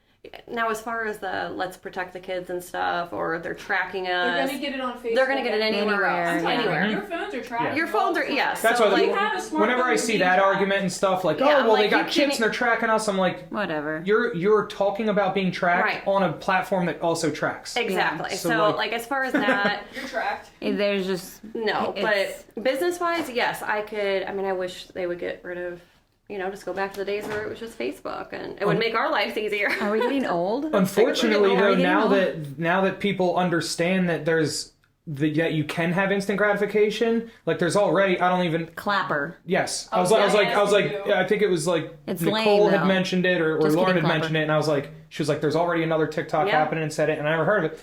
Speaker 5: now as far as the let's protect the kids and stuff, or they're tracking us.
Speaker 3: They're gonna get it on Facebook.
Speaker 5: they're gonna get it anywhere,
Speaker 4: Anywhere,
Speaker 5: else.
Speaker 3: I'm telling you,
Speaker 5: Anywhere.
Speaker 3: Your phones are tracked.
Speaker 5: Your phones are yeah.
Speaker 3: yes.
Speaker 2: That's
Speaker 5: so,
Speaker 2: why
Speaker 5: like,
Speaker 3: you have a smartphone,
Speaker 2: whenever I
Speaker 3: you
Speaker 2: see
Speaker 3: can
Speaker 2: that
Speaker 3: track.
Speaker 2: argument and stuff, like,
Speaker 5: Yeah,
Speaker 2: oh, well, they
Speaker 5: like,
Speaker 2: got
Speaker 5: you
Speaker 2: chips
Speaker 5: can't-
Speaker 2: and they're tracking us. I'm like,
Speaker 4: Whatever.
Speaker 2: you're you're talking about being tracked
Speaker 5: Right.
Speaker 2: on a platform that also tracks.
Speaker 5: Exactly.
Speaker 2: So,
Speaker 5: So,
Speaker 2: like-
Speaker 5: like, as far as that,
Speaker 3: You're tracked.
Speaker 4: There's just
Speaker 5: no.
Speaker 4: It's-
Speaker 5: But business wise, yes, I could. I mean, I wish they would get rid of, you know, just go back to the days where it was just Facebook, and
Speaker 4: Oh.
Speaker 5: it would make our lives easier.
Speaker 4: Are we getting old?
Speaker 2: Unfortunately, though,
Speaker 4: Already
Speaker 2: now
Speaker 4: know.
Speaker 2: that now that people understand that there's the, that you can have instant gratification, like there's already I don't even
Speaker 4: Clapper.
Speaker 2: yes. I was,
Speaker 3: Oh,
Speaker 2: like I was
Speaker 3: yeah,
Speaker 2: like I was
Speaker 3: yes,
Speaker 2: like
Speaker 3: you do.
Speaker 2: yeah, I think it was like
Speaker 4: It's
Speaker 2: Nicole
Speaker 4: lame,
Speaker 2: had
Speaker 4: though.
Speaker 2: mentioned it or, or
Speaker 4: Just
Speaker 2: Lauren had
Speaker 4: kidding, Clapper.
Speaker 2: mentioned it, and I was like she was like there's already another TikTok
Speaker 5: Yeah.
Speaker 2: happening and said it, and I never heard of it.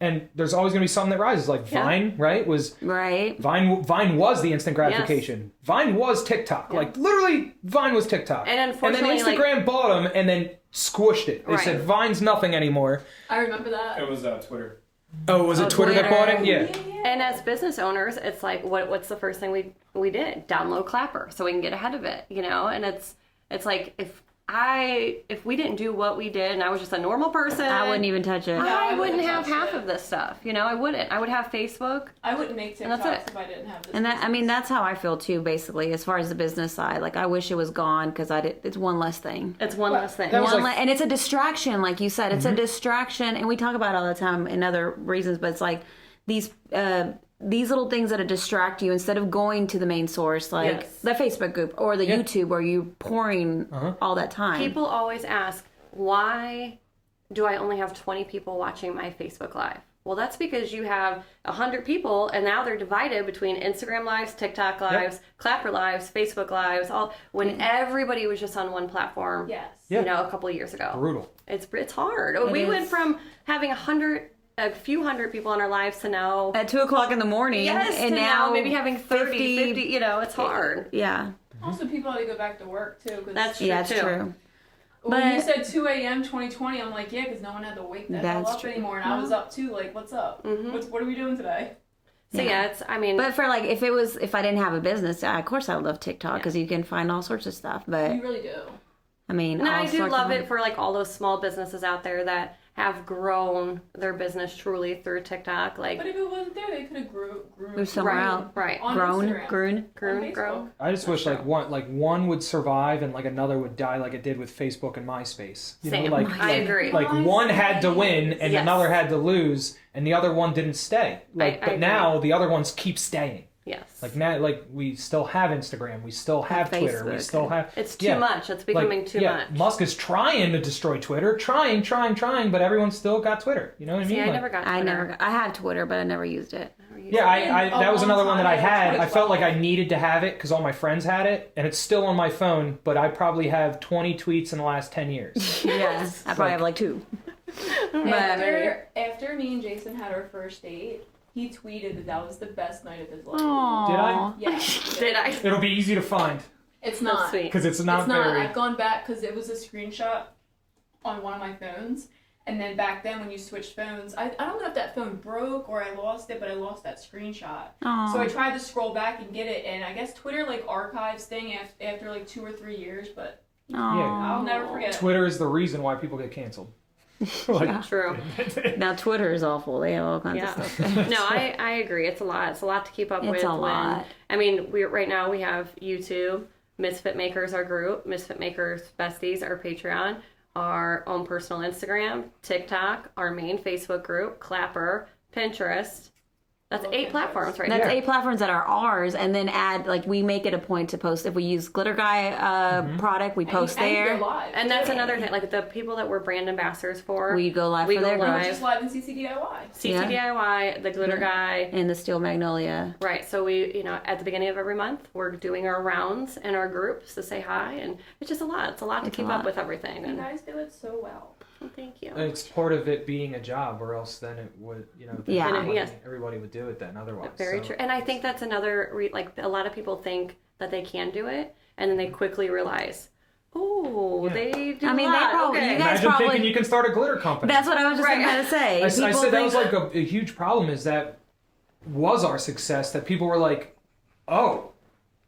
Speaker 2: And there's always gonna be something that rises, like
Speaker 5: Yeah.
Speaker 2: Vine, right? Was
Speaker 4: Right.
Speaker 2: Vine Vine was the instant gratification. Vine was TikTok. Like literally Vine was TikTok.
Speaker 5: And unfortunately,
Speaker 2: then
Speaker 5: like-
Speaker 2: Instagram bought them and then squished it. They
Speaker 5: Right.
Speaker 2: said Vine's nothing anymore.
Speaker 3: I remember that.
Speaker 7: It was uh, Twitter.
Speaker 2: Oh, was it Twitter, that
Speaker 4: Twitter.
Speaker 2: bought it? Yeah.
Speaker 5: And as business owners, it's like, what what's the first thing we we did? Download Clapper so we can get ahead of it, you know. And it's it's like if I if we didn't do what we did, and I was just a normal person,
Speaker 4: I wouldn't even touch it.
Speaker 5: I,
Speaker 3: I wouldn't
Speaker 5: wouldn't have
Speaker 3: touch
Speaker 5: half
Speaker 3: it.
Speaker 5: of this stuff, you know. I wouldn't. I would have Facebook.
Speaker 3: I wouldn't make
Speaker 5: that's
Speaker 3: TikToks
Speaker 5: it.
Speaker 3: if I didn't have this.
Speaker 4: And that, I mean, that's how I feel too, basically, as far as the business side. Like, I wish it was gone because I did. It's one less thing.
Speaker 5: It's one less thing.
Speaker 2: that was
Speaker 4: One
Speaker 2: like-
Speaker 4: le- and it's a distraction, like you said. It's a distraction, and we talk about it all the time in other reasons. But it's like these uh, these little things that distract you instead of going to the main source, like
Speaker 5: Yes.
Speaker 4: the Facebook group or the YouTube, where you're pouring all that time.
Speaker 5: People always ask, why do I only have 20 people watching my Facebook Live? Well, that's because you have 100 people and now they're divided between Instagram Lives, TikTok Lives, Clapper Lives, Facebook Lives, all when
Speaker 4: Mm.
Speaker 5: everybody was just on one platform.
Speaker 3: Yes.
Speaker 5: You know, a couple of years ago.
Speaker 2: Brutal.
Speaker 5: It's it's hard. we went from having a hundred a few hundred people on our lives to now
Speaker 4: at two o'clock in the morning,
Speaker 5: yes,
Speaker 4: and
Speaker 5: to
Speaker 4: now,
Speaker 5: maybe having e-, 30, 50,
Speaker 4: 50
Speaker 5: you know, it's hard.
Speaker 4: Yeah,
Speaker 3: Also, people ought to go back to work too. 'cause
Speaker 5: That's true
Speaker 4: yeah, it's
Speaker 5: too.
Speaker 4: true.
Speaker 3: When you
Speaker 4: But-
Speaker 3: said 2 a.m. 2020, I'm like, yeah, because no one had to wake that hell
Speaker 4: That's
Speaker 3: up
Speaker 4: true.
Speaker 3: anymore, and I was up too. Like, what's up?
Speaker 5: Mm-hmm.
Speaker 3: What's, what are we doing today?
Speaker 5: So yeah. it's I mean
Speaker 4: But for like, if it was, if I didn't have a business, I, of course I would love TikTok because you can find all sorts of stuff. But
Speaker 3: You really do.
Speaker 4: I mean,
Speaker 5: No,
Speaker 4: all
Speaker 5: I do
Speaker 4: sorts
Speaker 5: love
Speaker 4: of
Speaker 5: it for like all those small businesses out there that have grown their business truly through TikTok. Like,
Speaker 3: But if it wasn't there, they could have grew, grew
Speaker 4: Move somewhere
Speaker 5: Right,
Speaker 4: else.
Speaker 5: right.
Speaker 3: on
Speaker 4: Grown,
Speaker 3: Instagram.
Speaker 4: grown.
Speaker 5: grown,
Speaker 3: Facebook.
Speaker 5: grown.
Speaker 2: I just wish like one like one would survive and like another would die like it did with Facebook and MySpace. You
Speaker 5: Same.
Speaker 2: know, like
Speaker 5: I agree.
Speaker 2: like one had to win and
Speaker 5: Yes.
Speaker 2: another had to lose and the other one didn't stay. Like
Speaker 5: I
Speaker 2: but
Speaker 5: agree.
Speaker 2: now the other ones keep staying.
Speaker 5: yes,
Speaker 2: Like now like we still have Instagram, we still have Twitter, we
Speaker 4: Facebook.
Speaker 2: still have
Speaker 5: it's too
Speaker 2: yeah.
Speaker 5: much. It's
Speaker 2: Like,
Speaker 5: becoming too
Speaker 2: yeah,
Speaker 5: much.
Speaker 2: Musk is trying to destroy Twitter, trying, trying, trying, but everyone's still got Twitter. You know what I mean?
Speaker 5: See, I
Speaker 2: Like-
Speaker 5: never got.
Speaker 4: I
Speaker 5: Twitter.
Speaker 4: never. I had Twitter, but I never used it.
Speaker 2: Yeah, I, I
Speaker 3: A
Speaker 2: that was
Speaker 3: long
Speaker 2: another one that I
Speaker 3: time,
Speaker 2: had. I felt like
Speaker 3: 2012.
Speaker 2: I needed to have it because all my friends had it, and it's still on my phone. But I probably have 20 tweets in the last 10 years.
Speaker 4: Yeah, I probably have like two.
Speaker 3: After, after me and Jason had our first date, he tweeted that that was the best night of his life.
Speaker 2: Did I?
Speaker 3: Yeah. he did.
Speaker 5: Did I?
Speaker 2: It'll be easy to find.
Speaker 3: It's not.
Speaker 5: sweet.
Speaker 2: because it's not
Speaker 3: it's not.
Speaker 2: very.
Speaker 3: I've gone back because it was a screenshot on one of my phones. And then back then, when you switched phones, I, I don't know if that phone broke or I lost it, but I lost that screenshot. So I tried to scroll back and get it, and I guess Twitter like archives thing af- after like two or three years, but
Speaker 2: yeah,
Speaker 3: I'll never forget.
Speaker 2: Twitter is the reason why people get canceled. like,
Speaker 5: True.
Speaker 4: Now Twitter is awful. They have all kinds
Speaker 5: Yeah.
Speaker 4: of stuff.
Speaker 5: no, I, I agree. It's a lot. It's a lot to keep up
Speaker 4: It's
Speaker 5: with.
Speaker 4: a
Speaker 5: when-
Speaker 4: lot.
Speaker 5: I mean, we right now we have YouTube, Misfit Makers, our group, Misfit Makers Besties, our Patreon, our own personal Instagram, TikTok, our main Facebook group, Clapper, Pinterest. That's eight platforms right
Speaker 4: That's
Speaker 5: now.
Speaker 4: eight platforms that are ours, and then add like we make it a point to post if we use Glitter Guy uh, product, we post
Speaker 3: And you
Speaker 4: there.
Speaker 3: go live.
Speaker 5: And that's another thing. Like the people that we're brand ambassadors for,
Speaker 4: We go live
Speaker 5: we
Speaker 4: for
Speaker 5: go
Speaker 4: their group.
Speaker 5: live.
Speaker 3: just live in CCDIY.
Speaker 5: CCDIY, the Glitter Guy,
Speaker 4: And the Steel Magnolia.
Speaker 5: Right. So we, you know, at the beginning of every month, we're doing our rounds in our groups to say hi, and it's just a lot. It's a lot to keep up with everything.
Speaker 3: You
Speaker 5: And
Speaker 3: guys do it so well.
Speaker 5: thank you.
Speaker 2: it's part of it being a job, or else then it would, you know,
Speaker 4: Yeah.
Speaker 2: everybody,
Speaker 5: Yes.
Speaker 2: everybody would do it then otherwise.
Speaker 5: Very
Speaker 2: so.
Speaker 5: true. And I think that's another re- like a lot of people think that they can do it, and then they quickly realize, oh,
Speaker 2: Yeah.
Speaker 5: they do.
Speaker 4: I mean,
Speaker 5: a
Speaker 4: they
Speaker 5: lot.
Speaker 4: probably-
Speaker 5: Okay.
Speaker 4: you guys-
Speaker 2: Imagine
Speaker 4: probably-
Speaker 2: thinking you can start a glitter company.
Speaker 4: That's what I was just
Speaker 5: Right.
Speaker 4: about to say.
Speaker 2: I, s- I
Speaker 4: People
Speaker 2: said that
Speaker 4: think-
Speaker 2: was like a, a huge problem is that was our success that people were like, oh,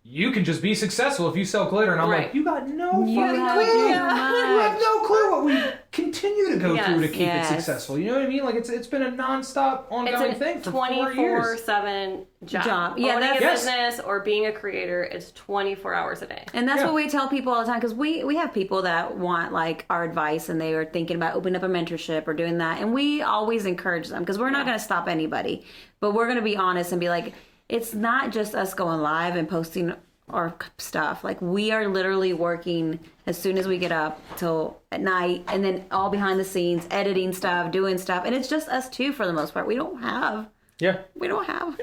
Speaker 2: you can just be successful if you sell glitter, and I'm
Speaker 5: Right.
Speaker 2: like, you got no
Speaker 4: You
Speaker 2: fucking
Speaker 4: have
Speaker 2: clue.
Speaker 4: no
Speaker 2: You have no clue what we continue to go
Speaker 5: Yes.
Speaker 2: through to keep
Speaker 4: Yes.
Speaker 2: it successful. You know what I mean? Like it's it's been a nonstop ongoing thing
Speaker 5: It's
Speaker 2: for
Speaker 5: a
Speaker 2: four years.
Speaker 5: twenty-four-seven job.
Speaker 4: Job. Yeah,
Speaker 5: Owning a
Speaker 4: that's-
Speaker 2: Yes.
Speaker 5: business or being a creator is twenty-four hours a day.
Speaker 4: And that's
Speaker 2: Yeah.
Speaker 4: what we tell people all the time because we we have people that want like our advice and they are thinking about opening up a mentorship or doing that, and we always encourage them because we're not going to stop anybody, but we're going to be honest and be like, it's not just us going live and posting our c- stuff. Like we are literally working as soon as we get up till at night, and then all behind the scenes, editing stuff, doing stuff, and it's just us two for the most part. We don't have
Speaker 2: Yeah.
Speaker 4: we don't have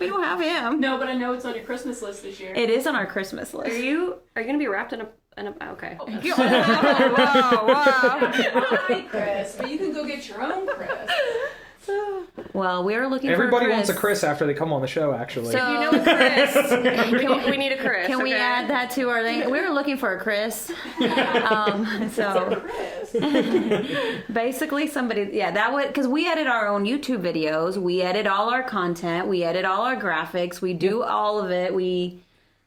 Speaker 4: we don't have him.
Speaker 3: No, but I know it's on your Christmas list this year.
Speaker 4: It is on our Christmas
Speaker 5: Are
Speaker 4: list.
Speaker 5: you are you gonna be wrapped in a in a okay?
Speaker 4: Oh,
Speaker 3: Hi, Chris, but you can go get your own Chris.
Speaker 4: Well, we are looking
Speaker 2: Everybody
Speaker 4: for
Speaker 2: wants a Chris after they come on the show. Actually,
Speaker 4: So
Speaker 5: You know, a Chris. we, we need a Chris.
Speaker 4: can we
Speaker 5: Oh. okay?
Speaker 4: add that to our thing? We were looking for a Chris. um, so
Speaker 3: Chris.
Speaker 4: basically, somebody, yeah, that would, because we edit our own YouTube videos. We edit all our content. We edit all our graphics. We do all of it. We,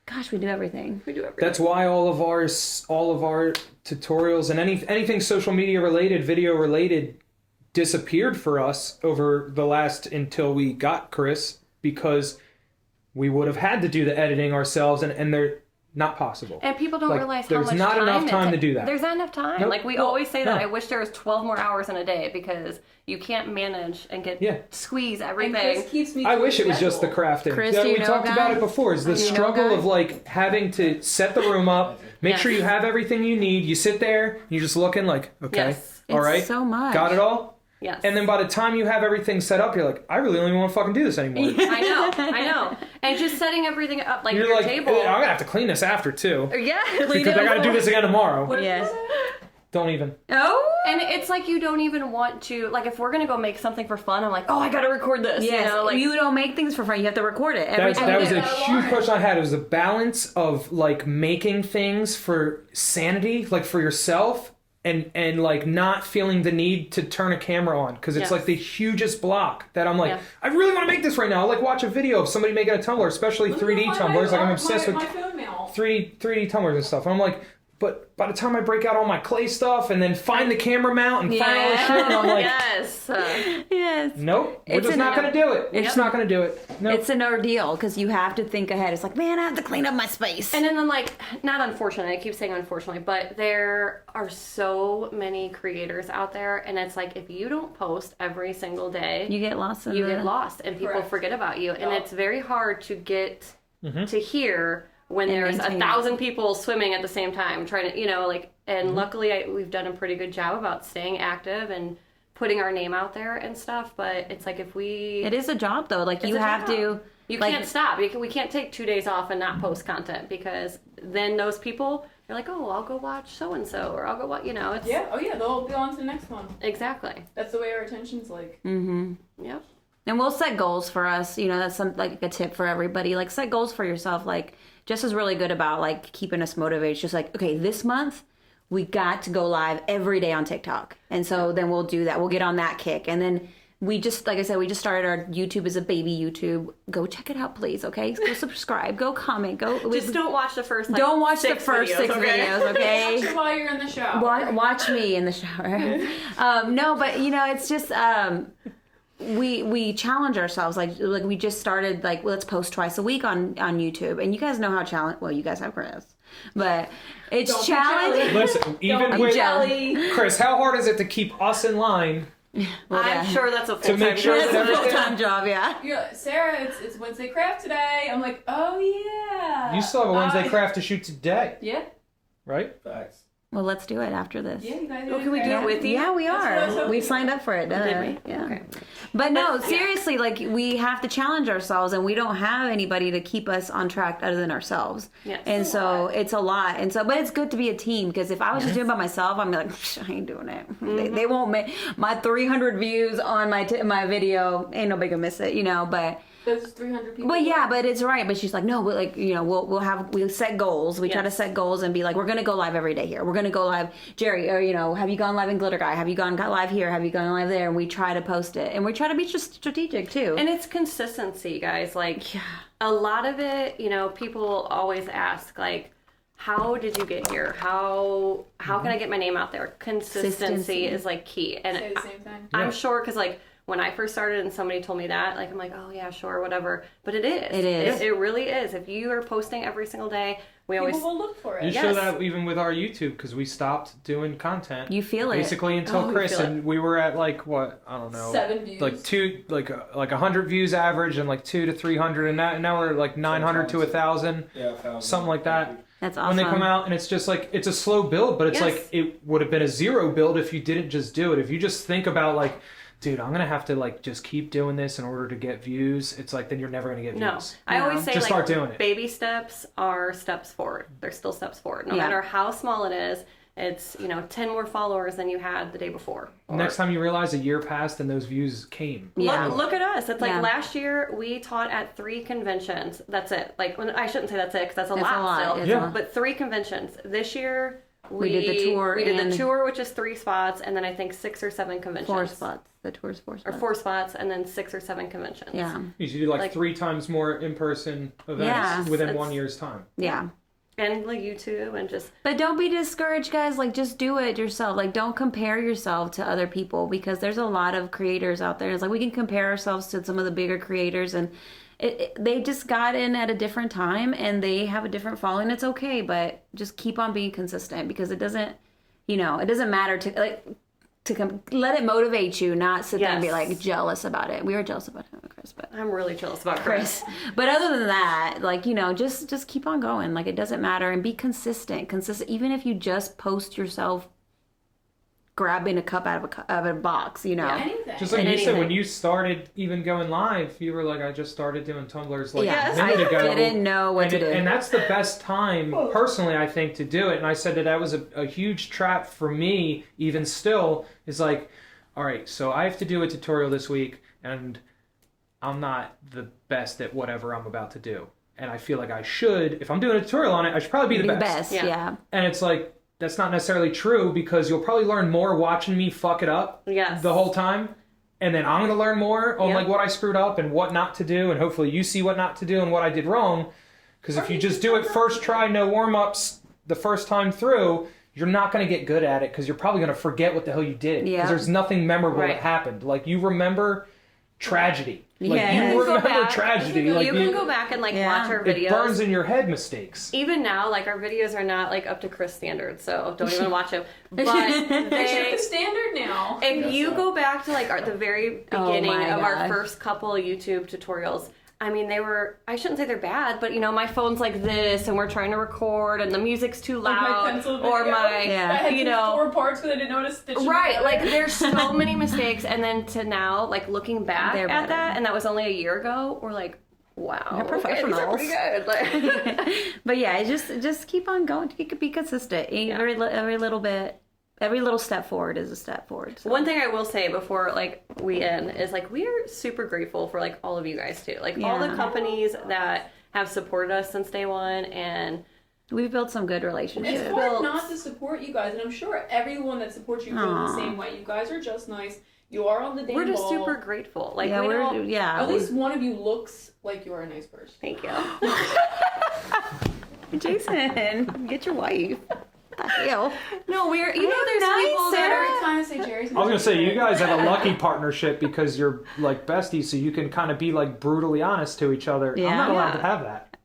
Speaker 4: gosh, we do everything.
Speaker 5: We do everything.
Speaker 2: That's why all of our all of our tutorials and any anything social media related, video related, disappeared for us over the last until we got Chris because we would have had to do the editing ourselves and and they're not possible.
Speaker 5: And people don't
Speaker 2: Like,
Speaker 5: realize how
Speaker 2: there's
Speaker 5: much
Speaker 2: not
Speaker 5: time
Speaker 2: enough
Speaker 5: it
Speaker 2: time
Speaker 5: ta-
Speaker 2: to do that.
Speaker 5: There's not enough time.
Speaker 2: Nope.
Speaker 5: Like we always say that.
Speaker 2: no.
Speaker 5: I wish there was 12 more hours in a day because you can't manage and get
Speaker 2: Yeah.
Speaker 5: squeeze
Speaker 3: And Chris
Speaker 5: everything.
Speaker 3: keeps me.
Speaker 2: I
Speaker 3: to
Speaker 2: wish
Speaker 3: a
Speaker 2: it was just the
Speaker 3: schedule.
Speaker 2: crafting.
Speaker 4: Chris,
Speaker 2: yeah,
Speaker 4: do you
Speaker 2: we
Speaker 4: know a
Speaker 2: talked
Speaker 4: guy?
Speaker 2: about it before. Is the
Speaker 4: you know a
Speaker 2: struggle
Speaker 4: guy?
Speaker 2: of like having to set the room up, make sure you have everything you need. You sit there, and you're just looking like, okay,
Speaker 5: Yes.
Speaker 2: all
Speaker 4: It's
Speaker 2: right,
Speaker 4: so much.
Speaker 2: got it all.
Speaker 5: Yes.
Speaker 2: And then by the time you have everything set up, you're like, I really don't even want to fucking do this anymore.
Speaker 5: I know. I know. And just setting everything up like
Speaker 2: You're
Speaker 5: your
Speaker 2: like,
Speaker 5: table.
Speaker 2: "Eh, I'm gonna have to clean this after too,
Speaker 5: yeah.
Speaker 2: because I gotta do this again tomorrow.
Speaker 4: Yes.
Speaker 2: Don't even.
Speaker 4: Oh,
Speaker 5: And it's like you don't even want to like if we're gonna go make something for fun. I'm like, oh, I gotta record this.
Speaker 4: yes.
Speaker 5: You know, like
Speaker 4: you don't make things for fun. You have to record it
Speaker 2: That
Speaker 4: every
Speaker 2: was,
Speaker 4: time.
Speaker 2: that was a
Speaker 3: Everything.
Speaker 2: huge question I had. It was a balance of like making things for sanity, like for yourself, and and like not feeling the need to turn a camera on because it's
Speaker 5: Yes.
Speaker 2: like the hugest block that I'm like,
Speaker 5: Yeah.
Speaker 2: I really want to make this right now. I like watch a video of somebody making a tumbler, especially
Speaker 3: Look at
Speaker 2: 3D
Speaker 3: my-
Speaker 2: tumblers. Like I'm
Speaker 3: my-
Speaker 2: obsessed
Speaker 3: my,
Speaker 2: with
Speaker 3: my phone mail.
Speaker 2: 3D 3D tumblers and stuff. And I'm like, but by the time I break out all my clay stuff and then find the camera mount and find all this shit, and I'm like,
Speaker 5: yes. Uh,
Speaker 4: yes.
Speaker 2: nope, we're
Speaker 4: It's
Speaker 2: just
Speaker 4: an-
Speaker 2: not gonna do it. We're just not gonna do it. No.
Speaker 4: It's an ordeal because you have to think ahead. It's like, man, I have to clean up my space.
Speaker 5: And then, then, like, not unfortunately, I keep saying unfortunately, but there are so many creators out there, and it's like if you don't post every single day,
Speaker 4: you get lost in
Speaker 5: you
Speaker 4: the-
Speaker 5: get lost, and people
Speaker 3: Correct.
Speaker 5: forget about you, and
Speaker 3: Yeah.
Speaker 5: it's very hard to get to hear when
Speaker 4: And
Speaker 5: there's a
Speaker 4: maintain.
Speaker 5: thousand people swimming at the same time trying to, you know, like. And
Speaker 4: Mm-hmm.
Speaker 5: luckily, I, we've done a pretty good job about staying active and putting our name out there and stuff. But it's like if we
Speaker 4: It is a job though. Like you
Speaker 5: a
Speaker 4: have
Speaker 5: job.
Speaker 4: to.
Speaker 5: you
Speaker 4: like,
Speaker 5: can't stop. You can, we can't take two days off and not post content because then those people they are like, oh, I'll go watch so and so, or I'll go watch. You know, it's
Speaker 3: Yeah. Oh yeah. They'll be on to the next one.
Speaker 5: exactly.
Speaker 3: That's the way our attention's like.
Speaker 5: Yep.
Speaker 4: And we'll set goals for us. You know, that's some like a tip for everybody. Like set goals for yourself. Like Jess is really good about like keeping us motivated. She's like, okay, this month we got to go live every day on TikTok, and so then we'll do that. We'll get on that kick, and then we just like I said, we just started our YouTube as a baby YouTube. Go check it out, please. Okay, go subscribe, go comment, go.
Speaker 5: Just don't watch the first. Like,
Speaker 4: don't watch
Speaker 5: six
Speaker 4: the first
Speaker 5: videos,
Speaker 4: six
Speaker 5: okay?
Speaker 4: videos, okay?
Speaker 3: while you're in the shower.
Speaker 4: Watch, watch me in the shower. um, no, but you know, it's just um, we we challenge ourselves. Like like we just started like let's post twice a week on on YouTube, and you guys know how challenge. Well, you guys have Chris, but it's
Speaker 3: Don't be
Speaker 4: challenging.
Speaker 2: Listen, even
Speaker 4: be
Speaker 2: with
Speaker 4: jelly.
Speaker 2: Chris, how hard is it to keep us in line?
Speaker 5: I'm sure that's a full
Speaker 2: make
Speaker 5: time
Speaker 2: sure
Speaker 5: job.
Speaker 4: It's a full time job, yeah.
Speaker 3: You're like, Sarah, it's, it's Wednesday craft today. I'm like, oh yeah.
Speaker 2: You still have a Wednesday
Speaker 3: Uh,
Speaker 2: craft to shoot today,
Speaker 3: Yeah,
Speaker 2: right?
Speaker 7: Facts.
Speaker 4: Well, let's do it after this.
Speaker 3: yeah, you guys.
Speaker 5: Oh, can we do it with you?
Speaker 4: Yeah, we
Speaker 3: That's what I was
Speaker 4: are.
Speaker 3: hoping
Speaker 4: We've
Speaker 3: for.
Speaker 4: signed up for it, didn't
Speaker 5: Did
Speaker 4: we? Yeah. But no, seriously, like we have to challenge ourselves, and we don't have anybody to keep us on track other than ourselves.
Speaker 5: Yes.
Speaker 4: And
Speaker 5: It's a
Speaker 4: so it's a lot, and so but it's good to be a team because if I was just doing it by myself, I'm like, "Psh, I ain't doing it. They,
Speaker 3: Mm-hmm.
Speaker 4: they won't make my 300 views on my t- my video. Ain't nobody gonna miss it, you know. But
Speaker 3: Those 300 people.
Speaker 4: well, yeah, but it's right. But she's like, no, but like you know, we'll we'll have we will set goals. We try to
Speaker 5: Yes.
Speaker 4: set goals and be like, we're gonna go live every day here. We're gonna go live, Jerry. Or you know, have you gone live in Glitter Guy? Have you gone got live here? Have you gone live there? And we try to post it, and we try to be just strategic too.
Speaker 5: And it's consistency, guys. Like a lot of it, you know, people always ask like how did you get here? How how can I get my name out there? Consistency,
Speaker 4: Mm-hmm. Consistency.
Speaker 5: is like key. And
Speaker 3: Say the
Speaker 5: I-
Speaker 3: same thing.
Speaker 5: I'm sure because like when I first started and somebody told me that, like I'm like, oh yeah, sure, whatever. But it is.
Speaker 4: It is.
Speaker 5: It, it really is. If you are posting every single day, we always
Speaker 3: People will look for
Speaker 2: You
Speaker 3: it.
Speaker 5: Yeah.
Speaker 2: show
Speaker 5: Yes.
Speaker 2: that even with our YouTube because we stopped doing content.
Speaker 4: You feel it.
Speaker 2: basically until
Speaker 5: Oh, you
Speaker 2: Chris
Speaker 5: feel it.
Speaker 2: and we were at like what I don't know
Speaker 3: Seven views.
Speaker 2: like two like uh, like hundred views average and like two to three hundred and now, and now we're at, like nine hundred to a thousand
Speaker 7: Yeah, thousand.
Speaker 2: something like that.
Speaker 4: That's
Speaker 2: When
Speaker 4: awesome.
Speaker 2: they come out and it's just like it's a slow build, but it's
Speaker 5: Uh-huh. Yes.
Speaker 2: like it would have been a zero build if you didn't just do it. If you just think about like. Dude, I'm gonna have to like just keep doing this in order to get views. It's like then you're never gonna get
Speaker 5: No,
Speaker 2: views.
Speaker 5: I always say
Speaker 2: Just
Speaker 5: like
Speaker 2: start doing it.
Speaker 5: baby steps are steps forward. They're still steps forward, no
Speaker 4: Yeah.
Speaker 5: matter how small it is. It's you know ten more followers than you had the day before. Or-
Speaker 2: Next time you realize a year passed and those views came.
Speaker 4: Yeah.
Speaker 5: Look, look at us. It's like
Speaker 4: Yeah.
Speaker 5: last year we taught at three conventions. That's it. Like when, I shouldn't say that's it because that's a lot.
Speaker 4: a lot.
Speaker 5: still.
Speaker 4: It's a Yeah. lot.
Speaker 5: But three conventions this year. We,
Speaker 4: did the tour
Speaker 5: We did
Speaker 4: and-
Speaker 5: the tour, which is three spots, and then I think six or seven conventions.
Speaker 4: four spots. The tour's four
Speaker 5: Or
Speaker 4: spots.
Speaker 5: four spots, and then six or seven conventions.
Speaker 4: Yeah,
Speaker 2: You should do like,
Speaker 5: Like-
Speaker 2: three times more in person events
Speaker 4: Yeah,
Speaker 2: within
Speaker 5: it's-
Speaker 2: one year's time.
Speaker 4: yeah.
Speaker 5: And like YouTube, and just
Speaker 4: But don't be discouraged, guys. Like, just do it yourself. Like, don't compare yourself to other people because there's a lot of creators out there. It's like we can compare ourselves to some of the bigger creators, and it, it- they just got in at a different time and they have a different following. It's okay, but just keep on being consistent because it doesn't, you know, it doesn't matter to like to com- let it motivate you, not sit there and be
Speaker 5: Yes.
Speaker 4: like jealous about it. We were jealous about him, Chris, but
Speaker 5: I'm really jealous about
Speaker 4: Chris. But other than that, like you know, just just keep on going. Like it doesn't matter, and be consistent. Consistent, even if you just post yourself grabbing a cup out of a cu- of a box. You know,
Speaker 3: Anything.
Speaker 2: Just like
Speaker 5: And
Speaker 2: you said, when
Speaker 5: anything.
Speaker 2: you started even going live, you were like, I just started doing Tumblrs like
Speaker 4: Yes,
Speaker 2: a minute
Speaker 4: I
Speaker 2: ago.
Speaker 4: didn't know what
Speaker 2: and
Speaker 4: to
Speaker 2: it-
Speaker 4: do.
Speaker 2: And that's the best time, personally, I think, to do it. And I said that that was a, a huge trap for me, even still, is like, all right, so I have to do a tutorial this week, and I'm not the best at whatever I'm about to do. And I feel like I should, if I'm doing a tutorial on it, I should probably be the
Speaker 4: be the
Speaker 2: best.
Speaker 4: best.
Speaker 5: Yeah.
Speaker 4: yeah.
Speaker 2: And it's like, that's not necessarily true because you'll probably learn more watching me fuck it up
Speaker 5: Yes.
Speaker 2: the whole time. And then I'm going to learn more on
Speaker 5: Yeah.
Speaker 2: like what I screwed up and what not to do. And hopefully you see what not to do and what I did wrong. Because if you just do it first try, no warm ups the first time through, you're not going to get good at it because you're probably going to forget what the hell you did. Because
Speaker 4: Yeah.
Speaker 2: there's nothing memorable
Speaker 5: Right.
Speaker 2: that happened. Like you remember tragedy. Like
Speaker 4: Yeah. You
Speaker 2: you
Speaker 4: can
Speaker 5: go
Speaker 2: remember
Speaker 5: back.
Speaker 2: tragedy. Like
Speaker 5: you can go back and like
Speaker 4: Yeah.
Speaker 5: watch our videos.
Speaker 2: it burns in your head mistakes.
Speaker 5: even now, like our videos are not like up to Chris standards, so don't even watch them. But
Speaker 3: Picture
Speaker 5: they,
Speaker 3: the standard now.
Speaker 5: if you go back to like our, the very
Speaker 4: Oh
Speaker 5: beginning
Speaker 4: my
Speaker 5: of
Speaker 4: gosh.
Speaker 5: our first couple YouTube tutorials, I mean, they were, I shouldn't say they're bad, but you know, my phone's like this and we're trying to record and the music's too
Speaker 3: my
Speaker 5: loud
Speaker 3: pencil
Speaker 5: or
Speaker 3: video.
Speaker 5: my,
Speaker 4: Yeah.
Speaker 3: I had
Speaker 5: you
Speaker 3: to
Speaker 5: know.
Speaker 3: four parts because I didn't know how to stitch. them
Speaker 5: Right,
Speaker 3: together.
Speaker 5: like there's so many mistakes, and then to now, like looking back
Speaker 4: They're better.
Speaker 5: at that, and that was only a year ago, we're like, wow, okay, these are pretty good. Like,
Speaker 4: but yeah, it's just just keep on going. You could be consistent. E, Every li- every little bit, every little step forward is a step forward. So.
Speaker 5: One thing I will say before like we end is like we are super grateful for like all of you guys too. Like all
Speaker 4: Yeah.
Speaker 5: the companies that have supported us since day one, and
Speaker 4: We've built some good relationships.
Speaker 3: It's hard not to support you guys, and I'm sure everyone that supports you feels the same way. You guys are just nice. You are on the damn
Speaker 5: we're just
Speaker 3: ball.
Speaker 5: super grateful. Like
Speaker 4: yeah,
Speaker 5: we
Speaker 4: we're
Speaker 5: don't.
Speaker 4: yeah.
Speaker 3: At least one of you looks like you are a nice person.
Speaker 5: Thank you.
Speaker 4: Jason, get your wife. Ew.
Speaker 5: No, we're you know there's
Speaker 4: nice,
Speaker 5: people that
Speaker 4: Sarah.
Speaker 5: are
Speaker 3: Every time I say Jerry's,
Speaker 2: I was gonna say you guys have a lucky partnership because you're like besties, so you can kind of be like brutally honest to each other.
Speaker 4: Yeah.
Speaker 2: I'm not allowed to
Speaker 5: Yeah.
Speaker 2: have that.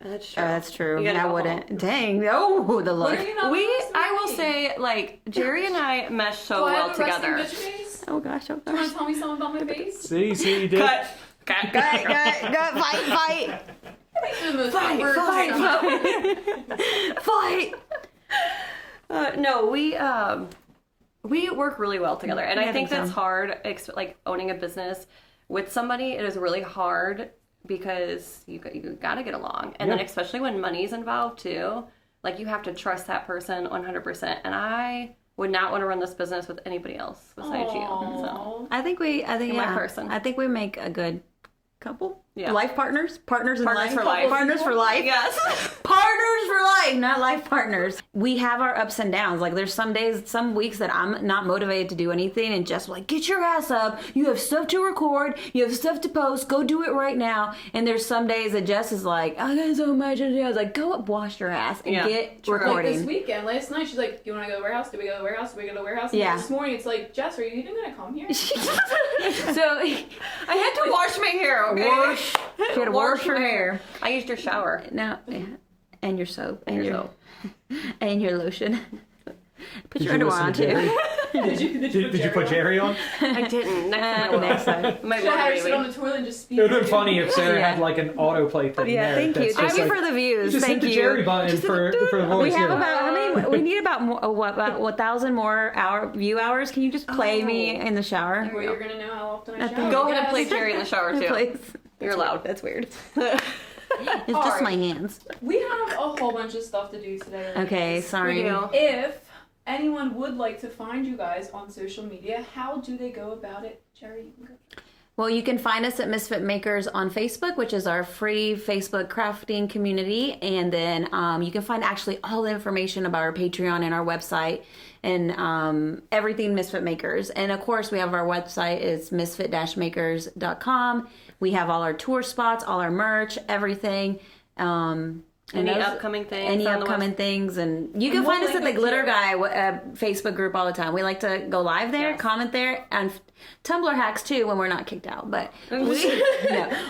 Speaker 5: That's true.
Speaker 4: Oh, that's true.
Speaker 5: You gotta
Speaker 4: I
Speaker 5: go
Speaker 4: wouldn't. Dang. Oh, the look.
Speaker 3: What are you not
Speaker 5: We,
Speaker 3: supposed to
Speaker 5: I will
Speaker 3: be?
Speaker 5: say, like Jerry and I mesh so
Speaker 3: Do I
Speaker 5: well
Speaker 3: have a resting
Speaker 5: together.
Speaker 3: bitch face?
Speaker 4: Oh gosh. Oh
Speaker 3: You want
Speaker 4: gosh.
Speaker 3: to tell me something about my face?
Speaker 2: See, see, you did.
Speaker 5: Cut. Cut.
Speaker 4: gut, gut, gut, fight, fight,
Speaker 3: You're the most
Speaker 4: fight,
Speaker 3: awkward
Speaker 4: fight,
Speaker 3: person.
Speaker 4: fight, fight.
Speaker 5: Uh, no, we um, we work really well together, and I think that's hard. Ex- like owning a business with somebody, it is really hard because you g- you gotta get along, and
Speaker 2: Yeah.
Speaker 5: then especially when money's involved too. Like you have to trust that person 100. percent And I would not want to run this business with anybody else besides you. So
Speaker 3: Aw.
Speaker 4: I think we. I think
Speaker 5: my
Speaker 4: yeah.
Speaker 5: person.
Speaker 4: I think we make a good couple.
Speaker 5: Yeah.
Speaker 4: Life partners. Partners in
Speaker 5: Partners
Speaker 4: life.
Speaker 5: for life.
Speaker 4: Partners for life.
Speaker 5: yes,
Speaker 4: partners for life, not life partners. We have our ups and downs. Like there's some days, some weeks that I'm not motivated to do anything, and just like get your ass up. You have stuff to record. You have stuff to post. Go do it right now. And there's some days that Jess is like, I got so much to do. I was like, go up, wash your ass, and
Speaker 5: Yeah,
Speaker 4: get
Speaker 5: true.
Speaker 3: Like
Speaker 4: recording.
Speaker 3: this weekend, last night, she's like, "Do you want to go to the warehouse? Do we go to the warehouse? Do we go to the warehouse?"
Speaker 4: Yeah.
Speaker 3: Yeah. This morning, it's like, "Jess, are you even gonna come here?"
Speaker 4: so
Speaker 5: I had to wash my hair. Okay,
Speaker 4: wash. She had to wash her hair.
Speaker 5: I used your shower.
Speaker 4: No, and your soap and,
Speaker 5: your
Speaker 4: your and your lotion. Put
Speaker 2: you
Speaker 4: your underwear
Speaker 2: listen
Speaker 4: on
Speaker 2: to Jerry?
Speaker 4: too.
Speaker 3: did you? Did,
Speaker 2: Did, did you put
Speaker 3: on?
Speaker 2: Jerry on?
Speaker 5: I didn't. Next time I will.
Speaker 4: Next time.
Speaker 5: Might
Speaker 3: Should I have her
Speaker 5: motivate
Speaker 3: sit
Speaker 5: me.
Speaker 3: on the toilet and just speak?
Speaker 2: It would have been funny if Sarah
Speaker 4: Yeah.
Speaker 2: had like an autoplay thing. there
Speaker 4: Yeah, thank you.
Speaker 2: that's
Speaker 4: Thank
Speaker 2: just
Speaker 4: you
Speaker 2: like-
Speaker 4: for the views.
Speaker 2: Just hit
Speaker 4: Thank
Speaker 2: the
Speaker 4: you.
Speaker 2: Jerry button
Speaker 4: Just hit
Speaker 2: for,
Speaker 4: the-
Speaker 2: for the voice.
Speaker 4: we have
Speaker 2: yeah.
Speaker 4: about how many? We need about more, uh, what about a thousand more hour view hours. Can you just play me in the shower,
Speaker 3: Well, you're gonna know how often I
Speaker 4: Nothing.
Speaker 3: shower.
Speaker 5: Oh. Go ahead and play
Speaker 3: Yes.
Speaker 5: Jerry in the shower too.
Speaker 4: please?
Speaker 5: You're loud. That's weird. we
Speaker 4: It's just
Speaker 3: Alright.
Speaker 4: my hands.
Speaker 3: We have a whole bunch of stuff to do today.
Speaker 4: Okay, sorry.
Speaker 5: do.
Speaker 3: If anyone would like to find you guys on social media, how do they go about it, Jerry? you can go.
Speaker 4: Well, you can find us at Misfit Makers on Facebook, which is our free Facebook crafting community. And then um, you can find actually all the information about our Patreon and our website and um, everything Misfit Makers. And of course, we have our website, it's misfit makers.com. We have all our tour spots, all our merch, everything. Um, and
Speaker 5: Any
Speaker 4: those-
Speaker 5: upcoming things
Speaker 4: Any
Speaker 5: on the
Speaker 4: upcoming
Speaker 5: website?
Speaker 4: things. And you can
Speaker 3: And
Speaker 4: find
Speaker 3: we'll
Speaker 4: us at the
Speaker 3: link
Speaker 4: Glitter
Speaker 3: up to-
Speaker 4: Guy uh, Facebook group all the time. We like to go live there, comment there, and Tumblr hacks too when we're not kicked out. But we, no,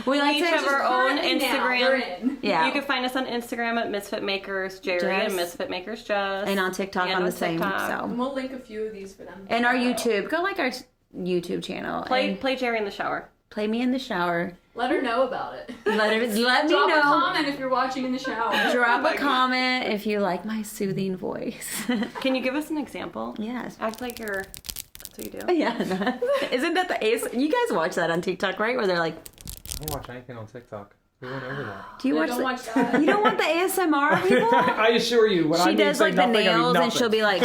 Speaker 4: we like
Speaker 5: each
Speaker 4: to
Speaker 5: have our own Instagram.
Speaker 3: Now, you're in.
Speaker 4: Yeah.
Speaker 5: You can find us on Instagram at Misfit Makers Jerry
Speaker 4: Jess.
Speaker 5: and Misfit Makers Jess.
Speaker 4: and on TikTok
Speaker 5: and
Speaker 4: on,
Speaker 5: on
Speaker 4: the same.
Speaker 5: TikTok.
Speaker 3: And
Speaker 4: So
Speaker 3: we'll link a few of these for them.
Speaker 4: and our YouTube, go like our t- YouTube channel.
Speaker 5: play
Speaker 4: and
Speaker 5: play Jerry in the shower.
Speaker 4: play me in the shower.
Speaker 3: Let her know about it.
Speaker 4: Let it, let me
Speaker 3: Drop a
Speaker 4: know.
Speaker 3: comment if you're watching in the shower.
Speaker 5: Oh
Speaker 4: Drop a comment if you like my soothing voice.
Speaker 5: Can you give us an example?
Speaker 4: yes.
Speaker 5: Act like you're. That's what you do.
Speaker 4: Yeah. Isn't that the ace? You guys watch that on TikTok, right? Where they're like,
Speaker 2: I don't watch anything on TikTok. We went over that.
Speaker 4: "Do you
Speaker 3: No,
Speaker 4: watch?"
Speaker 3: don't
Speaker 4: the-
Speaker 3: watch that.
Speaker 4: You don't want the ASMR people.
Speaker 2: I assure you, when I
Speaker 4: She
Speaker 2: mean
Speaker 4: does
Speaker 2: say
Speaker 4: like the
Speaker 2: nothing, I mean
Speaker 4: nails, and
Speaker 2: nothing.
Speaker 4: she'll be like,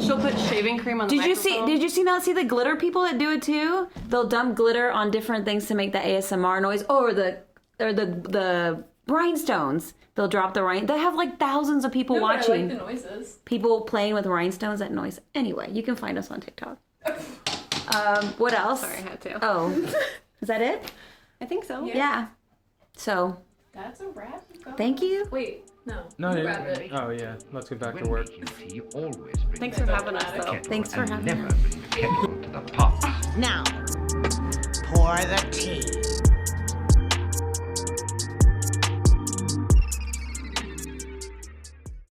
Speaker 5: She'll put shaving cream on the
Speaker 4: "Did you see?
Speaker 5: microphone.
Speaker 4: Did you see now? See the glitter people that do it too? They'll dump glitter on different things to make the ASMR noise, or the or the the rhinestones. They'll drop the rhine. They have like thousands of people
Speaker 3: No, but I like
Speaker 4: watching
Speaker 3: the noises.
Speaker 4: people playing with rhinestones at noise. Anyway, you can find us on TikTok. Um, what else?
Speaker 5: Sorry, I had to.
Speaker 4: Oh, is that it?
Speaker 5: I think so.
Speaker 4: Yeah. So
Speaker 3: That's a wrap. you guys.
Speaker 4: thank you.
Speaker 3: Wait, no.
Speaker 2: No,
Speaker 3: you
Speaker 2: no,
Speaker 3: wrap it.
Speaker 2: no. Oh yeah, let's get back to
Speaker 7: When
Speaker 2: work.
Speaker 7: making tea, always bring
Speaker 5: Thanks for having us, though.
Speaker 4: Thanks for having
Speaker 7: never bring the kettle to the pot.
Speaker 8: Now, pour the tea.